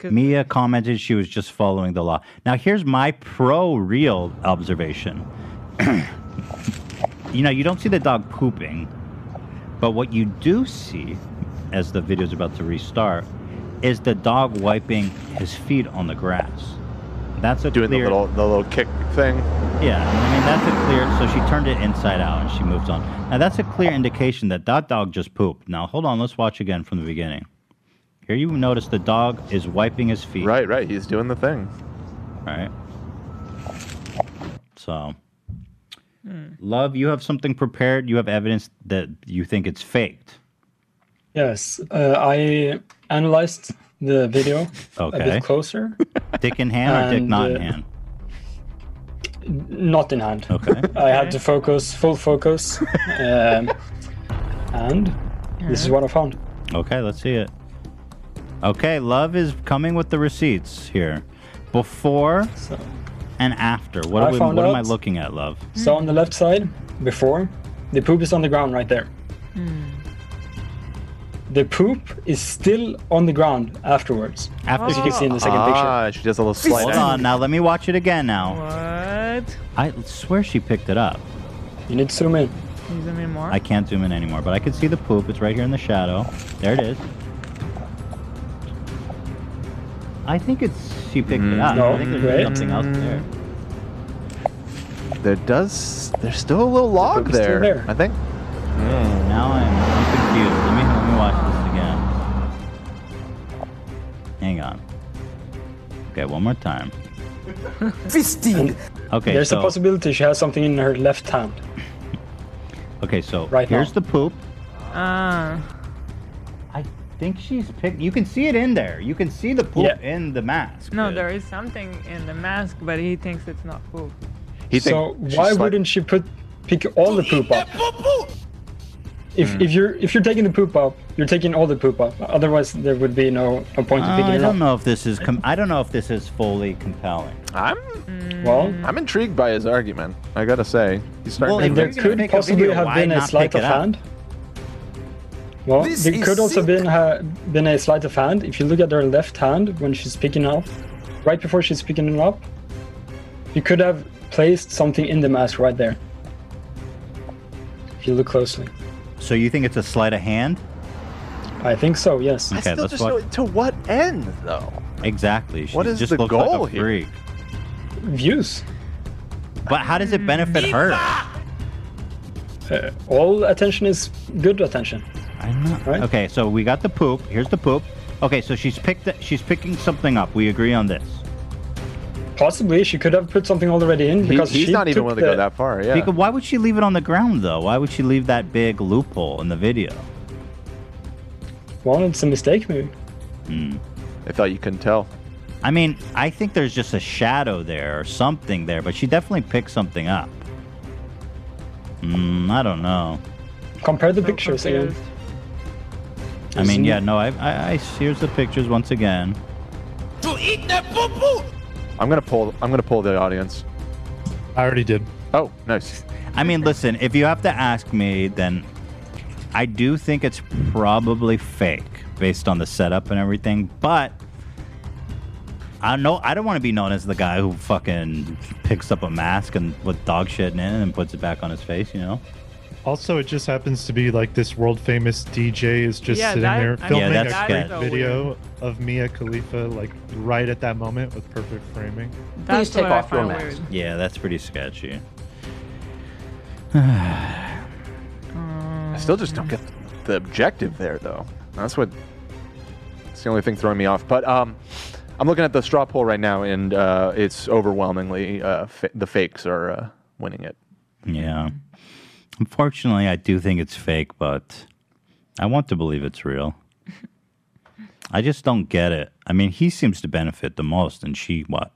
S1: Mia commented she was just following the law. Now, here's my pro real observation. *clears throat* you know, you don't see the dog pooping, but what you do see as the video's about to restart is the dog wiping his feet on the grass. That's a
S3: Doing the
S1: clear
S3: little the little kick thing.
S1: yeah, I mean that's a clear. So she turned it inside out and she moves on. Now that's a clear indication that that dog just pooped. Now hold on, let's watch again from the beginning. Here you notice the dog is wiping his feet.
S3: Right, right. He's doing the thing.
S1: Right. So, love, you have something prepared. You have evidence that you think
S6: *laughs*
S1: it's faked.
S6: Yes, uh, I analyzed the video a
S1: Okay.
S6: bit closer,
S1: Dick in hand or dick
S6: And,
S1: not in
S6: uh,
S1: hand?
S6: not in hand.
S1: Okay.
S6: I had to focus, full focus,
S1: *laughs*
S6: um, and this is what I found.
S1: Okay, let's see it. Okay, love is coming with the receipts here. Before and after. What,
S6: I
S1: are we,
S6: found
S1: what am I
S6: out-
S1: looking at, love?
S6: So on the left side, before, the poop is on the ground right there.
S1: Hmm.
S6: The poop is still on the ground afterwards. as you can see in the second
S3: ah, she does a little slide.
S1: Hold
S3: action.
S1: on, now let me watch it again now.
S2: What?
S1: I swear she picked it up.
S6: You need to zoom in.
S2: Can you zoom in more?
S1: I can't zoom in anymore, but I can see the poop. It's right here in the shadow. There it is. I think it's she picked
S3: Mm-hmm.
S1: it up. I think there's
S6: wait.
S1: something else there.
S2: Mm.
S3: There does. There's still a little log
S1: poop's
S3: there,
S1: still there.
S3: I think.
S1: Now I'm, I'm confused. Let me let me watch this again. Hang on. Okay, one more time. *laughs*
S6: picture. Fisting.
S1: Okay,
S6: There's
S1: so-
S6: a possibility she has something in her left hand.
S1: Okay, so
S6: Right
S1: here's
S6: now.
S1: the poop.
S2: Ah.
S1: I think she's picked. You can see it in there. You can see the poop in the mask.
S2: no,
S1: dude.
S2: there is something in the mask, but he thinks it's not poop.
S6: so why wouldn't she put pick all the poop up? If,
S1: Hmm.
S6: if you're if you're taking the poop out, you're taking all the poop out. Otherwise, there would be no, no point in
S1: Uh,
S6: picking
S1: I
S6: it up.
S1: don't know if this is. Com- I don't know if this is fully compelling.
S3: I'm
S2: Mm.
S6: well.
S3: I'm intrigued by his argument. I gotta say, he's starting.
S1: Well,
S3: to
S1: if
S6: There
S1: If you're gonna
S6: could
S1: make a
S6: possibly
S1: video,
S6: have
S1: why
S6: been a
S1: not
S6: sleight
S1: pick
S6: of
S1: it up?
S6: hand. Well,
S1: This
S6: there
S1: is
S6: could also been ha- been a sleight of hand. If you look at her left hand when she's picking up, right before she's picking it up, you could have placed something in the mask right there. If you look closely,
S1: So you think it's a sleight of hand?
S6: I think so. Yes.
S1: Okay, that's what.
S3: to what end, though?
S1: Exactly. She
S3: What is
S1: just
S3: the
S1: looks
S3: goal
S1: like a
S3: here?
S1: freak.
S6: Views.
S1: But how does it benefit her?
S6: Uh, all attention is good attention.
S1: I'm not. Okay, so we got the poop. Here's the poop. Okay, so she's picked. she's picking something up. We agree on this.
S6: Possibly, she could have put something already in because she took the-
S1: Because why would she leave it on the ground though? Why would she leave that big loophole in the video?
S6: Well, it's a mistake, maybe.
S3: I thought you couldn't tell.
S1: Hmm. I mean, I think there's just a shadow there or something there, but she definitely picked something up. Mm, I don't know.
S6: Compare the pictures again.
S1: I mean,
S6: Isn't
S1: yeah,
S6: it-
S1: no. I, I, I here's the pictures once again.
S8: To eat that poo poo!
S3: I'm gonna pull. I'm gonna pull the audience.
S16: I already did.
S3: Oh, nice.
S1: I mean, listen, if you have to ask me, then I do think it's probably fake based on the setup and everything, but I know I don't want to be known as the guy who fucking picks up a mask and with dog shit in it and puts it back on his face, you know?
S16: Also, it just happens to be like this world famous DJ is just
S2: Yeah,
S16: sitting
S2: that-
S16: there
S2: I mean,
S16: filming
S1: Yeah, that's
S16: a
S1: good.
S16: great video of Mia Khalifa, like right at that moment with perfect framing.
S2: That's
S20: take
S2: what I
S20: off your
S2: find
S20: mask.
S2: weird.
S1: Yeah, that's pretty sketchy.
S3: I still just don't get the objective there, though. That's what. It's the only thing throwing me off. But um, I'm looking at the straw poll right now, and uh, it's overwhelmingly uh, fa- the fakes are uh, winning it.
S1: Yeah. Unfortunately, I do think it's fake, but I want to believe it's real. I just don't get it. I mean, he seems to benefit the most, and she what?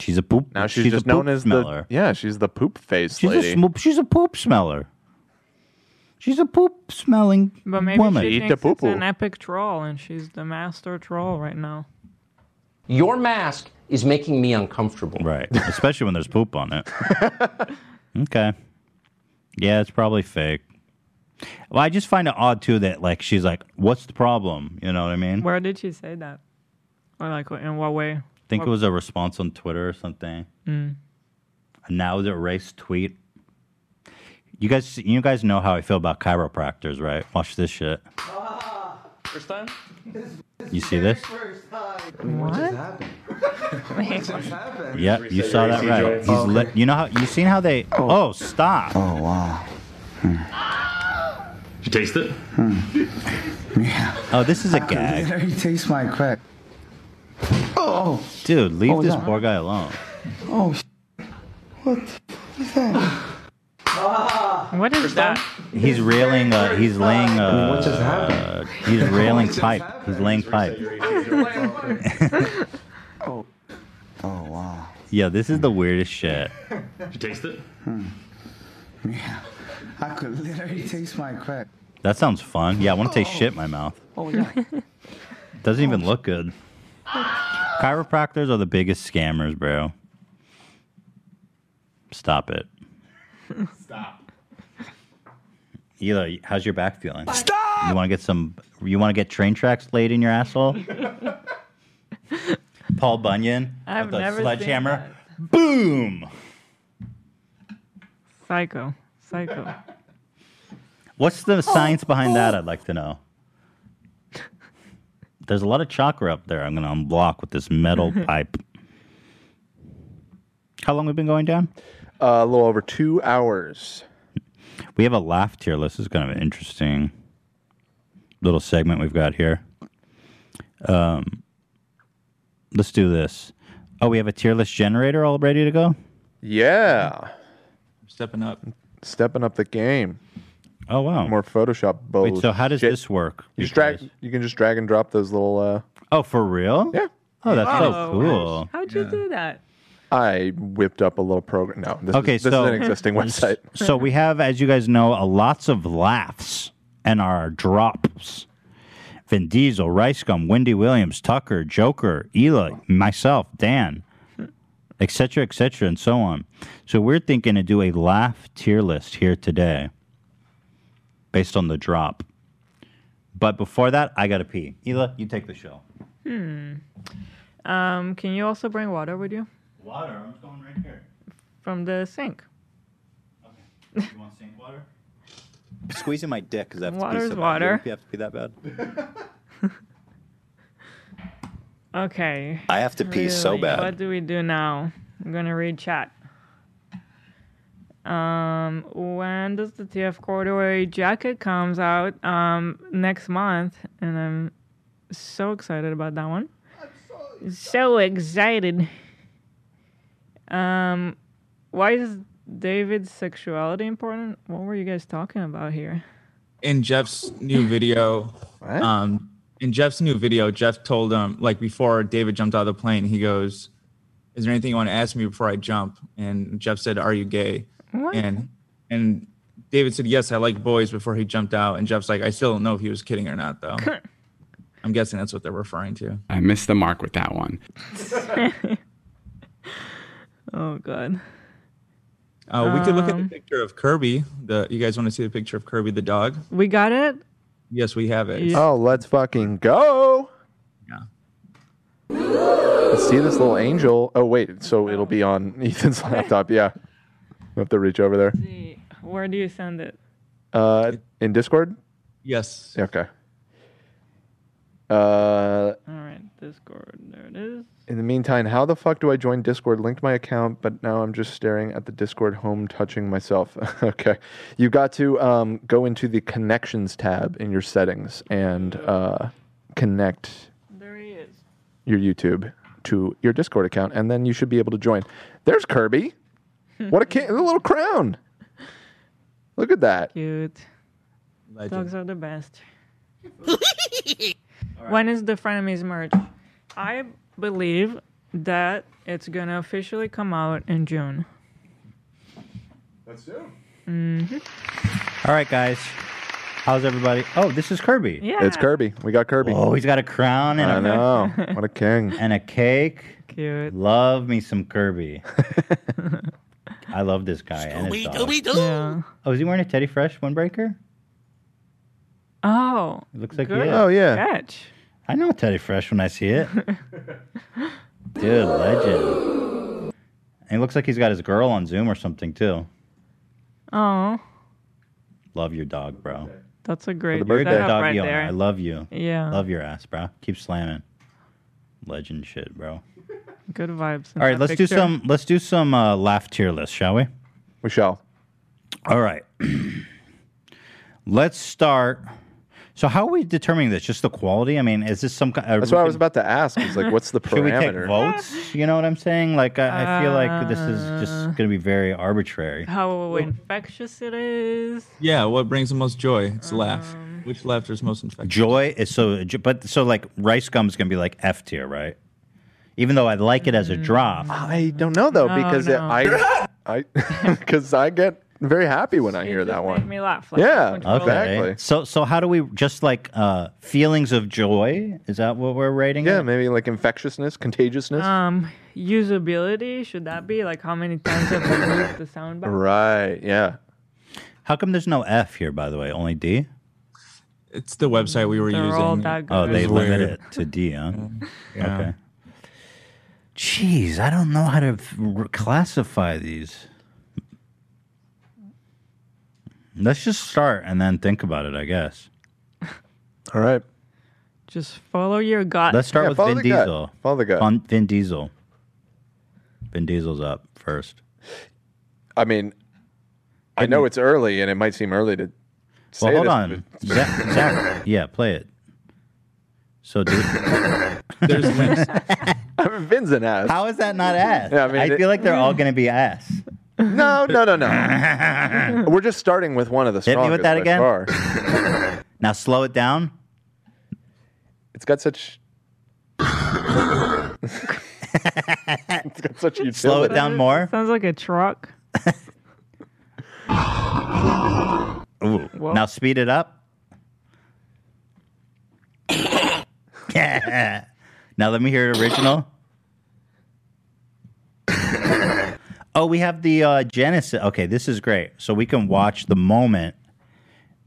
S1: She's a poop.
S3: Now she's,
S1: a
S3: just known
S1: poop
S3: as
S1: smeller.
S3: the yeah, she's the poop face
S1: She's
S3: lady.
S1: a smoop, she's a poop smeller. She's a poop smelling
S2: But maybe
S1: woman.
S2: she thinks it's an epic troll, and she's the master troll right now.
S21: Your mask is making me uncomfortable.
S1: Right. Especially when there's poop on
S21: *laughs*
S1: it. okay. Yeah, it's probably fake. Well, I just find it odd too that like she's like, "What's the problem?" You know what I mean?
S2: Where did she say that? Or like, in what way? I
S1: I think it was a response on Twitter or something.
S2: Mm.
S1: A now is erased tweet. You guys, you guys know how I feel about chiropractors, right? Watch this shit.
S18: Ah, First time?
S1: You see this?
S18: What?
S1: Yeah, you saw that right. He's lit. You know how you seen how they? Oh, stop! Oh wow!
S22: You taste it?
S1: Oh, this is a
S22: It
S1: gag,
S22: already tastes my crack. Oh,
S1: dude. Leave
S22: Oh,
S1: this
S22: yeah.
S1: poor guy alone.
S22: oh, sh- what the f- is that?
S2: What is that?
S1: He's railing. Uh, he's laying. Uh,
S22: What just
S1: uh,
S22: *laughs*
S1: he's railing pipe. He's laying pipe.
S12: *laughs*
S22: Oh, oh wow.
S1: Yeah, this is the weirdest shit.
S22: You taste it? Hmm. Yeah, I could literally taste my crack.
S1: That sounds fun. Yeah, I want to taste shit in my mouth.
S22: Oh yeah.
S1: Doesn't even look good. Chiropractors are the biggest scammers, bro. Stop it.
S17: Stop.
S1: Ela, how's your back feeling? Stop! You want to get some? You want to get train tracks laid in your asshole? Paul Bunyan
S2: I've
S1: with a
S2: never seen
S1: sledgehammer. Boom!
S2: Psycho. Psycho.
S1: What's the science behind that? I'd like to know. There's a lot of chakra up there. I'm gonna unblock with this metal pipe. How long we been going down?
S3: Uh, a little over two hours.
S1: We have a laugh tier list. This is kind of an interesting little segment we've got here. Um, let's do this. Oh, we have a tier list generator all ready to go.
S3: Yeah,
S9: stepping up,
S3: stepping up the game.
S1: Oh wow,
S3: more Photoshop bullshit.
S1: Wait, so how does this work?
S3: You just drag. You can just drag and drop those little. Uh,
S1: Oh, for real?
S3: Yeah.
S1: Oh, that's so
S2: Oh,
S1: cool.
S2: How'd you do that?
S3: I whipped up a little program. No, this,
S1: okay, *laughs*
S3: is, this
S1: so
S3: is an existing website.
S1: So we have, as you guys know, a lots of laughs and our drops. Vin Diesel, Rice Gum, Wendy Williams, Tucker, Joker, Eli, myself, Dan, etc., cetera, etc., cetera, and so on. So we're thinking to do a laugh tier list here today, based on the drop. But before that, I gotta pee. Ela, you take the show.
S2: Hmm. Um, can you also bring water with you?
S1: Water, I'm going right here.
S2: From the sink.
S1: Okay. You want sink water? Squeezing my dick because I have to pee
S2: Water's
S1: so bad.
S2: water.
S1: You have to pee that bad. *laughs*
S2: Okay.
S1: I have to pee so bad.
S2: What do we do now? I'm gonna read chat. Um, when does the TF corduroy jacket comes out? Um, next month, and I'm so excited about that one. I'm so excited. Um, why is David's sexuality important? What were you guys talking about
S1: *laughs*
S2: here? *laughs*
S9: in Jeff's new video, um, in Jeff's new video, Jeff told him like before David jumped out of the plane, he goes, "Is there anything you want to ask me before I jump?" And Jeff said, "Are you gay?"
S2: What?
S9: And and David said, "Yes, I like boys." Before he jumped out, and Jeff's like, "I still don't know if he was kidding or not, though." I'm guessing that's what they're referring to.
S5: I missed the mark with that one.
S2: oh God.
S9: Uh, we could look at the
S2: Um,
S9: picture of Kirby. The you guys want to see the picture of Kirby the dog?
S2: We got it.
S9: Yes, we have it.
S3: Oh, let's fucking go. Yeah. Let's see this little angel. Oh, wait. So it'll be on *laughs* Ethan's laptop. Yeah. We have to reach over there.
S2: Where do you send it?
S3: Uh, in Discord?
S9: Yes.
S3: Okay. Uh,
S2: All right, Discord. There it is.
S3: in the meantime, how the fuck do I join Discord? Linked my account, but now I'm just staring at the Discord home, touching myself. *laughs* okay. You got to um, go into the connections tab in your settings and uh, connect
S2: There he is.
S3: your YouTube to your Discord account, and then you should be able to join. There's Kirby. What a, ki- a little crown.
S2: *laughs*
S3: Look at that.
S2: Cute. Dogs are the best.
S1: *laughs*
S2: When is the frenemies merge? I believe that it's gonna officially come out in June.
S5: That's soon.
S2: Mhm.
S1: All right, guys. How's everybody? Oh, this is Kirby.
S2: Yeah. It's
S3: Kirby. We got Kirby.
S1: Oh, he's got a crown and
S3: I
S1: a *laughs*
S3: know. what a king.
S1: And a cake.
S2: Cute.
S1: Love me
S3: *laughs*
S1: some Kirby. I love this guy. And his dog.
S2: Yeah.
S1: Oh, is he wearing a Teddy Fresh windbreaker?
S2: Oh.
S1: It looks like
S2: good
S1: he is. Oh, yeah.
S2: Catch.
S1: I know Teddy Fresh when I
S2: *laughs*
S1: see it. Dude, legend. And he looks like he's got his girl on Zoom or something too.
S2: Oh,
S1: Love your dog, bro.
S2: that's a great
S1: You're a good
S2: setup
S1: dog
S2: right
S1: owner.
S2: there.
S1: I love you.
S2: Yeah.
S1: Love your ass, bro. Keep slamming. Legend shit, bro.
S2: Good vibes. in
S1: All right,
S2: that
S1: let's do
S2: picture.
S1: some. Let's do some uh, laugh tier list, shall we?
S3: We shall.
S1: All right. *clears throat* let's start. So, how are we determining this? Just the quality? I mean, is this some kind?
S3: That's what I was about to ask. Is like,
S1: *laughs*
S3: what's the
S1: Should we take
S3: parameter?
S1: votes? You know what I'm saying? Like, I, I feel like this is
S2: Uh.
S1: just going to be very arbitrary.
S2: How infectious it is.
S9: Yeah, what brings the most joy? It's laugh. Which laughter is most infectious?
S1: Joy is so, but so like rice gum's gonna be like F tier, right? Even though I like it as a drop.
S3: I don't know though
S2: No,
S3: Mm. because it,
S2: Oh, no.
S3: I,
S2: *laughs*
S3: I, *laughs* because I get very happy when I hear that
S2: Made
S3: one.
S2: me laugh. Like,
S3: Yeah,
S2: which was-
S1: Okay. So so how do we just like uh feelings of joy? Is that what we're rating?
S3: Yeah, maybe like infectiousness, contagiousness.
S2: Um, usability should that be like how many times have we moved the sound back?
S3: right. Yeah.
S1: How come there's no F here, by the way? Only D.
S9: It's the website we were
S2: They're
S9: using.
S2: all that good.
S1: Oh, they
S9: It's
S1: limit
S9: weird.
S1: it to D, huh?
S9: *laughs* Yeah.
S1: Okay. Jeez, I don't know how to f- r- classify these. Let's just start and then think about it, I guess.
S3: *laughs* All right.
S2: Just follow your gut.
S1: Let's start with Vin Diesel.
S3: Follow the gut.
S1: Fun- Vin Diesel. Vin Diesel's up first.
S3: I mean, I know it's early, and it might seem early to. Say
S1: Well, hold
S3: this,
S1: on.
S3: but-
S1: *laughs* Zach, Zach- yeah, play it. So, dude.
S3: *laughs*
S9: There's links.
S3: I mean, Vin's an ass.
S1: How is that not ass?
S3: Yeah, I
S1: I,
S3: mean, it-
S1: feel like they're all going to be ass.
S3: No, no, no,
S1: *laughs*
S3: no. We're just starting with one of the
S1: Hit
S3: strongest
S1: me with that
S3: by
S1: again. *laughs*
S3: far.
S1: Now, slow it down.
S3: It's got
S1: *laughs*
S3: such. it's got such utility.
S1: Slow it down more.
S2: Sounds like a truck.
S1: Ooh. Now, speed it up. now let me hear it
S3: *coughs*
S1: original. oh, we have the uh, Genesis. Okay, this is great. So we can watch the moment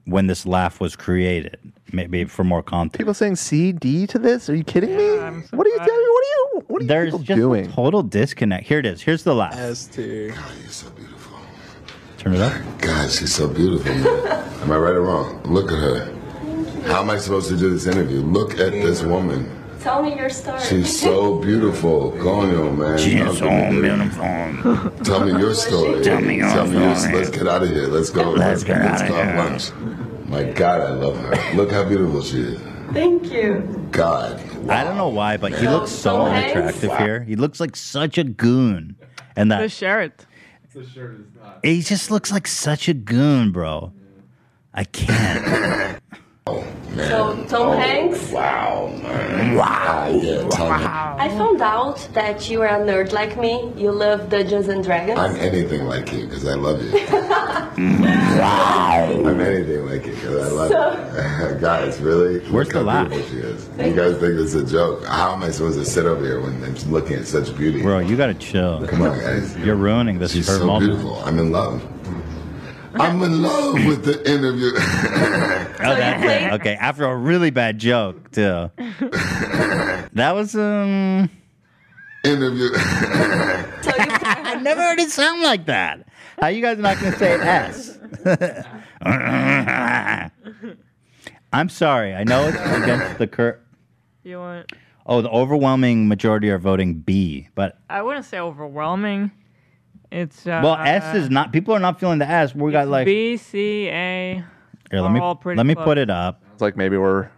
S1: when this laugh was created, maybe for more content.
S3: People saying CD to this? Are you kidding me? what are you doing? What are you? What are you
S1: There's
S3: people
S1: just
S3: doing?
S1: a total disconnect. Here it is. Here's the laugh.
S4: S2.
S1: Turn it up.
S12: God, she's so beautiful. man. am I right or wrong? Look at her. How am I supposed to do this interview? Look at this woman.
S14: Tell me your story.
S12: She's
S14: *laughs*
S12: so beautiful. Go on, yo, man. She's so beautiful. *laughs* Tell me your story. Tell me your story. Let's get out of here. Let's go. Let's, get out of here. Lunch. My God, I love her. Look how beautiful she is.
S14: Thank you.
S12: God.
S1: I don't know why, but he
S14: So-
S1: looks so
S14: so nice.
S1: unattractive here. He looks like such a goon. And
S2: The
S1: that
S2: shirt.
S17: The shirt is not.
S1: he just looks like such a goon, bro. I
S12: *laughs*
S1: can't.
S12: Oh,
S14: So Tom Hanks,
S12: Wow, man. Wow. Ah, yeah, tell me.
S14: I found out that you are a nerd like me. You love Dungeons and Dragons.
S12: I'm anything like you because I love you. wow. I'm anything like you because I love you. *laughs* guys, really? Where's Look the how beautiful she is. You guys think this is a joke? How am I supposed to sit over here when I'm looking at such beauty?
S1: Bro, you gotta chill.
S12: Come on, guys.
S1: You're ruining this
S12: She's
S1: for
S12: so
S1: multiple-
S12: beautiful. I'm in love. I'm in love with the interview. *laughs*
S1: Oh, that's it. *laughs* Okay, after a really bad joke
S2: *laughs*
S1: too. that was um.
S12: Interview.
S1: *laughs* I never heard it sound like that. How you guys not gonna say an S? *laughs* I'm sorry. I know it's against the cur.
S2: You want?
S1: Oh, the overwhelming majority are voting B, but
S2: I wouldn't say overwhelming. It's uh,
S1: well, S is not. People are not feeling the S. We got like.
S2: B C A.
S1: Here, let
S2: are
S1: me
S2: all pretty
S1: let me
S2: close.
S1: put it up.
S3: It's like maybe we're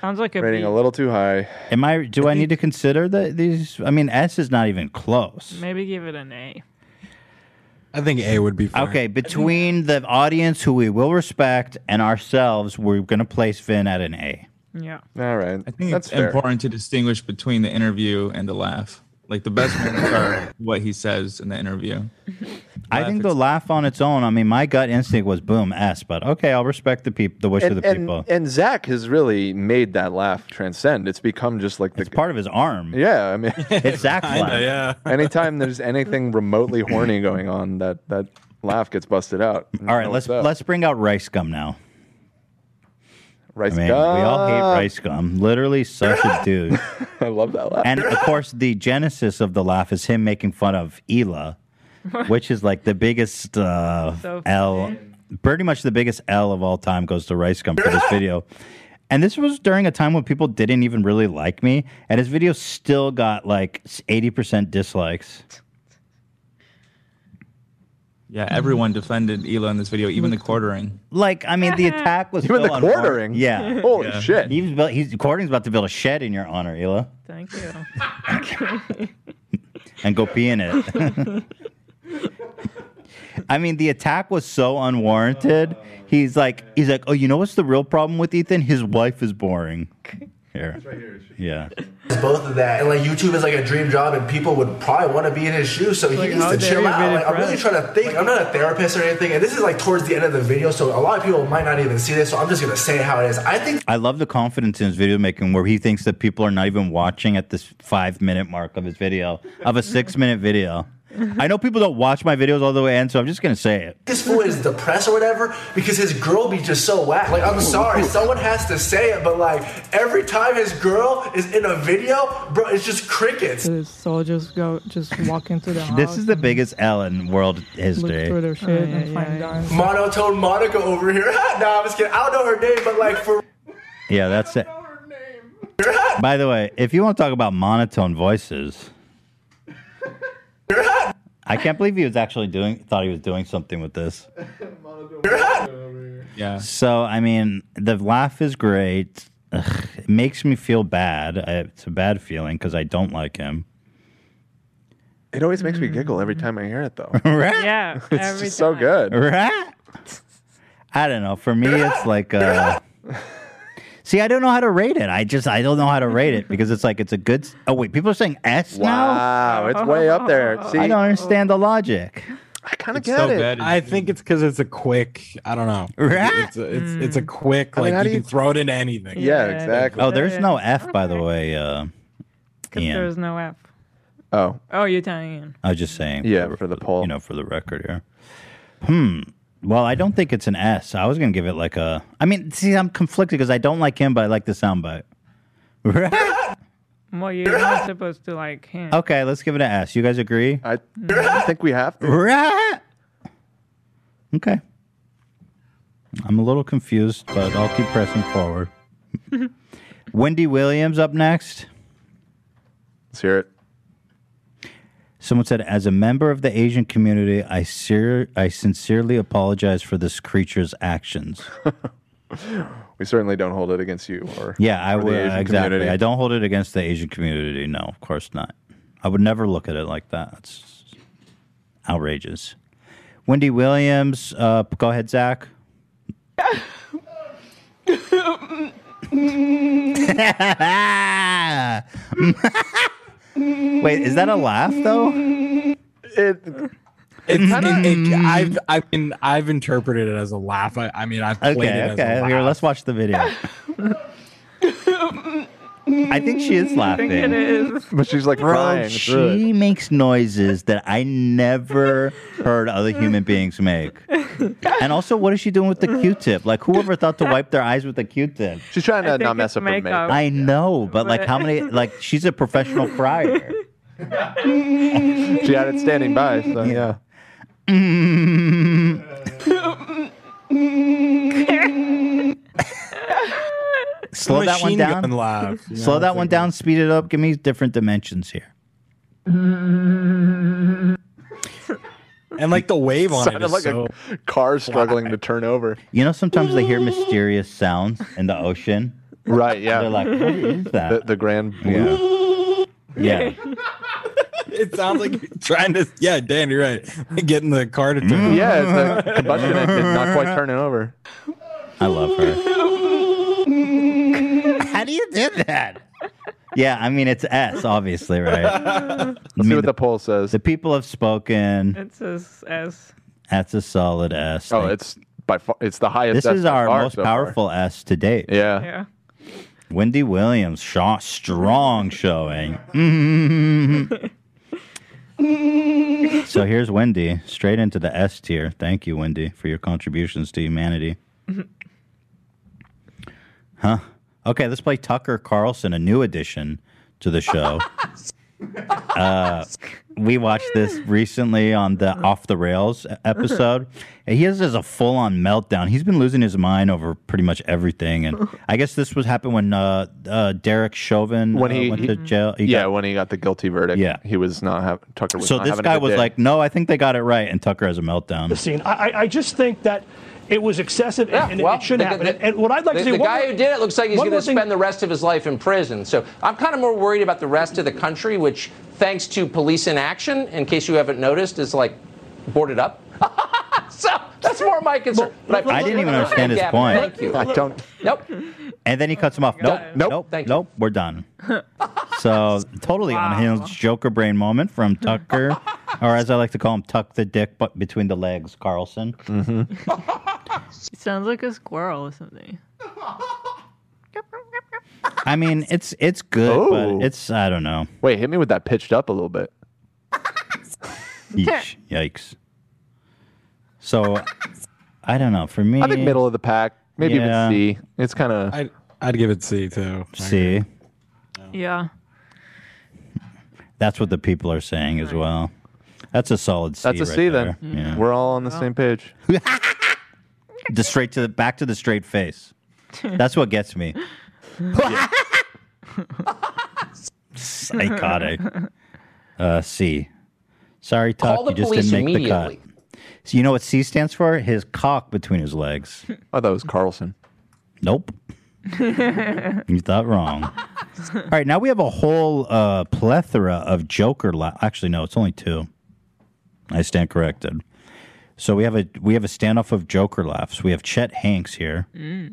S2: Sounds like a
S3: rating
S2: B.
S3: a little too high.
S1: Am I? Do I need to consider that these? I mean, S is not even close.
S2: Maybe give it an A.
S1: I think A would be fine. Okay, between the audience who we will respect and ourselves, we're going to place Finn at an A.
S2: Yeah.
S3: All right. I
S9: think
S3: That's
S9: it's
S3: fair.
S9: important to distinguish between the interview and the laugh. Like the best moments
S3: *laughs*
S9: are what he says in the interview.
S1: I
S9: Laugh
S1: think the laugh on its own. I mean, my gut instinct was boom S, but okay, I'll respect the peop- the wish
S3: And,
S1: of the
S3: and-
S1: people.
S3: and Zach has really made that laugh transcend. It's become just like the
S1: part of his arm.
S3: Yeah, I mean,
S1: *laughs* it's Zach's
S3: laugh.
S1: laugh. yeah.
S3: Anytime
S4: *laughs*
S3: there's anything remotely horny going on, that that laugh gets busted out.
S1: All right, let's let's bring out rice gum now.
S3: Rice
S1: I mean, We all hate
S3: gum.
S1: rice gum. Literally, such a dude.
S3: *laughs* I love that laugh.
S1: And of course, the genesis of the laugh is him making fun of Ela, which is like the biggest uh,
S2: So
S1: L, pretty much the biggest L of all time goes to Rice Gum for this video. And this was during a time when people didn't even really like me, and his video still got like 80% dislikes.
S9: Yeah, everyone defended Ela in this video, even the quartering.
S1: Like, I mean, the attack was
S9: Even
S1: so
S9: the
S1: on point.
S9: quartering?
S1: Yeah.
S9: Holy Yeah. shit.
S1: He was built, he's quartering's about to build a shed in your honor, Ela,
S2: Thank *laughs* you.
S1: and go pee in it. I mean, the attack was so unwarranted. He's like, he's like, oh, you know what's the real problem with Ethan? His wife is boring. Here. Yeah.
S19: both of that and like youtube is like a dream job and people would probably want to be in his shoes so he
S23: Like,
S19: needs
S23: how
S19: to
S23: dare
S19: chill
S23: you be
S19: out like, i'm really
S23: depressed?
S19: trying to think i'm not a therapist or anything and this is like towards the end of the video so a lot of people might not even see this so i'm just gonna say how it is i think
S1: I love the confidence in his video making where he thinks that people are not even watching at this five minute mark of his video, of a six minute video. I know people don't watch my videos all the way in, so I'm just going to say it.
S19: this fool is depressed or whatever because his girl be just so whack. Like,
S10: *laughs*
S19: I'm sorry, someone has to say it, but like every time his girl is in a video, bro, it's just crickets.
S2: So the soldiers go just walk into the house.
S1: *laughs* This is the biggest L in world history.
S2: through their shit and find guns.
S19: Monotone Monica over here. *laughs* nah, I'm just kidding. I don't know her name, but like for
S1: Yeah, that's it. By the way, if you want to talk about monotone voices, I can't believe he was actually doing thought he was doing something with this.
S9: Yeah.
S1: So I mean, the laugh is great. Ugh, it makes me feel bad. I, it's a bad feeling because I don't like him.
S3: It always makes me
S4: Mm.
S3: giggle every time I hear it, though.
S1: *laughs* Right? Er
S2: Yeah,
S3: *laughs* it's just so good.
S1: Right? I don't know. For me,
S3: *laughs*
S1: it's like uh see, I don't know how to rate it. I just I don't know how to rate it because it's like it's a good. s- Oh wait, people are saying S now.
S3: Wow, it's way up there. See,
S1: I don't understand the logic.
S3: I kind of get it.
S4: I think it's because it's a quick. I don't know.
S1: Right?
S4: It's a, it's, it's a quick.
S3: Mm. I mean,
S4: Like
S3: how do
S4: you can
S3: you-
S4: throw it into anything.
S3: Yeah, Yeah, exactly.
S1: Oh, there's no F, by the way. Uh, Ian.
S2: There's no F.
S3: Oh,
S2: Oh, you're telling Ian.
S1: I was just saying.
S3: Yeah, for, the poll.
S1: You know, for the record here. Hmm. Well, I don't think it's an S. I was gonna give it like a. I mean, see, I'm conflicted because I don't like him, but I like the soundbite. *laughs*
S2: Well, you're not supposed to like him.
S1: okay, let's give it an S. You guys agree?
S3: I
S1: Oh,
S2: *laughs*
S3: think we have
S1: to. Okay. I'm a little confused, but I'll keep pressing forward. *laughs* Wendy Williams up next.
S3: Let's hear it.
S1: Someone said, as a member of the Asian community, I, ser- I sincerely apologize for this creature's
S3: *laughs*
S1: actions.
S3: we certainly don't hold it against you or
S1: Yeah, I
S3: or the
S1: would
S3: Asian
S1: exactly.
S3: community.
S1: I don't hold it against the Asian community. No, of course not. I would never look at it like that. It's outrageous. Wendy Williams, uh, go ahead, Zach.
S11: Wait,
S1: is that a laugh, though?
S3: It,
S4: it's, it, it,
S1: Mm.
S4: I've I've been, I've interpreted it as a laugh. I, I mean I've played
S1: Okay,
S4: it as
S1: okay.
S4: a
S1: Here,
S4: laugh.
S1: let's watch
S3: *laughs*
S1: the video. I think she is laughing.
S2: it is.
S3: *laughs* But she's like
S1: Bro,
S3: crying
S1: she
S3: through it.
S1: makes noises that I never heard other human beings make. And also, what is she doing with the Q-tip? Like, whoever thought to wipe their eyes with a Q-tip?
S3: She's trying to I not think mess it's up her makeup. makeup.
S1: I know, but like, how
S3: But-
S1: many? Like, she's
S3: *laughs*
S1: a professional crier.
S3: she had it standing by. So yeah.
S1: Slow that one
S4: Machine
S1: down.
S4: gun laugh, you
S1: Slow
S4: know,
S1: that
S4: it's
S1: one down. Speed it up. Give me different dimensions here.
S4: and like the wave on it
S3: *laughs* Sounded
S4: is
S3: like
S4: so
S3: a car struggling to turn over.
S1: You know, sometimes they hear mysterious sounds in the ocean.
S3: Right. Yeah.
S1: They're like, what is that?
S3: The, the grand
S1: Yeah.
S21: *laughs*
S1: Yeah.
S4: it sounds like you're trying to yeah Dan you're right getting the car to
S1: Mm.
S4: turn
S3: Yeah,
S4: *laughs*
S3: it's the combustion engine not quite turning over.
S1: I love
S3: *laughs*
S1: her.
S11: How
S1: do you do that? Yeah, I mean it's S, obviously,
S3: *laughs*
S1: right? I
S3: see what the, poll says.
S1: The people have spoken.
S2: It's as as
S1: That's a solid S.
S3: Oh, it's by far it's the highest.
S1: this is
S3: by
S1: our
S3: far
S1: most
S3: so far.
S1: powerful S to date.
S3: Yeah.
S2: yeah.
S1: Wendy Williams, Shaw, strong showing. *laughs* Mhm. so here's Wendy, straight into the S tier. Thank you, Wendy, for your contributions to humanity. Huh? Okay, let's play Tucker Carlson, a new addition to the show. uh, we watched this recently on the Off the Rails episode. And he has, has a full on meltdown. He's been losing his mind over pretty much everything. And I guess this was happened when uh, uh, Derek Chauvin
S3: When
S1: uh,
S3: he,
S1: went
S3: he-
S1: to jail. He
S3: yeah,
S1: got-
S3: when he got the guilty verdict.
S1: Yeah.
S3: he was not have, Tucker was.
S1: so
S3: not
S1: this
S3: having a
S1: guy
S3: good
S1: was
S3: day.
S1: like, no, I think they got it right. And Tucker has a meltdown.
S7: scene. I, I, I just think that it was excessive and- and, it- it shouldn't happen. And- and what I'd like
S21: the,
S7: to see,
S21: the
S7: one
S21: guy
S7: more-
S21: who did it looks like he's
S7: one
S21: going to
S7: more thing-
S21: spend the rest of his life in prison. So I'm kind of more worried about the rest of the country, which, thanks to police inaction, in case you haven't noticed, is like boarded up. so that's more my concern. But
S1: I didn't even understand his
S21: Gavin,
S1: point.
S21: Thank you.
S1: I don't-
S21: Nope.
S1: And then he cuts him off. Nope, nope, nope, nope.
S21: *laughs*
S1: We're done. So totally unhinged Joker brain moment
S21: *laughs*
S1: from Tucker, or as I like to call him, Tuck the Dick, but between the legs, Carlson.
S21: Mm-hmm.
S2: It sounds like a squirrel or something.
S1: I mean, it's it's good,
S3: Oh.
S1: but it's I don't know.
S3: Wait, hit me with that pitched up a little bit.
S1: Yeesh, yikes. So I don't know. For me,
S3: I think middle of the pack, maybe
S1: Yeah.
S3: even C. It's kind of.
S4: I'd, I'd give it C too.
S1: C.
S2: Yeah.
S1: That's what the people are saying as well. That's a solid C.
S3: That's a
S1: right
S3: C
S1: there.
S3: then.
S1: Yeah.
S3: We're all on the same page.
S1: *laughs* the straight to the back to the straight face. That's what gets me. *laughs*
S5: *laughs*
S1: Psychotic. Uh, C. Sorry, Tuck.
S21: Call the
S1: you just didn't
S21: police
S1: make the cut.
S21: immediately.
S1: So you know what C stands for? His cock between
S3: *laughs*
S1: his legs.
S3: I thought it Oh, was Carlson.
S1: Nope. You thought wrong. *laughs* All right, now we have a whole uh, plethora of Joker. La- Actually, no, it's only two. I stand corrected. So we have a we have a standoff of Joker laughs. We have Chet Hanks here, who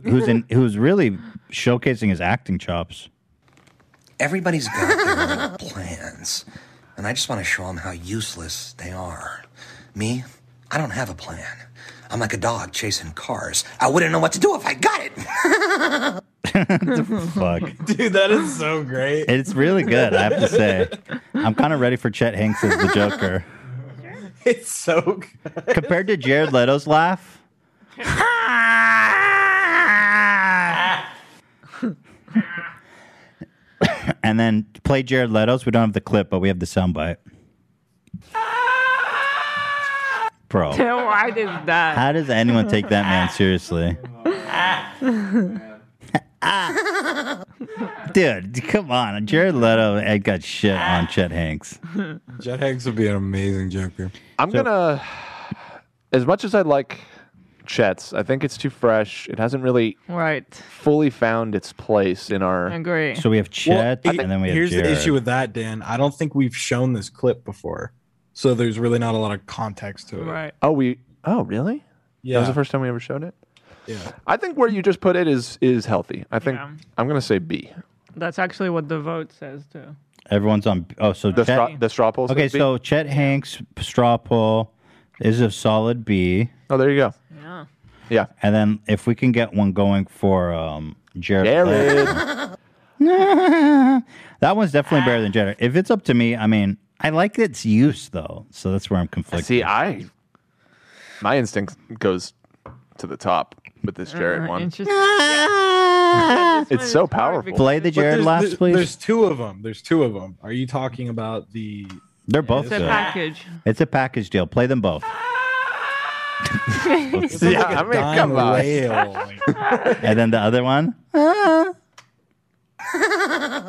S1: who's in who's really showcasing his acting chops. *laughs*
S11: *laughs*
S23: Everybody's got their little plans.
S11: And I just want to show them how useless they are. Me, I don't have a plan. I'm like a dog chasing cars. I wouldn't know what to do if I got it.
S1: Fuck.
S4: Dude, that is so great.
S1: It's really good, I have to say. I'm kind of ready for Chet Hanks as the Joker. *laughs*
S4: It's so good.
S1: Compared to Jared Leto's laugh, and then play Jared Leto's. We don't have the clip, but we have the soundbite.
S2: *laughs*
S1: Bro,
S2: *laughs* Why did that?
S1: how does anyone take
S2: *laughs*
S1: that man seriously? Dude, come on. Jared Leto I got shit on Chet
S4: *laughs*
S1: Hanks.
S4: Jet Hanks would be an amazing Joker.
S3: I'm
S4: So-
S3: gonna, as much as I like Chet's, I think it's too fresh. It hasn't really
S2: right.
S3: fully found its place in our.
S2: Agree.
S1: So we have Chet,
S4: Well, I
S1: and then we have
S4: here's the
S1: Jared.
S4: issue with that, Dan. I don't think we've shown this clip before, so there's really not a lot of context to it.
S2: Right.
S3: Oh, we. Oh, really? That
S4: Yeah.
S3: was the first time we ever showed it.
S4: Yeah.
S3: I think where you just put it is is healthy. I think I'm gonna say B.
S2: That's actually what the vote says too.
S1: Everyone's on. Oh, so
S3: The
S1: Chet,
S3: straw, the straw poll.
S1: Okay,
S3: says B?
S1: so Chet Hanks straw poll is a solid B.
S3: Oh, there you go.
S2: Yeah.
S3: Yeah.
S1: And then if we can get one going for um, Jared,
S3: Jared.
S1: *laughs* that one's definitely better than Jared. If it's up to me, I mean, I like its use though, so that's where I'm conflicted.
S3: See, I my instinct goes to the top with this Jared
S1: Oh,
S3: one. It's so Oh, powerful.
S4: But there's- there's- There's two of them. There's two of them. Are you talking about the?
S1: They're both
S4: It's a
S1: good.
S4: package.
S1: It's a package deal. Play them both.
S4: It's like a dime whale.
S1: and then the other one?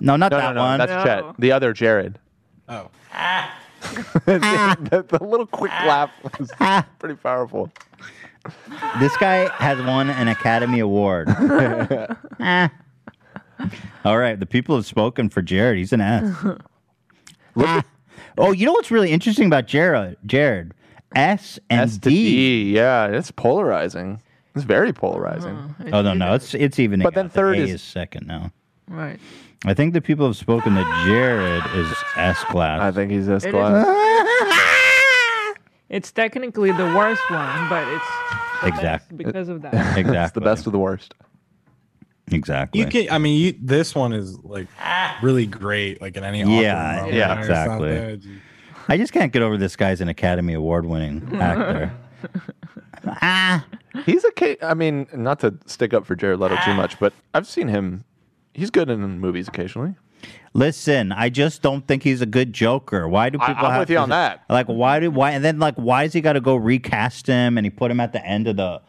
S1: No, not that
S3: no,
S1: one.
S3: That's Chet. The other Jared.
S4: Oh.
S3: *laughs* the, the little quick
S1: Ah.
S3: laugh was pretty powerful.
S1: *laughs* This guy has won an
S3: *laughs*
S1: Academy Award. All right, the people have spoken for Jared. He's an S. oh, you know what's really interesting about Jared? Jared, *laughs* S and D.
S3: D, E, yeah, it's polarizing. It's very polarizing.
S1: Oh no, no, it's it's evening.
S3: But *laughs* then
S1: out. The
S3: third
S1: A
S3: is-
S1: second now.
S2: Right.
S1: I think the people have spoken that Jared is S class. I
S3: think he's S
S2: It is- *laughs* it's technically the worst one, but it's
S1: Exactly.
S2: because of that.
S1: Exactly. the
S3: best of the worst.
S1: Exactly.
S4: You can. I mean, you, this one is like really great. Like in any.
S1: Yeah,
S4: awkward moment.
S1: yeah,
S4: It's not
S1: exactly.
S4: bad.
S1: I just can't get over this guy's an Academy Award winning
S4: *laughs*
S1: actor. ah.
S3: He's a ca- I mean, not to stick up for Jared Leto
S1: Ah.
S3: too much, but I've seen him. He's good in movies
S1: *laughs*
S3: occasionally.
S1: Listen, I just don't think he's a good Joker. Why do
S3: I-
S1: people
S3: I'm
S1: have
S3: with you
S1: to-
S3: on that.
S1: Like, why do why and then like why is he got to go recast him and he put him at the end of the?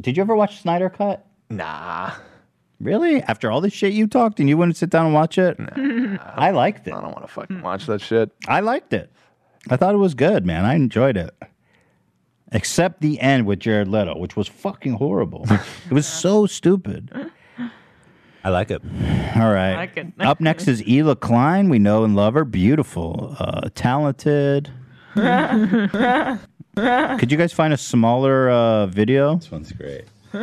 S1: Did you ever watch Snyder Cut?
S3: Nah.
S1: Really? After all this shit you talked and you wouldn't sit down and watch it? I liked it. I
S3: don't want to fucking watch that shit.
S1: I liked it. I thought it was good, man. I enjoyed it. Except the end with Jared Leto, which was fucking horrible. it was so stupid. I like it. All right.
S2: I like it.
S1: Up next is Ela Klein. We know and love her. Beautiful, uh, talented. Could you guys find a smaller uh, video? This
S3: one's great.
S1: Look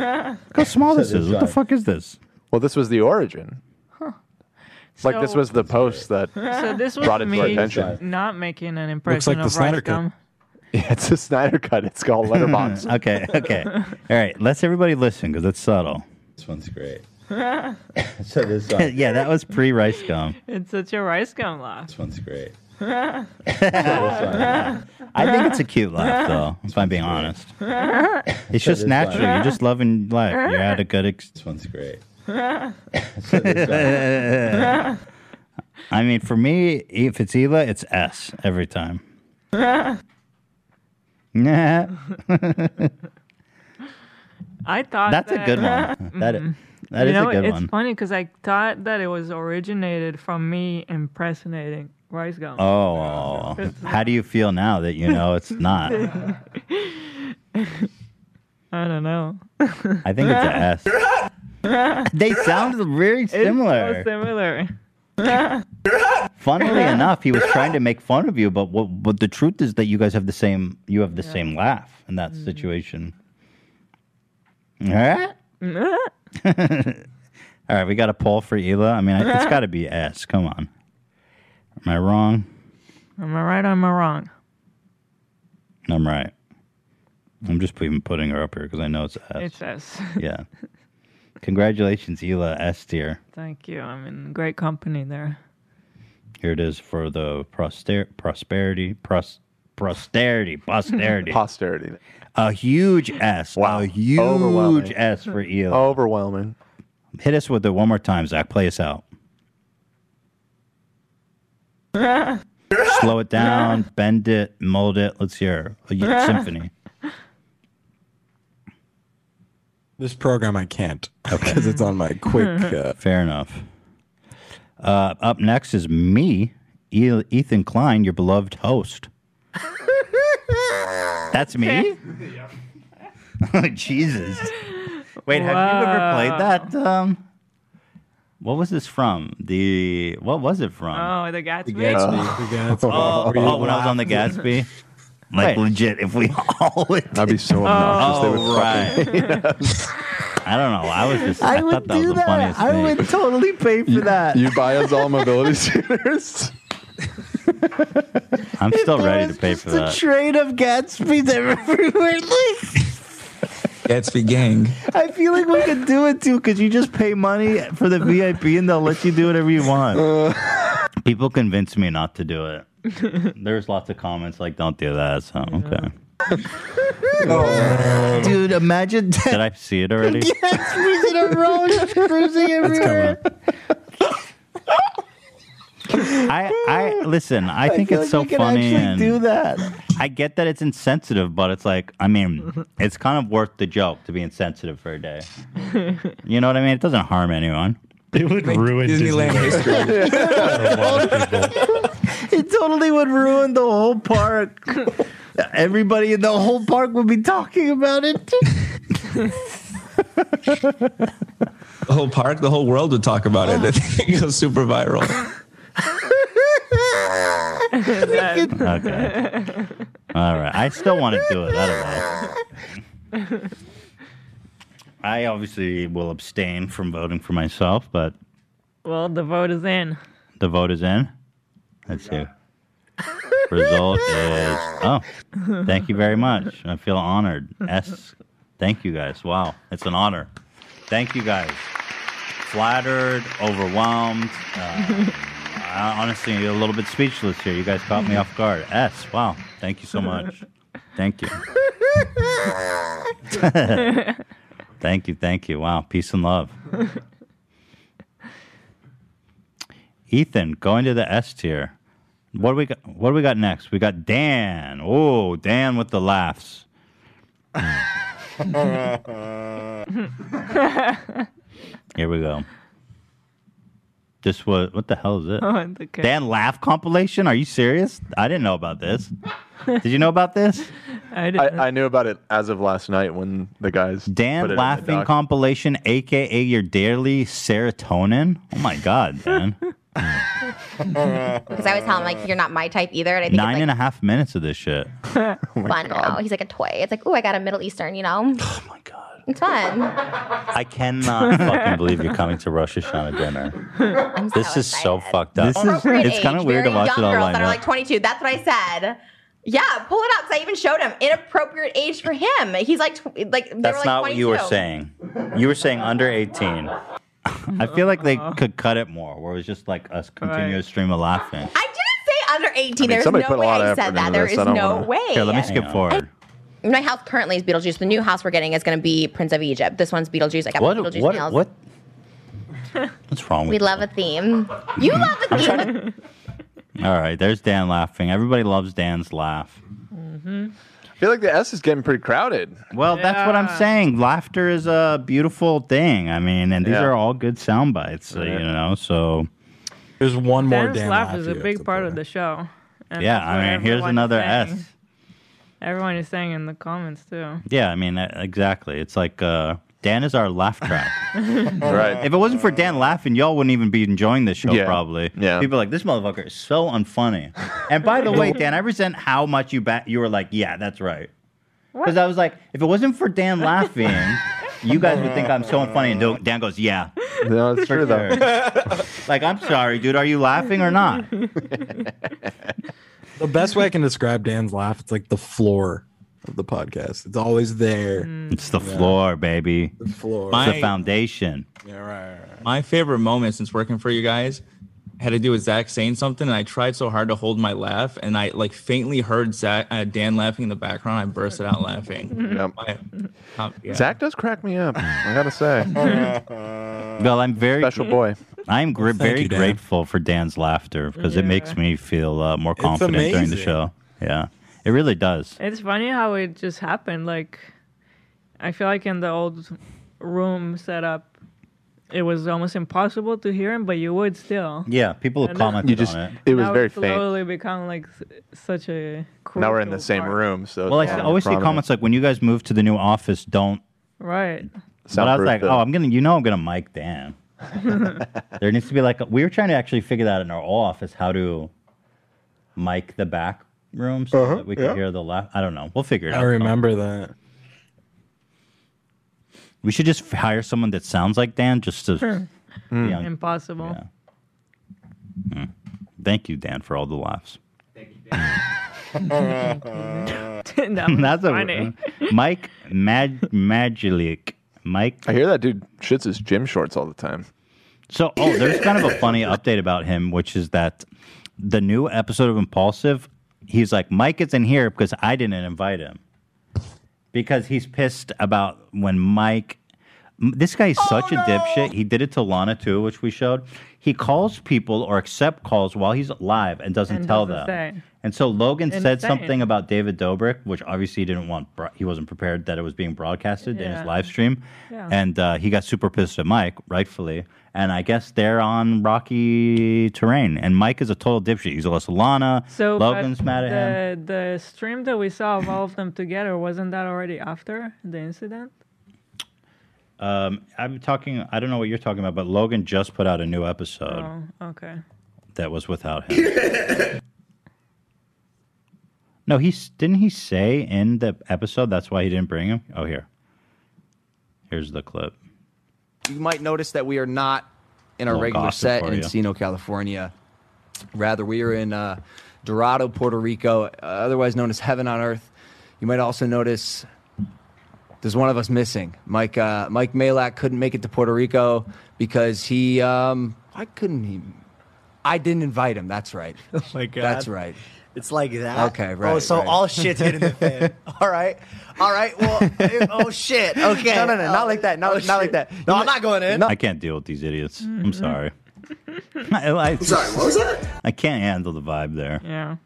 S3: *laughs*
S1: how small this is. What the fuck is this?
S3: Well, this was the origin. Like this
S2: So-
S3: was the post that
S2: *laughs* So this was
S3: brought it to
S2: me
S3: our attention.
S2: not making an
S3: Looks like
S2: impression
S3: the
S2: of
S3: Snyder
S2: Rice
S3: Cut.
S2: Gum.
S3: Yeah, it's a Snyder cut. It's called Letterbox.
S1: *laughs* okay, okay. All right, let's everybody listen because it's subtle. This one's great. *laughs*
S5: So this
S1: yeah, that was pre rice gum.
S2: *laughs* it's such a rice gum laugh. This
S5: one's
S2: *laughs*
S5: great.
S1: I think it's a cute *laughs* laugh, though, if I'm being honest. It's just natural. You're
S5: *laughs*
S1: just loving life. You're at a good. Ex- uh, this one's *laughs* great. uh, I mean, for me, if it's Ela, it's S every time. *laughs* Nah.
S2: I thought
S1: That's a
S2: that, *laughs*
S1: good one. That i-
S2: Mhm.
S1: that
S2: you
S1: is a
S2: know,
S1: good
S2: it's
S1: one.
S2: funny because I thought that it was originated from me impersonating rice gum.
S1: Oh, how do you feel now that you know it's not?
S2: I don't know.
S1: I
S2: *laughs*
S1: think it's an S. *laughs* they sound very similar.
S2: It's so similar. *laughs*
S1: Funnily enough, he was trying to make fun of you, but what, but the truth is that you guys have the same you have the same laugh in that situation. All right. All right, we got a poll for Ela. I mean, it's got to be S. Come on. Am I wrong?
S2: Am I right or am I wrong?
S1: I'm right. I'm just even putting her up here because I know it's S.
S2: It's S.
S1: yeah. Congratulations, Hila S tier.
S2: Thank you. I'm in great company there.
S1: Here it is for the proster- prosperity, pros- posterity, *laughs* posterity,
S3: posterity.
S1: A huge S. Wow. A huge
S3: Overwhelming.
S1: S for Hila.
S3: Overwhelming.
S1: Hit us with it one more time, Zach. Play us out. Slow it down, bend it, mold it. Let's hear a y- symphony.
S4: This program I can't *laughs* because it's on my quick. Uh,
S1: Fair enough. Uh, up next is me, E- Ethan Klein, your beloved host. That's me? *laughs* Jesus. Wait, have you ever played that? Um, what was this from? The what was it from?
S2: Oh, the Gatsby.
S1: Oh,
S2: Were you
S1: oh, when I was on the
S2: laughing?
S1: *laughs* Gatsby. Like legit, if we all I'd
S3: be so obnoxious, they would fucking
S1: right. I don't know. I was just. I, thought that was the funniest thing.
S3: totally
S1: pay for that.
S3: You buy us all mobility *laughs*
S1: *laughs*
S3: scooters?
S1: I'm still ready to pay for
S5: The
S1: that.
S5: train of Gatsby's everywhere. *laughs* Like,
S9: Gatsby gang.
S5: I feel like we could do it too because you just pay money
S1: for *laughs* the VIP, and they'll let you do whatever
S3: *laughs*
S1: you want. People convinced me not to do *laughs* it. There's lots of comments like, "Don't do that." So okay. Oh.
S5: Dude, imagine
S1: Did I see it *laughs* already?
S5: Gatsby's in a row, just cruising everywhere.
S1: I, I listen. I think
S5: feel like
S1: it's so
S5: we can
S1: funny.
S5: actually
S1: and
S5: do that.
S1: I get that it's insensitive, but it's like,
S5: *laughs*
S1: I mean, it's kind of worth the joke to be insensitive for a day. You know what I mean? It doesn't harm anyone.
S16: It would ruin Disneyland,
S10: *laughs*
S16: *laughs*
S5: it totally would ruin the whole park. Everybody in the whole park would be talking about it. *laughs*
S9: The whole park, the whole world would talk about it. *laughs* I think it goes super viral.
S5: *laughs*
S1: Okay. All right. I still want to do it. I don't know. I obviously will abstain from voting for myself, but
S2: *laughs* Well, the vote is
S1: *laughs*
S2: in.
S1: the vote is in. Let's see. Result is oh, thank you very much. I feel honored. S, thank you guys. Wow, it's an honor. Thank you guys. Flattered, overwhelmed. Uh, I honestly, a little bit speechless here. You guys caught me off guard. S, wow, thank you so much. Thank you. thank you, thank you. Wow, peace
S2: *laughs*
S1: and love. Ethan, going to the S tier. What do we got? What do we got next? We got Dan. Oh, Dan with the laughs. Here we go. This was what the hell is it?
S2: *laughs* Oh, it's okay.
S1: Dan laugh compilation? Are you serious? I didn't know
S2: *laughs*
S1: about this. Did you know about this?
S2: I,
S3: I knew about it *laughs* as of last night when the guys put it
S1: Dan
S3: in the
S1: laughing
S3: doc.
S1: compilation, aka your daily serotonin. Oh my
S13: *laughs*
S1: god, Dan!
S13: Because I always tell him like you're not my type either, and I think
S1: Nine and a half minutes of
S13: *laughs*
S1: this shit. *laughs* Oh
S13: it's fun now. He's like a toy. It's like, ooh, I got a Middle Eastern, you know. Oh my god, it's fun.
S1: *laughs* I cannot fucking believe you're coming to Rosh Hashanah dinner. this is so fucked up.
S13: Appropriate
S1: it's kind of
S13: age,
S1: weird to
S13: very
S1: watch
S13: young
S1: it
S13: girls
S1: online.
S13: that are like 22. That's what I said. Yeah, pull it out. Cause I even showed him inappropriate age for him. He's like, tw- like they were
S1: That's
S13: like
S1: not what you were
S13: 22.
S1: saying. You were saying under 18. I feel like
S13: Uh-huh.
S1: they could cut it more, where it was just like a continuous stream of laughing.
S13: I didn't say under 18.
S1: I mean,
S13: There's
S1: somebody
S13: no
S1: put a
S13: way
S1: lot of
S13: I
S1: effort
S13: said that.
S1: into
S13: There
S1: this.
S13: is
S1: I don't
S13: no
S1: wanna-
S13: way.
S1: Here, let me skip forward.
S13: And my house currently is Beetlejuice. The new house we're getting is going to be Prince of Egypt. This one's Beetlejuice. I got
S1: What?
S13: my Beetlejuice
S1: What?
S13: nails.
S1: What? *laughs* What's wrong
S13: We
S1: with?
S13: love a theme. You love a theme.
S1: All right, there's Dan laughing. Everybody loves Dan's laugh.
S3: I feel like the S is getting pretty crowded.
S1: Well, that's what I'm saying. Laughter is a beautiful thing. I mean, and these
S3: Yeah.
S1: are all good sound bites, uh, you know. So
S4: there's one
S2: Dan's laugh is a big part of the show. and
S1: Yeah,
S2: that's
S1: I
S2: what
S1: mean, here's
S2: everyone is
S1: another
S2: saying.
S1: S.
S2: Everyone is saying in the comments too.
S1: Yeah, I mean, uh, exactly. It's like uh, Dan is our laugh track.
S2: *laughs*
S3: Right.
S1: If it wasn't for Dan laughing, y'all wouldn't even be enjoying this show,
S3: Yeah.
S1: probably. Yeah. People are like, this motherfucker is so unfunny. And by
S3: *laughs*
S1: the way, Dan, I resent how much you ba- you were like, yeah, that's right. Because I was like, if it wasn't for Dan laughing, you guys would think I'm so unfunny. And Dan- Dan goes, yeah.
S3: No, it's true, though. *laughs*
S1: like, I'm sorry, dude. Are you laughing or not?
S4: The best way I can describe Dan's laugh, it's like the floor of the podcast. It's always there.
S1: It's the floor, baby. The
S4: floor.
S1: It's
S9: My-
S1: the foundation.
S4: Yeah, right, right, right.
S9: My favorite moment since working for you guys had to do with Zach saying something, and I tried so hard to hold my laugh, and I like faintly heard Zach uh, Dan laughing in the background. I bursted out *laughs* laughing.
S3: Yep.
S9: My- um, yeah.
S3: Zach does crack me up. I gotta
S2: *laughs*
S3: say.
S1: Well, I'm very
S3: Special boy.
S1: I'm gr-
S3: Thank
S1: very
S3: you, Dan.
S1: grateful for Dan's laughter because it makes me feel uh, more
S2: It's
S1: confident during the
S2: amazing.
S1: show. Yeah, it really does.
S2: It's funny how it just happened. Like, I feel like in the old room setup, it was almost impossible to hear him, but you would still.
S1: Yeah, people have
S2: And now-
S1: commented You just- on it.
S3: it was
S2: now
S3: very
S2: it's
S3: faint.
S2: slowly become like s- such a.
S3: Now we're in the same room, so
S1: Well, I
S3: it's
S1: s-
S3: not
S1: always see
S3: prominent.
S1: comments like, "When you guys move to the new office, don't."
S2: Right.
S1: But I was
S3: Soundproof
S1: like,
S3: the-
S1: "Oh, I'm gonna," you know, I'm gonna
S3: *laughs*
S1: mic Dan. there needs to be like a, we were trying to actually figure that out in our old office how to mic the back room so
S10: Uh-huh.
S1: that we could
S4: yeah.
S1: hear the laugh. I don't know. We'll figure it
S4: I
S1: out.
S4: remember that.
S1: We should just hire someone that sounds like Dan just to.
S3: Hmm.
S1: be on-
S2: Impossible.
S1: Mm. Thank you, Dan, for all the laughs.
S2: *laughs*
S1: *laughs*
S2: *laughs* That was
S1: That's
S2: funny.
S1: a *laughs* Mike Mag Magilic. Mike.
S3: I hear that dude shits his gym shorts all the time.
S1: So, oh, there's kind of a funny *laughs* update about him, which is that the new episode of Impulsive, he's like, Mike is in here because I didn't invite him. Because he's pissed about when Mike, m- this guy is such
S2: Oh,
S1: a dipshit. He did it to Lana too, which we showed. He calls people or accept calls while he's live and doesn't
S2: And
S1: tell
S2: doesn't
S1: them.
S2: say.
S1: And so Logan
S2: Insane.
S1: said something about David Dobrik, which obviously he didn't want. bro- He wasn't prepared that it was being broadcasted in
S2: Yeah.
S1: his live stream,
S2: Yeah.
S1: and uh, he got super pissed at Mike, rightfully. And I guess they're on rocky terrain, and Mike is a total dipshit. He's lost Lana.
S2: So but
S1: Logan's mad at him.
S2: the, The stream that we saw of all of them together wasn't that already after the incident?
S1: Um, I'm talking. I don't know what you're talking about, but Logan just put out a new episode
S2: Oh, okay.
S1: that was without him.
S2: *laughs*
S1: no, he's didn't he say in the episode that's why he didn't bring him? Oh, here. Here's the clip.
S10: You might notice that we are not in our
S1: Little
S10: regular
S1: gossip
S10: set
S1: for
S10: in
S1: you.
S10: Encino, California. Rather, we are in uh, Dorado, Puerto Rico, uh, otherwise known as Heaven on Earth. You might also notice there's one of us missing. Mike uh, Mike Malak couldn't make it to Puerto Rico because he. Um, why couldn't he? I didn't invite him. That's right. Oh my
S15: God.
S10: That's right.
S15: It's like that.
S10: Okay, right,
S15: Oh, so
S10: right.
S15: all shit's hitting the fan. *laughs* all right. All right. Well, *laughs* eh, oh shit. Okay. Oh,
S10: No, no, no, not like that. Not, not like that.
S15: No, I'm not going in.
S1: I can't deal with these idiots.
S15: *laughs*
S1: I'm sorry. I, I-
S15: Mm-hmm. Sorry, what was that?
S1: I can't handle the vibe there.
S2: Yeah.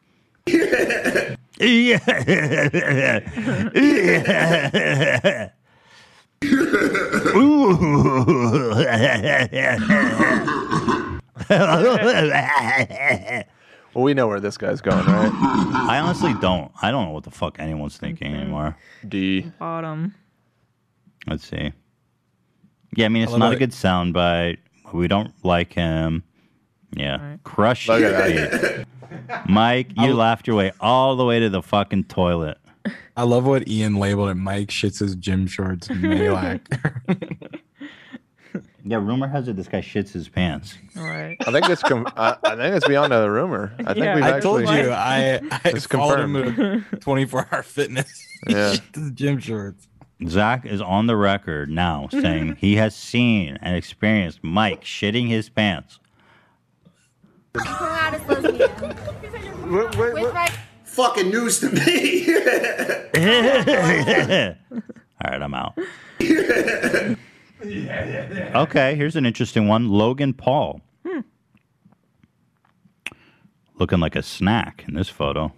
S1: *laughs* Yeah. Ooh.
S3: Well, we know where this guy's going, right?
S1: I honestly don't. I don't know what the fuck anyone's thinking
S15: Mm-hmm.
S1: anymore.
S3: D.
S2: Bottom.
S1: Let's see. Yeah, I mean
S3: I
S1: it's
S3: love
S1: not a
S3: it.
S1: good soundbite. We don't like him. Yeah, crush
S3: Look *laughs*
S1: it, Pete. Mike. You laughed your way all the way to the fucking toilet.
S4: I love what Ian labeled it. Mike shits his gym shorts.
S1: *laughs*
S4: Malak.
S1: Yeah, rumor has it this guy shits his pants.
S2: All right.
S3: I think it's com- I, I think it's beyond a rumor. I think we've
S4: I
S3: actually
S4: told
S3: *laughs*
S4: you. I, I
S3: It's
S4: followed
S3: confirmed.
S4: him *laughs* to 24 hour fitness. *laughs*
S3: *laughs* Yeah.
S4: his gym shorts.
S1: Zach is on the record now saying he has seen and experienced Mike shitting his pants.
S19: Fucking news to me.
S1: *laughs* all right, I'm out. Okay, here's an interesting one. Logan Paul.
S2: Hmm.
S1: Looking like a snack in this photo.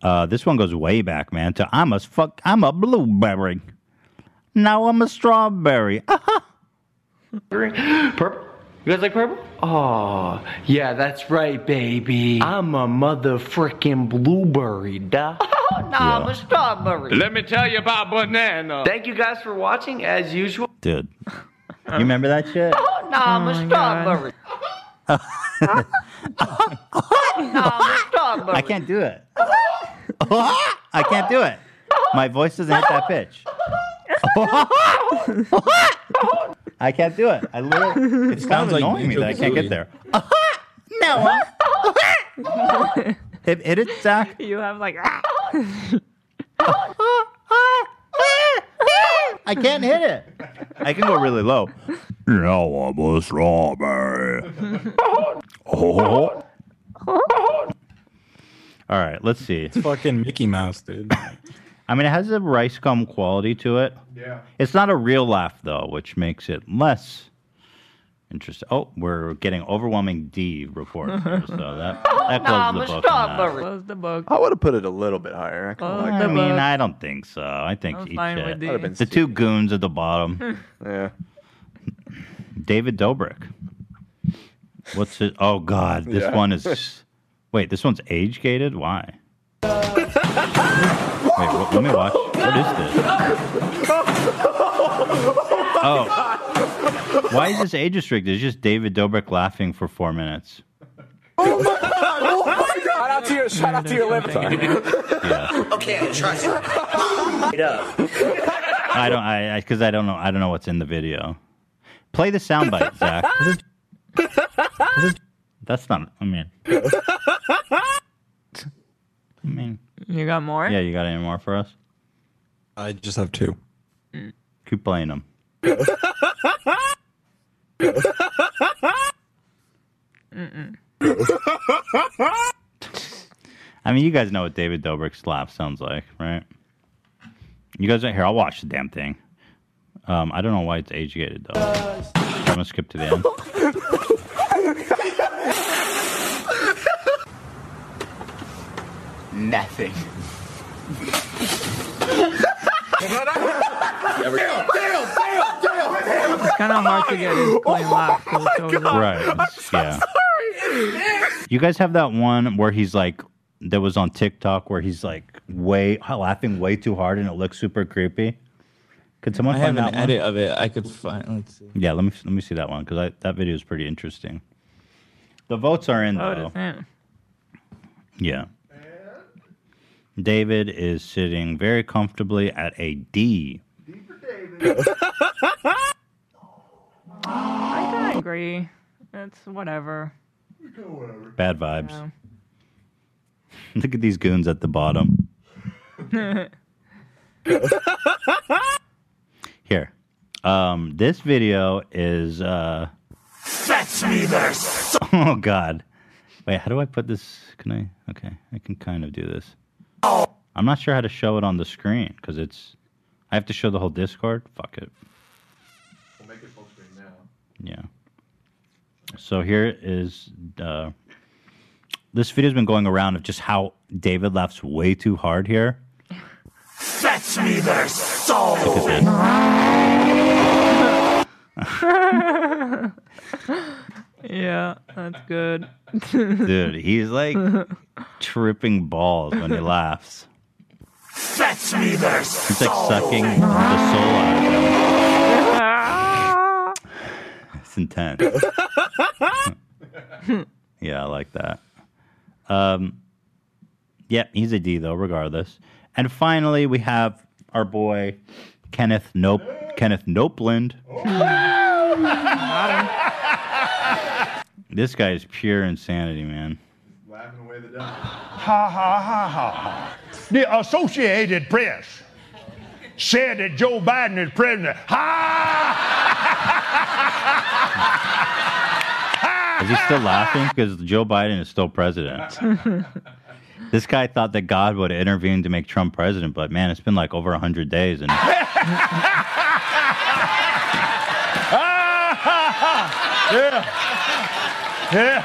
S1: Uh, this one goes way back, man. To I'm a fuck. I'm a blueberry. Now I'm a strawberry. *laughs*
S23: Purple? You guys like purple? Oh, yeah, that's right, baby. I'm a mother frickin' blueberry, duh.
S24: Oh, no, I'm a strawberry.
S23: Let me tell you about banana.
S24: Thank you guys for watching, as usual.
S1: Dude, you remember that shit?
S24: Oh, no, I'm a strawberry. Oh, no, I'm a strawberry.
S1: I can't do it. I can't do it. My voice doesn't hit that pitch. I can't do it. I literally, it sounds
S9: like
S1: annoying me that I can't get
S9: Banjo-Kazooie.
S1: there.
S24: No.
S23: *laughs*
S1: Hit, hit it, Zach.
S2: *laughs* You have
S1: *laughs*
S2: like.
S1: I can't hit it. I can go really low. *laughs* Now I'm a *laughs* strawberry. Oh. All right, let's see. It's
S4: fucking Mickey Mouse, dude.
S1: I mean, it has a rice gum quality to it.
S4: Yeah.
S1: It's not a real laugh though, which makes it less interesting. Oh, we're getting overwhelming D reports. here, so that that
S24: I'm
S1: closes
S24: a
S1: the book. on that.
S24: strawberry.
S2: Close the book.
S3: I would have put it a little bit higher. I kinda
S2: Oh,
S3: like
S1: I
S3: that.
S1: mean, I don't think so. I think
S2: I'm
S1: each
S2: fine with
S1: it.
S2: D. That'd have been
S1: the two goons at the bottom.
S3: *laughs* yeah.
S1: David Dobrik. What's it? Oh God, this
S3: Yeah.
S1: one is. Wait, this one's age gated. Why? Wait, wh- let me watch. What is this? Oh, why is this age restricted? It's just David Dobrik laughing for four minutes.
S11: oh my god! Shout out to your, shout out to your liver. Okay, I trust you. Straight up.
S1: I don't. I because I, don't know. I don't know what's in the video. Play the soundbite, Zach. That's not. I mean, I mean.
S2: You got more?
S1: Yeah, you got any more for us?
S4: I just have two.
S1: Keep playing them.
S2: Mm-mm.
S1: I mean, you guys know what David Dobrik's laugh sounds like, right? You guys right here. I'll watch the damn thing. Um, I don't know why it's age gated though. I'm gonna skip to the end.
S15: Nothing.
S2: It's kind of hard to get his
S17: Oh
S2: clean laugh. 'cause it's so low.
S1: Right. it's- yeah. You guys have that one where he's like, that was on TikTok where he's like way laughing way too hard and it looks super creepy. Could someone
S9: I have
S1: find
S9: an
S1: that one?
S9: edit of it. I could find. Let's see.
S1: Yeah, let me let me see that one because that video is pretty interesting. The votes are in
S2: Oh, it
S1: though.
S2: is
S1: *laughs*
S2: him.
S1: Yeah. David is sitting very comfortably at a D.
S2: I kind of agree. It's whatever.
S1: Bad vibes. *laughs* Look at these goons at the bottom. Here. Um, this video is uh
S17: Fetch me their soul.
S1: Oh god. Wait, how do I put this? Can I? Okay, I can kind of do this. I'm not sure how to show it on the screen because it's. I have to show the whole Discord. Fuck it. Yeah. So here is. Uh, this video's been going around of just how David laughs way too hard here.
S17: Fetch me their
S2: *laughs*
S17: soul.
S2: yeah, that's good.
S1: Dude,
S2: *laughs*
S1: he's like tripping balls when he laughs.
S17: Fetch me their soul.
S1: It's like sucking the soul out of him. It's intense.
S2: *laughs*
S1: yeah, I like that. Um, yep, he's a D though, regardless. And finally, we have our boy Kenneth Nope, Kenneth Nopeland. This guy is pure insanity, man.
S17: Laughing away the devil. Ha ha ha ha. The Associated Press said that Joe Biden is president. *laughs*
S1: Is he still laughing? Because Joe Biden is still president. This guy thought that God would intervene to make Trump president, but man, it's been like over hundred days, and
S17: Ha *laughs* yeah. Yeah.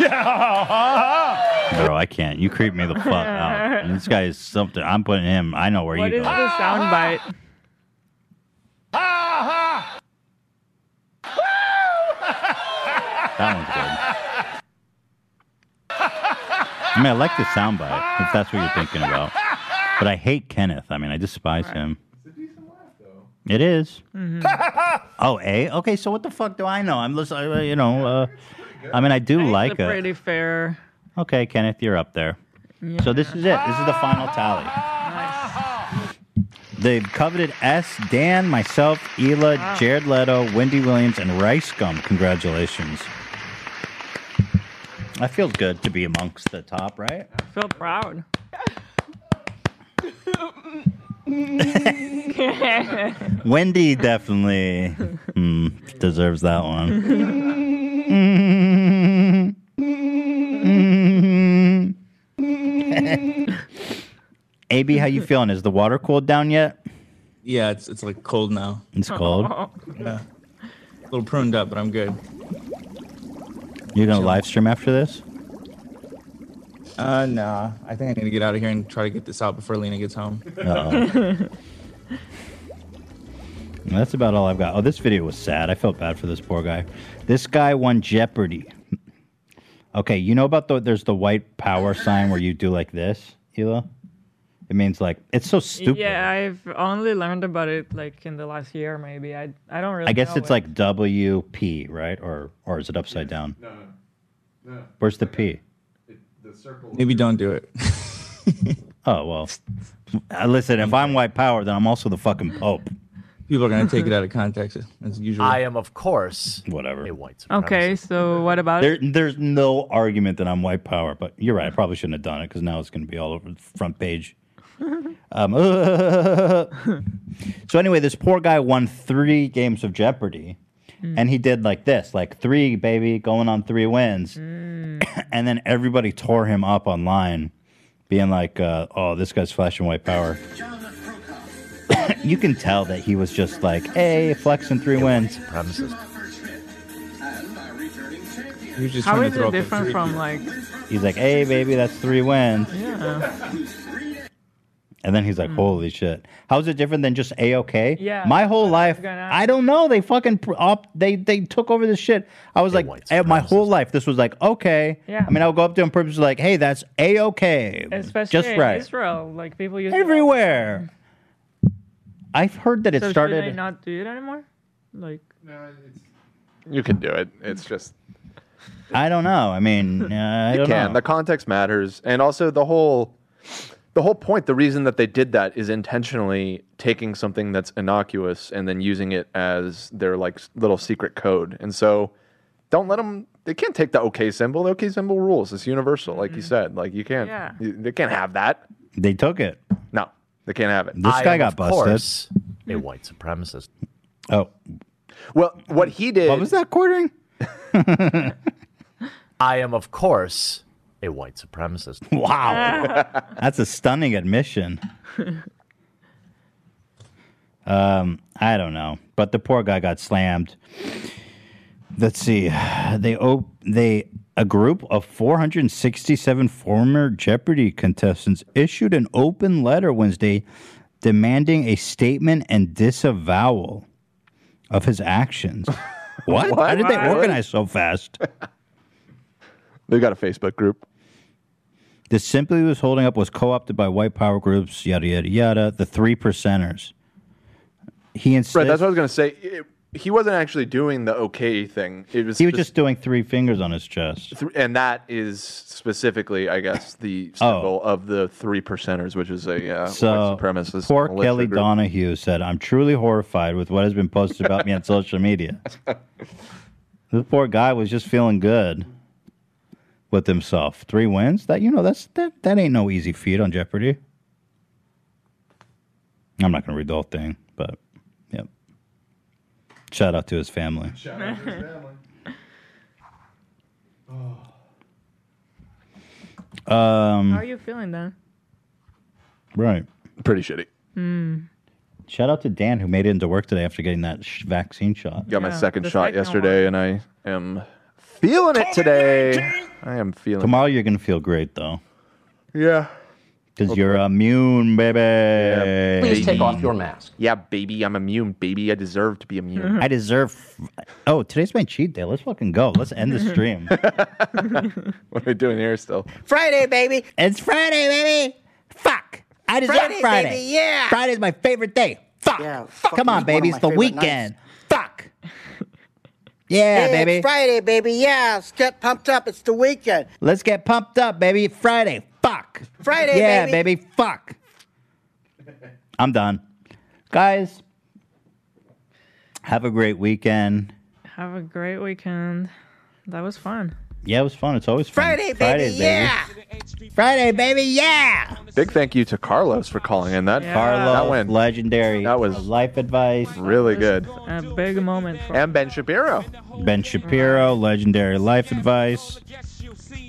S17: yeah. ha, ha, ha.
S1: bro, I can't. You creep me the fuck
S2: *laughs*
S1: out. And this guy is something. I'm putting him. I know where
S2: What
S1: you
S2: is
S1: go.
S2: the soundbite?
S1: That one's good. I mean, I like the soundbite if that's what you're thinking about. But I hate Kenneth. I mean, I despise him. It is. Oh, A? Okay, so what the fuck do I know? I'm listening, you know, uh, I mean, I do like
S2: It's a
S1: it.
S2: pretty
S9: *laughs*
S2: fair.
S1: Okay, Kenneth, you're up there. So this is it. This is the final tally. The coveted S, Dan, myself, Ela,
S2: Wow.
S1: Jared Leto, Wendy Williams, and Rice Gum. Congratulations. That feels
S2: *laughs*
S1: good to be amongst the top, right?
S2: I feel proud.
S1: Wendy definitely mm, deserves that one. AB, how you feeling? Is the water cooled down yet?
S9: Yeah, it's it's like cold now.
S1: It's cold?
S9: Yeah. A little pruned up, but I'm good.
S1: You're gonna live stream after this?
S9: Uh, nah. I think I need to get out of here and try to get this out before Lena gets home.
S1: Uh-oh. That's about all I've got. Oh, this video was sad. I felt bad for this poor guy. This guy won Jeopardy. Okay, you know about the there's the white power sign where you do like this, Hila? It means like it's so stupid.
S2: Yeah, I've only learned about it like in the last year, maybe. I I don't really.
S1: I guess
S2: know
S1: it's
S2: it.
S1: like WP, right? Or or is it upside down?
S17: No, no, no.
S1: Where's the P?
S17: The circle.
S9: Maybe don't do it.
S1: *laughs* Oh well. Uh, Listen, if I'm white power, then I'm also the fucking pope.
S9: People are gonna take it out of context as usual.
S1: I
S9: am,
S1: of course, whatever. A white
S2: Okay, so what
S5: uh,
S2: about
S1: There,
S2: it?
S1: there's no argument that I'm white power, but you're right. I probably shouldn't have done it because now it's going to be all over the front page. Um, *laughs* so anyway, this poor guy won three games of Jeopardy, and he did like this, like three baby, going on three wins,
S5: Hmm.
S1: and then everybody tore him up online, being like, uh, "Oh, this guy's flashing white power." *coughs* you can tell that he was just like, "Hey, flexing three wins."
S9: He was just
S2: How
S9: trying
S2: is
S9: to throw
S2: it different from like?
S1: He's like, "Hey, baby, that's three wins."
S2: Yeah.
S1: And then he's like, "Holy shit! How's it different than just a okay?"
S2: Hmm. Yeah,
S1: My whole life, I don't know. They fucking pr- op- they they took over this shit. I was like, eh, my whole life, this was like okay.
S2: Yeah.
S1: I mean, I would go up to him purposely like, "Hey, that's a okay."
S2: Especially
S1: just
S2: in
S1: right
S2: Israel, like people use it all-
S1: everywhere. I've heard that it
S2: so should they
S1: started.
S2: not do it anymore? Like.
S3: You can do it. It's just
S1: I don't know.
S6: *laughs*
S1: I mean, uh, I
S3: you
S1: don't
S3: can.
S1: know.
S3: The context matters, and also the whole the whole point. The reason that they did that is intentionally taking something that's innocuous and then using it as their like s- little secret code. And so, don't let them. They can't take the OK symbol. The OK symbol rules. It's universal, like
S6: Mm-hmm.
S3: you said. Like you can't.
S2: Yeah.
S3: you- they can't have that.
S1: They took it.
S3: No, they can't have it.
S1: This guy got busted. Hmm.
S6: a white supremacist.
S1: Oh,
S3: Well, what he did. What was
S1: that
S5: *laughs*
S1: quartering?
S6: I am, of course, a white supremacist.
S1: *laughs* Wow. That's a stunning admission. Um, I don't know, but the poor guy got slammed. Let's see. They op- they a group of 467 former Jeopardy contestants issued an open letter Wednesday demanding a statement and disavowal of his actions. what? How did they
S3: What?
S1: organize so fast?
S3: They got a *laughs* Facebook group.
S1: This simply was holding up was co-opted by white power groups, yada yada yada. The three percenters. He instead
S3: Right. That's what I was gonna say. It- he wasn't actually doing the OK thing. It was
S1: he was just doing three fingers on his chest.
S3: Th- and that is specifically, I guess, the symbol of the three percenters, which is a uh,
S1: Oh. so
S3: white supremacist.
S1: poor
S3: militia
S1: Kelly
S3: group.
S1: Donahue said, "I'm truly horrified with what has been posted about me on
S3: *laughs*
S1: social media." The poor guy was just feeling good with himself. Three wins. That you know that's that that ain't no easy feat on Jeopardy. I'm not gonna read the whole thing, but yep. Shout out to his family.
S2: *laughs*
S1: Um, Um,
S2: How are you feeling then?
S1: Right.
S3: Pretty shitty.
S2: Hmm.
S1: Shout out to Dan who made it into work today after getting that sh- vaccine shot.
S3: Got my second shot yesterday, and I am feeling it today. I am feeling.
S1: Tomorrow you're gonna feel great though,
S3: Yeah.
S1: because you're immune, baby.
S3: Please take off your
S21: mask.
S3: Yeah, baby, I'm immune, baby. I deserve to be immune.
S1: I deserve. Oh, today's my cheat day. Let's fucking go. Let's
S5: *laughs*
S1: end the stream.
S3: *laughs* what are we doing here still?
S5: Friday, baby.
S1: It's Friday, baby. Fuck. I
S5: deserve Friday.
S1: Friday.
S5: yeah.
S1: Friday's my favorite day. Fuck.
S5: fuck
S1: Come
S5: it
S1: on,
S5: was
S1: baby.
S5: one of
S1: It's the
S5: my favorite
S1: weekend.
S5: nights.
S1: Fuck. Yeah,
S5: It's
S1: baby.
S5: Friday, baby. Yeah. Let's get pumped up. It's the weekend.
S1: Let's get pumped up, baby. Friday. Fuck.
S5: Friday,
S1: yeah,
S5: baby.
S1: baby. Fuck. I'm done. Guys, have a great weekend.
S2: Have a great weekend. That was fun.
S1: Yeah, it was fun. It's always fun. Fridays, Friday, Um, baby, yeah.
S3: Big thank you to Carlos for calling in. That
S2: Yeah.
S1: Carlos,
S3: that went
S1: legendary.
S3: That was
S1: life advice.
S3: Really good.
S2: A big moment for
S3: And Ben Shapiro.
S1: Ben Shapiro, legendary life advice.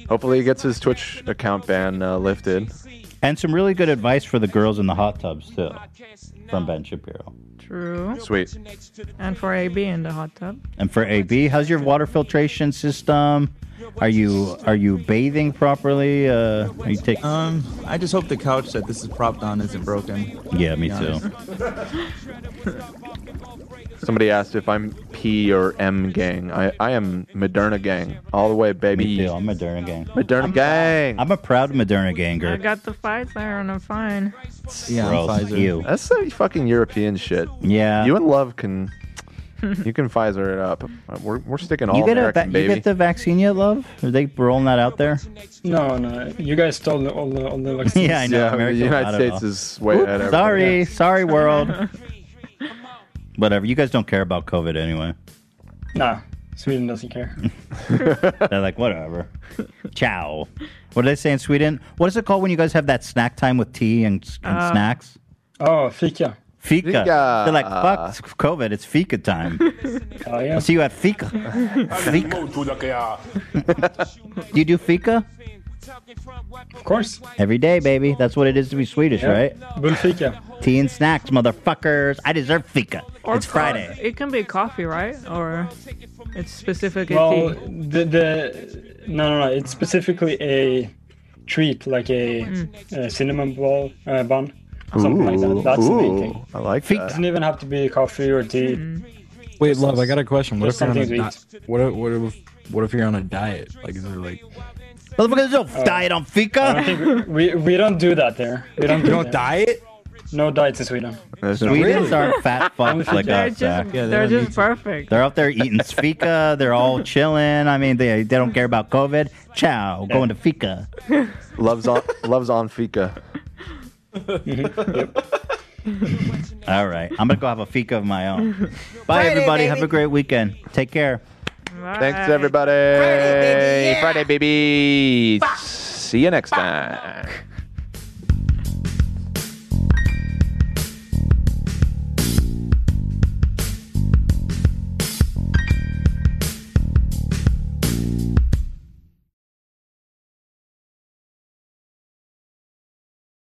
S3: Hopefully, he gets his Twitch account ban uh, lifted.
S1: And some really good advice for the girls in the hot tubs, too, from Ben Shapiro.
S2: True.
S3: Sweet.
S2: And for AB in the hot tub.
S1: And for AB, how's your water filtration system? Are you are you bathing properly? Uh, are you taking?
S9: Um, *laughs* I just hope the couch that this is propped on isn't broken.
S1: Yeah, me
S9: Be
S1: too.
S9: honest.
S3: Somebody asked if I'm P or M gang. I, I am Moderna gang all the way, baby.
S1: Me too. I'm Moderna gang.
S3: Moderna gang.
S1: I'm a proud Moderna ganger.
S2: I got the Pfizer and I'm fine.
S1: Gross. Ew.
S3: That's some fucking European shit.
S1: Yeah.
S3: You and Love can you can Pfizer it up. We're, we're sticking all
S1: You get, a
S3: American
S1: va- you
S3: baby.
S1: get the vaccine yet, love? Are they rolling that out there?
S6: No, no. You guys stole the, all the all
S1: *laughs*
S6: the vaccines.
S1: yeah, I know.
S3: the
S1: America,
S3: United
S1: I don't
S3: States
S1: know.
S3: is way ahead of
S1: Sorry,
S3: everybody.
S1: sorry, world. Whatever. You guys don't care about COVID anyway.
S6: *laughs* Nah, Sweden doesn't care.
S1: They're like, whatever. Ciao. What do they say in Sweden? What is it called when you guys have that snack time with tea and, and
S6: Uh,
S1: snacks?
S6: Oh,
S2: *laughs*
S6: fika.
S1: Fika.
S6: Fika.
S1: They're like, fuck it's COVID. It's fika time.
S6: Oh yeah.
S1: I'll see you at fika.
S8: *laughs*
S1: fika. *laughs* do you do fika?
S6: Of course.
S1: Every day, baby. That's what it is to be Swedish,
S6: Yeah.
S1: right?
S6: Bull fika.
S1: Tea and snacks, motherfuckers. I deserve fika. it's
S2: co-
S1: Friday.
S2: It can be coffee, right? Or it's specifically
S6: Well,
S2: tea.
S6: the the no no no. It's specifically a treat like a,
S2: Mm.
S6: a cinnamon ball uh, bun. or Something like that. That's the main thing.
S3: I like
S6: It doesn't even have to be coffee or tea.
S2: Hmm.
S4: Wait, love, I got a question. What
S6: There's
S4: if you're on a
S6: something
S4: di- what if, what if what if you're on a diet? Like, is there like
S1: Motherfuckers don't diet on fika.
S6: Uh, I don't think we, we, we don't do that there. We don't.
S4: You
S6: do
S4: don't
S6: that.
S4: diet.
S6: No diets in Sweden.
S3: There's
S1: no- Swedians aren't
S6: *laughs*
S1: fat fucks like
S2: they're
S1: us, uh,
S2: just,
S1: Zach. Yeah,
S2: they're,
S1: they don't
S2: just perfect.
S1: They're out there
S3: *laughs*
S1: eating fika. They're all chilling. I mean, they they don't care about COVID. Ciao, going to fika.
S3: Loves on loves on fika.
S1: *laughs* All right, I'm gonna go have a fika of my own.
S3: *laughs*
S1: Bye,
S3: Friday,
S1: everybody. Have
S3: baby.
S1: a great weekend. Take care.
S3: Thanks everybody. Friday baby. See you next time.